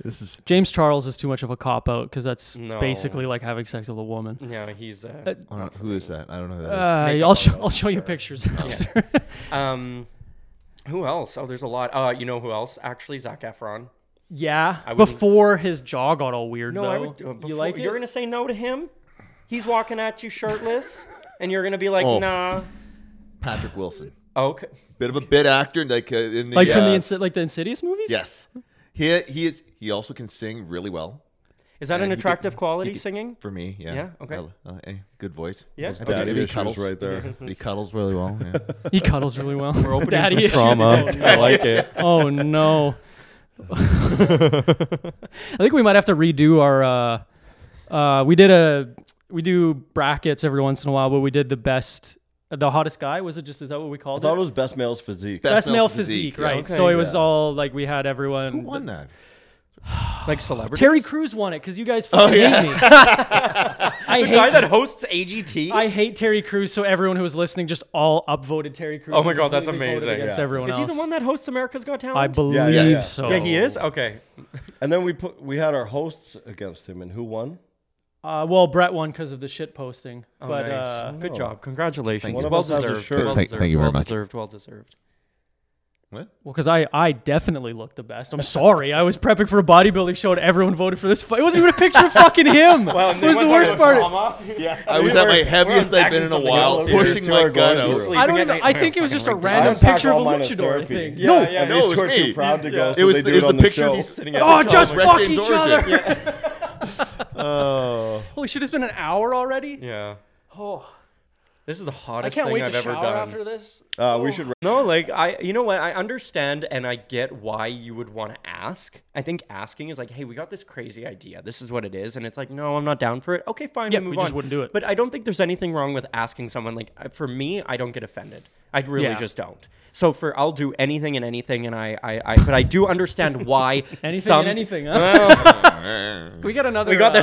[SPEAKER 4] This is
[SPEAKER 3] James Charles is too much of a cop out because that's
[SPEAKER 5] No.
[SPEAKER 3] basically like having sex with a woman.
[SPEAKER 5] No, he's. Uh,
[SPEAKER 4] I don't know, who is that? I don't know who that is.
[SPEAKER 3] Uh,
[SPEAKER 5] make it
[SPEAKER 3] I'll
[SPEAKER 5] one
[SPEAKER 3] show,
[SPEAKER 5] of
[SPEAKER 3] I'll show you pictures. after.
[SPEAKER 5] Um, who else? Oh, there's a lot. Uh, you know who else? Actually, Zach Efron.
[SPEAKER 3] yeah,
[SPEAKER 5] wouldn't-
[SPEAKER 3] before his jaw got all weird.
[SPEAKER 5] No,
[SPEAKER 3] though.
[SPEAKER 5] I would. Uh, before,
[SPEAKER 3] you like it?
[SPEAKER 5] You're gonna say no to him. He's walking at you shirtless, and you're gonna be like,
[SPEAKER 4] Oh.
[SPEAKER 5] nah.
[SPEAKER 4] Patrick Wilson,
[SPEAKER 5] Okay.
[SPEAKER 4] bit of a bit actor, like uh, in the
[SPEAKER 3] like from the
[SPEAKER 4] uh,
[SPEAKER 3] Insid- like the Insidious movies?
[SPEAKER 4] Yes, he he is. He also can sing really well.
[SPEAKER 5] Is that
[SPEAKER 4] Yeah,
[SPEAKER 5] an
[SPEAKER 4] he could-
[SPEAKER 5] attractive
[SPEAKER 4] he
[SPEAKER 5] quality
[SPEAKER 4] could-
[SPEAKER 5] singing?
[SPEAKER 4] For me, yeah.
[SPEAKER 5] Yeah, okay.
[SPEAKER 4] I- uh, eh, good voice.
[SPEAKER 5] Yeah.
[SPEAKER 4] I think
[SPEAKER 6] Daddy
[SPEAKER 4] maybe he
[SPEAKER 6] issues
[SPEAKER 4] cuddles
[SPEAKER 6] right there.
[SPEAKER 4] He cuddles really well. Yeah.
[SPEAKER 3] He cuddles really well. We're
[SPEAKER 5] opening
[SPEAKER 3] Daddy
[SPEAKER 5] some trauma.
[SPEAKER 3] issues. Oh,
[SPEAKER 5] I
[SPEAKER 3] no.
[SPEAKER 5] like it.
[SPEAKER 3] Oh no. I think we might have to redo our uh uh we did a we do brackets every once in a while, but we did the best the hottest guy was it just is that what we
[SPEAKER 6] I
[SPEAKER 3] called
[SPEAKER 6] thought
[SPEAKER 3] it?
[SPEAKER 6] it was best male's physique.
[SPEAKER 4] Best-
[SPEAKER 3] best male
[SPEAKER 4] male
[SPEAKER 3] physique,
[SPEAKER 4] physique, yeah.
[SPEAKER 3] right?
[SPEAKER 5] Okay,
[SPEAKER 3] so it was
[SPEAKER 6] yeah.
[SPEAKER 3] all like we had everyone
[SPEAKER 4] Who won that?
[SPEAKER 5] Like celebrity.
[SPEAKER 3] Terry Crews won it cuz you guys fucking hate me. I
[SPEAKER 5] the guy
[SPEAKER 3] hate
[SPEAKER 5] that hosts AGT.
[SPEAKER 3] I hate Terry Crews, so everyone who was listening just all upvoted Terry Crews.
[SPEAKER 5] Oh my
[SPEAKER 3] and
[SPEAKER 5] God, that's
[SPEAKER 3] completely voted
[SPEAKER 5] amazing.
[SPEAKER 3] Against
[SPEAKER 6] Yeah.
[SPEAKER 3] everyone
[SPEAKER 5] is he
[SPEAKER 3] else.
[SPEAKER 5] the one that hosts America's Got Talent?
[SPEAKER 3] I believe
[SPEAKER 6] Yeah, yeah.
[SPEAKER 3] so.
[SPEAKER 5] Yeah, he is. Okay.
[SPEAKER 6] and then we put we had our hosts against him, and who won?
[SPEAKER 3] Uh, well, Brett won because of the shit posting.
[SPEAKER 5] Oh,
[SPEAKER 3] but
[SPEAKER 5] nice.
[SPEAKER 3] uh,
[SPEAKER 5] good job. Congratulations.
[SPEAKER 6] One of
[SPEAKER 5] well
[SPEAKER 6] us has a
[SPEAKER 5] deserved.
[SPEAKER 6] shirt.
[SPEAKER 5] Well
[SPEAKER 4] Thank-
[SPEAKER 5] deserved.
[SPEAKER 4] thank you very
[SPEAKER 5] well
[SPEAKER 4] much.
[SPEAKER 5] deserved. Well deserved.
[SPEAKER 4] What?
[SPEAKER 3] well, because I, I definitely look the best. I'm sorry. I was prepping for a bodybuilding show and everyone voted for this. Fu- it wasn't even a picture of fucking him. it was the worst part.
[SPEAKER 4] I was at my heaviest I've been in a while,
[SPEAKER 6] else here.
[SPEAKER 4] pushing
[SPEAKER 6] You
[SPEAKER 4] my
[SPEAKER 6] are
[SPEAKER 4] gut
[SPEAKER 6] going
[SPEAKER 4] out.
[SPEAKER 6] to sleep.
[SPEAKER 3] I don't even, I think it was just a random
[SPEAKER 6] unpacked
[SPEAKER 3] picture of a
[SPEAKER 6] all mine at
[SPEAKER 3] luchador
[SPEAKER 6] therapy.
[SPEAKER 3] thing.
[SPEAKER 5] Yeah,
[SPEAKER 3] no.
[SPEAKER 5] yeah.
[SPEAKER 6] And
[SPEAKER 4] No, it
[SPEAKER 6] these two
[SPEAKER 4] was
[SPEAKER 6] are too
[SPEAKER 4] me.
[SPEAKER 6] proud to go.
[SPEAKER 4] It
[SPEAKER 6] so
[SPEAKER 4] was
[SPEAKER 6] they
[SPEAKER 4] the-
[SPEAKER 6] do
[SPEAKER 4] it was
[SPEAKER 6] on
[SPEAKER 4] the picture
[SPEAKER 6] show.
[SPEAKER 4] he's sitting at
[SPEAKER 3] Oh, just
[SPEAKER 4] Red
[SPEAKER 3] fuck
[SPEAKER 4] Dane's
[SPEAKER 3] each
[SPEAKER 4] origin.
[SPEAKER 3] other.
[SPEAKER 4] Yeah.
[SPEAKER 3] Holy shit, it's been an hour already?
[SPEAKER 5] Yeah.
[SPEAKER 3] Oh,
[SPEAKER 5] This is the
[SPEAKER 3] I
[SPEAKER 5] hottest
[SPEAKER 3] can't
[SPEAKER 5] thing
[SPEAKER 3] wait
[SPEAKER 5] I've
[SPEAKER 3] to
[SPEAKER 5] ever
[SPEAKER 3] shower
[SPEAKER 5] done.
[SPEAKER 3] after this.
[SPEAKER 6] Uh, we should.
[SPEAKER 5] No, like I, you know what? I understand and I get why you would want to ask. I think asking is like, hey, we got this crazy idea. This is what it is, and it's like, no, I'm not down for it. Okay, fine,
[SPEAKER 3] Yeah,
[SPEAKER 5] we
[SPEAKER 3] we
[SPEAKER 5] move
[SPEAKER 3] just
[SPEAKER 5] on.
[SPEAKER 3] wouldn't do it.
[SPEAKER 5] But I don't think there's anything wrong with asking someone. Like I- for me, I don't get offended. I really
[SPEAKER 3] Yeah.
[SPEAKER 5] just don't. So for I'll do anything and anything, and I, I, I but I do understand why
[SPEAKER 3] Anything
[SPEAKER 5] some.
[SPEAKER 3] and anything, huh? we got another.
[SPEAKER 5] Uh, We got
[SPEAKER 3] uh,
[SPEAKER 5] the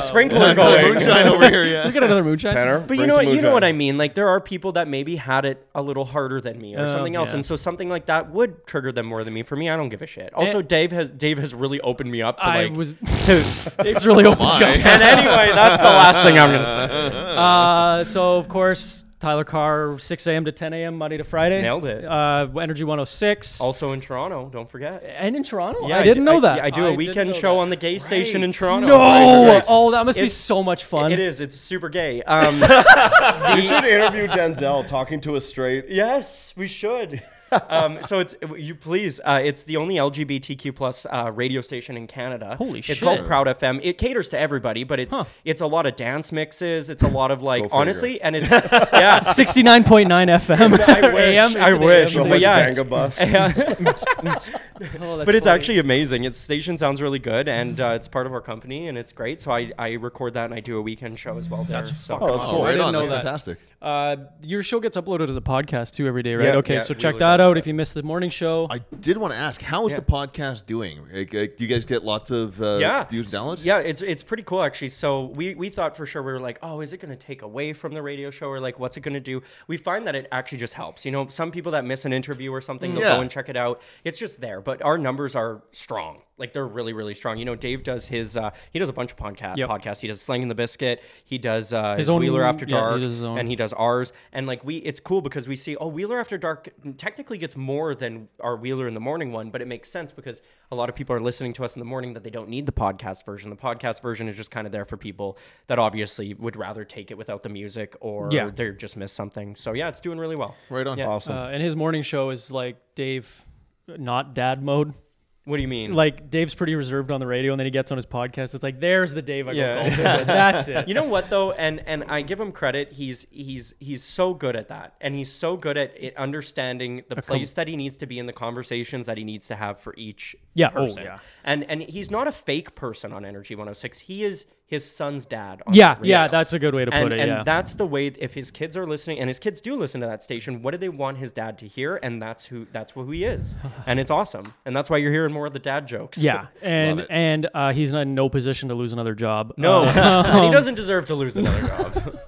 [SPEAKER 4] Got
[SPEAKER 5] sprinkler going.
[SPEAKER 4] moonshine over here. Yeah.
[SPEAKER 3] We got another moonshine.
[SPEAKER 5] But you know what you know what I mean. Like there are people that maybe had it a little harder than me or
[SPEAKER 3] Oh,
[SPEAKER 5] something else,
[SPEAKER 3] yeah. Eh.
[SPEAKER 5] and so something like that would trigger them more than me. For me, I don't give a shit. Also, Dave has Dave has really opened me up to
[SPEAKER 3] I
[SPEAKER 5] like.
[SPEAKER 3] was. It's really open joke.
[SPEAKER 5] and anyway, that's the last thing I'm gonna say.
[SPEAKER 3] Uh, so of course, Tyler Carr, 6 a.m. to 10 a.m. Monday to Friday.
[SPEAKER 5] Nailed it.
[SPEAKER 3] Uh, Energy 106.
[SPEAKER 5] Also in Toronto, don't forget.
[SPEAKER 3] and in Toronto,
[SPEAKER 5] Yeah,
[SPEAKER 3] I didn't
[SPEAKER 5] d-
[SPEAKER 3] know that.
[SPEAKER 5] yeah, I do a
[SPEAKER 3] a
[SPEAKER 5] weekend show on the gay station in Toronto.
[SPEAKER 3] No,
[SPEAKER 5] Right, right.
[SPEAKER 3] oh, that must be
[SPEAKER 5] It's-
[SPEAKER 3] so much fun.
[SPEAKER 5] It is. It's super gay. Um,
[SPEAKER 6] We should interview Denzel talking to a straight.
[SPEAKER 5] Yes, we should. um, so it's you please. Uh, it's the only LGBTQ plus uh, radio station in Canada.
[SPEAKER 3] Holy
[SPEAKER 5] it's
[SPEAKER 3] shit.
[SPEAKER 5] called Proud FM. It caters to everybody, but it's
[SPEAKER 3] Huh.
[SPEAKER 5] it's a lot of dance mixes. It's a lot of like
[SPEAKER 6] figure.
[SPEAKER 5] honestly, and it's yeah.
[SPEAKER 3] 69.9 FM.
[SPEAKER 5] I wish,
[SPEAKER 3] AM,
[SPEAKER 5] I
[SPEAKER 3] it's
[SPEAKER 5] wish,
[SPEAKER 3] an AM
[SPEAKER 5] but
[SPEAKER 3] station.
[SPEAKER 5] yeah,
[SPEAKER 6] Banga bus.
[SPEAKER 5] Yeah.
[SPEAKER 3] Oh, that's
[SPEAKER 5] but it's
[SPEAKER 3] funny.
[SPEAKER 5] actually amazing. Its station sounds really good, and uh, it's part of our company, and it's great. So I, I record that, and I do a weekend show as well. There. That's so.
[SPEAKER 3] fucking awesome.
[SPEAKER 4] Oh,
[SPEAKER 3] I
[SPEAKER 4] right
[SPEAKER 3] didn't
[SPEAKER 4] on.
[SPEAKER 3] know
[SPEAKER 4] That's
[SPEAKER 3] that.
[SPEAKER 4] fantastic.
[SPEAKER 3] Uh, your show gets uploaded as a podcast too every day, right?
[SPEAKER 5] Yeah,
[SPEAKER 3] okay,
[SPEAKER 5] yeah,
[SPEAKER 3] so
[SPEAKER 5] we
[SPEAKER 3] check
[SPEAKER 5] really
[SPEAKER 3] that
[SPEAKER 5] does
[SPEAKER 3] out if you missed the morning show.
[SPEAKER 4] I did want to ask, how is
[SPEAKER 5] Yeah.
[SPEAKER 4] the podcast doing? Like, like, do you guys get lots of uh,
[SPEAKER 5] yeah.
[SPEAKER 4] views and downloads?
[SPEAKER 5] Yeah, it's it's pretty cool actually. So we we thought for sure we were like, oh, is it going to take away from the radio show or like what's it going to do? We find that it actually just helps. You know, some people that miss an interview or something, they'll
[SPEAKER 4] Yeah.
[SPEAKER 5] go and check it out. It's just there, but our numbers are strong. Like they're really really strong. You know, Dave does his uh, he does a bunch of podcast
[SPEAKER 3] Yep.
[SPEAKER 5] podcasts. He does Slang in the Biscuit. He does uh, his,
[SPEAKER 3] own-
[SPEAKER 5] Wheeler After
[SPEAKER 3] yeah, he
[SPEAKER 5] Dark,
[SPEAKER 3] does his own.
[SPEAKER 5] and he does ours. And like we, it's cool because we see oh Wheeler After Dark. Technically, typically gets more than our Wheeler in the Morning one, but it makes sense because a lot of people are listening to us in the morning that they don't need the podcast version. The podcast version is just kind of there for people that obviously would rather take it without the music or
[SPEAKER 3] Yeah.
[SPEAKER 5] they just missed something. So yeah, it's doing really well.
[SPEAKER 4] Right on.
[SPEAKER 6] Awesome.
[SPEAKER 3] Uh, and his morning show is like Dave, not dad mode.
[SPEAKER 5] What do you mean?
[SPEAKER 3] Like Dave's pretty reserved on the radio, and then he gets on his podcast. It's like there's the Dave I
[SPEAKER 5] Yeah.
[SPEAKER 3] go golfing with. That's it.
[SPEAKER 5] you know what though and and i give him credit he's he's he's so good at that and he's so good at it understanding the place that he needs to be in the conversations that he needs to have for each
[SPEAKER 3] Yeah, oh,
[SPEAKER 5] person
[SPEAKER 3] yeah.
[SPEAKER 5] and and he's not a fake person on energy 106 he is his son's dad on
[SPEAKER 3] Yeah,
[SPEAKER 5] Energy
[SPEAKER 3] yeah,
[SPEAKER 5] 106.
[SPEAKER 3] that's a good way to
[SPEAKER 5] and,
[SPEAKER 3] put it,
[SPEAKER 5] and
[SPEAKER 3] yeah.
[SPEAKER 5] that's the way if his kids are listening and his kids do listen to that station what do they want his dad to hear and that's who that's who he is and it's awesome and that's why you're hearing more of the dad jokes
[SPEAKER 3] yeah, and
[SPEAKER 4] it.
[SPEAKER 3] and uh, he's not in no position to lose another job.
[SPEAKER 5] no
[SPEAKER 3] Uh,
[SPEAKER 5] Oh. and he doesn't deserve to lose another job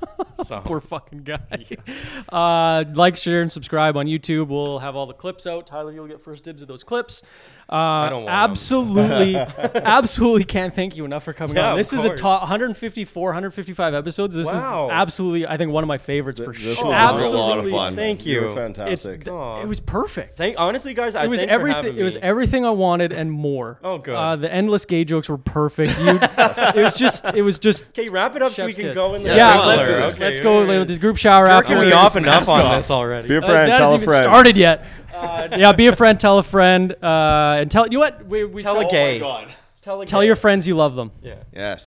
[SPEAKER 5] so
[SPEAKER 3] poor fucking guy. Uh, like, share, and subscribe on YouTube. We'll have all the clips out. Tyler, you'll get first dibs at those clips. Uh, I
[SPEAKER 5] don't want 'em.
[SPEAKER 3] absolutely, absolutely can't thank you enough for coming
[SPEAKER 5] Yeah,
[SPEAKER 3] on.
[SPEAKER 5] of
[SPEAKER 3] This is a
[SPEAKER 5] course.
[SPEAKER 3] top 154, 155 episodes. This
[SPEAKER 5] Wow.
[SPEAKER 3] is absolutely, I think, one of my favorites for
[SPEAKER 6] this
[SPEAKER 3] sure.
[SPEAKER 6] was
[SPEAKER 4] a lot of
[SPEAKER 3] Absolutely,
[SPEAKER 4] fun.
[SPEAKER 5] Thank you.
[SPEAKER 6] you were
[SPEAKER 3] it's
[SPEAKER 6] fantastic.
[SPEAKER 3] it was perfect.
[SPEAKER 5] Thank honestly, guys. I
[SPEAKER 3] It
[SPEAKER 5] Uh,
[SPEAKER 3] was
[SPEAKER 5] thanks for having
[SPEAKER 3] everything. It was
[SPEAKER 5] me.
[SPEAKER 3] everything I wanted and more.
[SPEAKER 5] Oh, good.
[SPEAKER 3] Uh, the endless gay jokes were perfect. You, it was just. It was just.
[SPEAKER 5] Okay, wrap it up so we
[SPEAKER 3] Chef's
[SPEAKER 5] can
[SPEAKER 3] kiss.
[SPEAKER 5] go in the
[SPEAKER 3] Yeah,
[SPEAKER 5] trailer.
[SPEAKER 3] let's,
[SPEAKER 5] Okay,
[SPEAKER 3] let's go
[SPEAKER 5] yeah, yeah,
[SPEAKER 3] with this group shower
[SPEAKER 5] yeah.
[SPEAKER 3] after.
[SPEAKER 5] Jerking me off and up on this already.
[SPEAKER 6] Be a
[SPEAKER 3] Uh, that
[SPEAKER 6] friend.
[SPEAKER 3] hasn't
[SPEAKER 6] tell a
[SPEAKER 3] even
[SPEAKER 6] friend.
[SPEAKER 3] started yet. yeah, be a friend, tell a friend, uh, and tell you know what we, we
[SPEAKER 5] Tell
[SPEAKER 3] saw-
[SPEAKER 5] a gay.
[SPEAKER 4] God.
[SPEAKER 5] Tell a
[SPEAKER 3] tell
[SPEAKER 5] gay.
[SPEAKER 3] your friends you love them.
[SPEAKER 4] Yes.